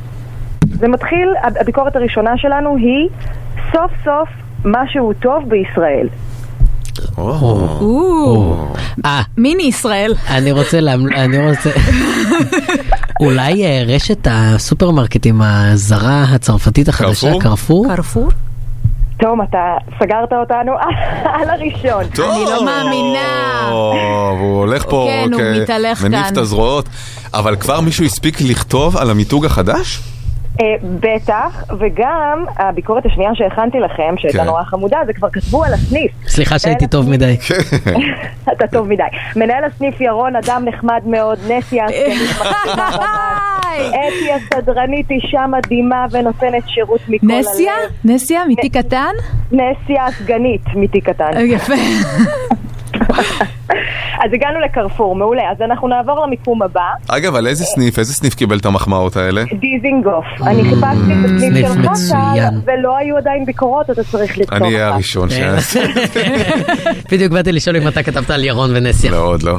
S14: זה מתחיל, הביקורת הראשונה שלנו היא סוף סוף משהו טוב בישראל.
S3: או.
S5: או,
S4: אה,
S5: מיני ישראל.
S4: אני רוצה להמ... אני רוצה... אולי אה, רשת הסופרמרקטים הזרה הצרפתית החדשה,
S3: קרפור?
S4: קרפור?
S5: קרפור?
S14: תום, אתה סגרת אותנו על הראשון.
S5: אני לא מאמינה.
S3: טוב, הוא הולך פה,
S5: כן, הוא
S3: אוקיי,
S5: מתהלך
S3: מניף
S5: כאן.
S3: את הזרועות. אבל כבר מישהו הספיק לכתוב על המיתוג החדש?
S14: אה, בטח, וגם הביקורת השנייה שהכנתי לכם, שהייתה
S3: כן.
S14: נורא חמודה, זה כבר כתבו על הסניף.
S4: סליחה שהייתי טוב מדי.
S3: כן.
S14: אתה טוב מדי. מנהל הסניף ירון, אדם נחמד מאוד, נסי הסניף, אתי הסדרנית, אישה מדהימה ונותנת שירות מכל הלב.
S5: נסיה? נסיה? מתי קטן? אה,
S14: נסי הסגנית, מתיק קטן.
S5: יפה.
S14: אז הגענו לקרפור, מעולה. אז אנחנו נעבור למיקום הבא,
S3: אגב, על איזה סניף? איזה סניף קיבל את המחמאות האלה?
S14: דיזינגוף. אני חיפשתי את הסניף
S4: סניף
S14: של חסל,
S4: מצוין.
S14: ולא היו עדיין ביקורות, אתה צריך לכתוב.
S3: אני אהיה
S14: אחת.
S3: הראשון ש...
S5: כן.
S4: כן. בדיוק באתי לשאול אם אתה כתבת על ירון ונסיה.
S3: לא, עוד לא.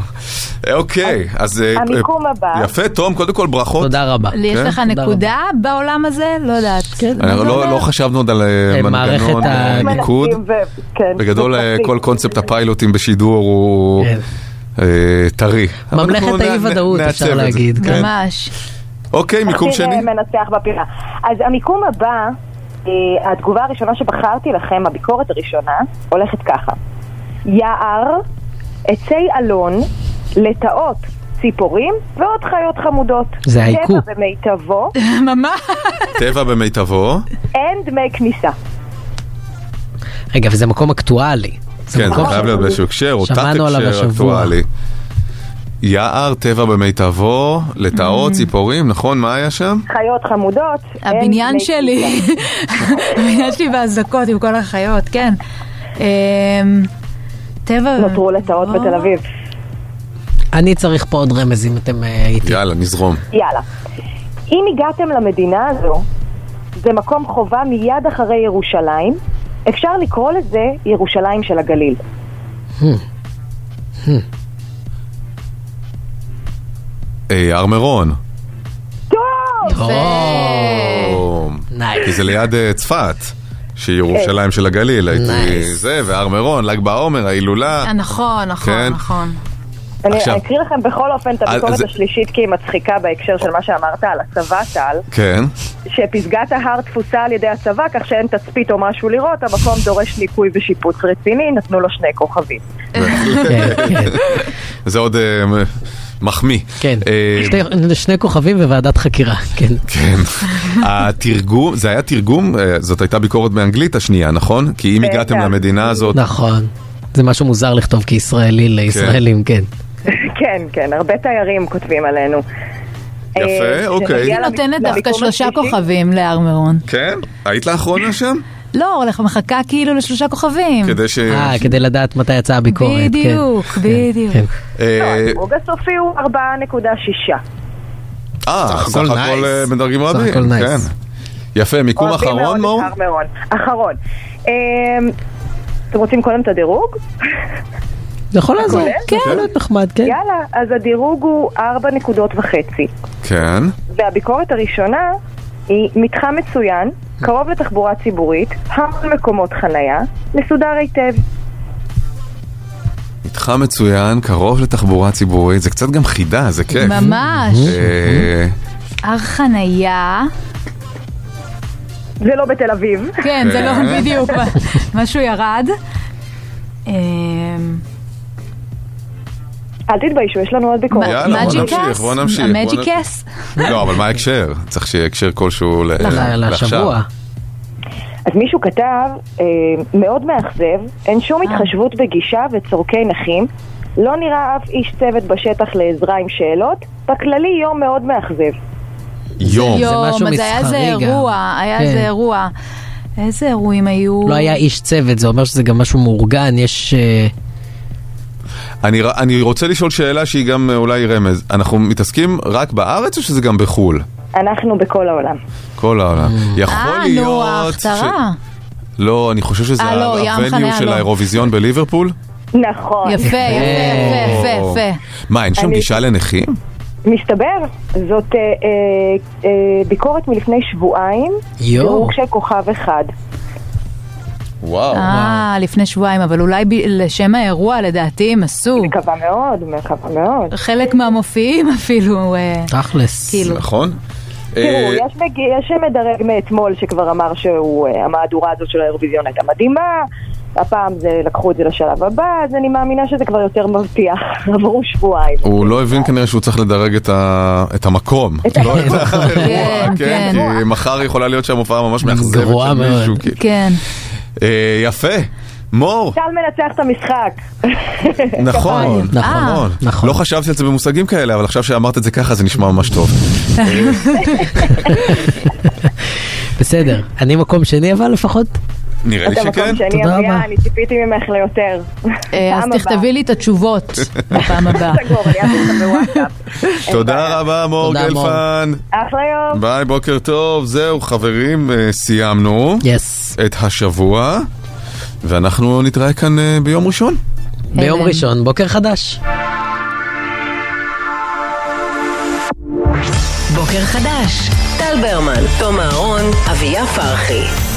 S3: אה, אוקיי, אז... אה,
S14: המיקום
S3: אה,
S14: הבא.
S3: יפה, תום, קודם כל ברכות. כן?
S4: תודה רבה.
S5: יש לך נקודה בעולם הזה? לא יודעת. כן.
S3: אנחנו לא לא חשבנו עוד על אה,
S4: אה,
S3: מנגנון
S4: מערכת
S3: אה,
S4: ה-
S3: ניקוד.
S14: מנסים ו- כן,
S3: בגדול, אה,
S14: מנסים.
S3: כל קונספט הפיילוטים בשידור הוא
S4: כן.
S3: אה, טרי. אבל אנחנו
S4: ממלכת
S3: נ-
S4: האי-ודאות,
S3: נ-
S4: אפשר
S3: נעצב את זה.
S4: להגיד.
S3: כן.
S5: ממש.
S3: אוקיי, מיקום
S14: תחקיר,
S3: שני.
S14: אה, מנצח בפינה. אז המיקום הבא, אה, התגובה הראשונה שבחרתי לכם, הביקורת הראשונה, הולכת ככה. יער, עצי אלון, לטאות, ציפורים ועוד חיות חמודות.
S4: זה העיקור.
S14: טבע במיטבו,
S5: ממש.
S3: טבע במיטבו.
S14: אין דמי כניסה.
S4: רגע, וזה מקום אקטואלי. זה
S3: כן, זה
S4: מקום
S3: חייב להיות באיזשהו הקשר, או תת
S4: שמענו עליו
S3: הקשר
S4: השבוע.
S3: אקטואלי. יער, טבע במיטבו, לטאות, ציפורים, נכון? מה היה שם?
S14: חיות חמודות, אין
S5: הבניין
S14: דמי
S5: שלי. הבניין שלי באזעקות עם כל החיות, כן. אמ, טבע...
S14: כניסה. נותרו לטאות בתל אביב.
S4: אני צריך פה עוד רמז אם אתם אה, איתי.
S3: יאללה, נזרום.
S14: יאללה. אם הגעתם למדינה הזו, זה מקום חובה מיד אחרי ירושלים, אפשר לקרוא לזה ירושלים של הגליל.
S3: אה, יער מירון.
S14: טוב!
S9: אה.
S3: או,
S4: נייס.
S3: כי זה ליד אה, צפת. שהיא ירושלים של הגליל, הייתי
S4: Nice.
S3: זה, והר מירון, ל"ג בעומר, ההילולה.
S5: אה, נכון, נכון,
S3: כן.
S5: נכון.
S14: אני
S3: עכשיו-
S14: אני אקריא לכם בכל אופן את
S3: אה,
S14: הביקורת
S3: זה-
S14: השלישית כי היא מצחיקה בהקשר של מה שאמרת על הצבא, טל,
S3: כן.
S14: שפסגת ההר תפוסה על ידי הצבא כך שאין תצפית או משהו לראות, המקום דורש ניקוי ושיפוץ רציני, נתנו לו שני כוכבים.
S4: כן, כן,
S3: זה עוד אה, מ- מחמיא.
S4: כן.
S3: אה,
S4: שתי- שני כוכבים וועדת חקירה, כן.
S3: כן. התרגום, זה היה תרגום, אה, זאת הייתה ביקורת באנגלית השנייה, נכון? כי אם
S14: בטח.
S3: הגעתם למדינה הזאת,
S4: נכון. זה משהו מוזר לכתוב כישראלי לישראלים, כן.
S14: כן, כן, הרבה תיירים כותבים עלינו.
S3: יפה,
S14: אה, זה
S3: אוקיי.
S14: מגיע
S5: אני נותנת
S14: למקום
S5: דווקא שלושה
S14: השלישי.
S5: כוכבים להר מירון.
S3: כן? היית לאחרונה שם?
S5: לא, הולך- מחכה כאילו לשלושה כוכבים.
S3: כדי ש...
S4: אה, כדי לדעת מתי יצאה הביקורת. כן.
S5: בדיוק,
S4: כן,
S5: בדיוק.
S4: כן.
S3: אה,
S14: לא, הדירוג הסופי הוא 4.6.
S3: אה,
S4: סך
S3: סך
S4: הכל
S3: הכל אה,
S4: nice.
S3: מדרגים
S4: סך
S3: רבים.
S4: הכל nice.
S3: כן. יפה, מיקום
S14: אוהבים מאוד
S3: אחרון,
S14: את
S3: מור?
S14: הר מירון. אחרון. אמ, אתם רוצים קודם את הדירוג?
S4: זה יכול לעזור, כן,
S3: אוקיי.
S4: יכול להיות נחמד, כן.
S14: יאללה, אז הדירוג הוא 4 נקודות וחצי.
S3: כן.
S14: והביקורת הראשונה היא מתחם מצוין, קרוב לתחבורה ציבורית, המון מקומות חנייה, מסודר היטב.
S3: מתחם מצוין, קרוב לתחבורה ציבורית, זה קצת גם חידה, זה כיף.
S5: ממש.
S3: אה,
S5: הר חנייה.
S14: זה לא בתל אביב.
S5: כן, זה
S3: כן.
S5: לא בדיוק משהו ירד. אמ,
S14: אל תתביישו, יש לנו עוד ביקורת.
S3: יאללה, בוא
S5: Magic
S3: נמשיך,
S5: Us?
S3: בוא נמשיך, בוא
S5: Magic
S3: נ-
S5: Us?
S3: לא, אבל מה ההקשר? צריך שיהיה הקשר כלשהו ל-
S4: ל- לשבוע.
S14: אז מישהו כתב, אה, מאוד מאכזב, אין שום
S5: אה.
S14: התחשבות בגישה וצורכי נכים, לא נראה אף איש צוות בשטח לעזרה עם שאלות, בכללי יום מאוד מאכזב.
S3: יום.
S4: זה משהו
S5: יום, אז היה איזה
S4: מסחרי גם.
S5: אירוע, היה
S4: כן.
S5: איזה אירוע. איזה אירועים היו?
S4: לא היה איש צוות, זה אומר שזה גם משהו מאורגן, יש... אה,
S3: אני ר- אני רוצה לשאול שאלה שהיא גם אה, אולי רמז. אנחנו מתעסקים רק בארץ או שזה גם בחו"ל?
S14: אנחנו בכל העולם.
S3: כל העולם. יכול
S5: אה, נו,
S3: להיות... ש-
S5: ההכתרה.
S3: לא, אני חושב שזה
S5: אה, לא, ים
S3: הווניו
S5: חניה,
S3: של
S5: לא.
S3: האירוויזיון בליברפול.
S14: נכון.
S5: יפה, יפה, יפה, יפה, יפה.
S3: מה, אין שם
S14: אני-
S3: גישה לנכים?
S14: מסתבר, זאת אה, אה, אה, ביקורת מלפני שבועיים,
S4: יואו.
S14: דירוג של כוכב אחד.
S3: וואו.
S5: אה, לפני שבועיים, אבל אולי ב- לשם האירוע לדעתי הם עשו.
S14: מקווה מאוד, מקווה מאוד.
S5: חלק מהמופיעים אפילו. אה,
S4: תכלס.
S5: כאילו.
S3: נכון?
S14: תראו,
S3: אה,
S14: יש מג- יש מדרג מאתמול שכבר אמר שהמהדורה הזאת של האירוויזיון הייתה מדהימה, הפעם זה, לקחו את זה לשלב הבא, אז אני מאמינה שזה כבר יותר מבטיח, עברו שבועיים.
S3: הוא לא הבין כנראה שהוא צריך לדרג את ה- את המקום. לא את האירוע,
S5: כן,
S3: כן,
S5: כן.
S3: כי מחר יכולה להיות שם הופעה ממש מאכזבת
S4: גרועה
S3: של מישהו.
S4: מאוד.
S3: כאילו.
S5: כן.
S3: אה, יפה. מור,
S14: צה"ל מנצח את המשחק.
S3: נכון,
S4: אה,
S3: נכון,
S4: נכון.
S3: לא חשבתי על זה במושגים כאלה, אבל עכשיו שאמרת את זה ככה זה נשמע ממש טוב.
S5: אה.
S4: בסדר. אני מקום שני אבל לפחות?
S3: נראה לי
S14: אתה
S3: שכן.
S14: מקום שני,
S4: תודה רבה.
S14: אביה, אני ציפיתי ממך ליותר.
S5: אה, אז
S14: בפעם
S5: תכתבי לי את התשובות בפעם הבאה.
S14: הבאה. סגור, אני אעביר אותם בוואטסאפ.
S3: תודה רבה מור
S4: תודה, מור.
S3: גלפן.
S14: אחלה יום.
S3: ביי, בוקר טוב. זהו, חברים, אה, סיימנו
S4: יס.
S3: את השבוע, ואנחנו נתראה כאן אה, ביום ראשון.
S4: ביום
S5: הלם.
S4: ראשון, בוקר חדש.
S2: בוקר חדש. טל ברמן, תום אהרון, אביה פרחי.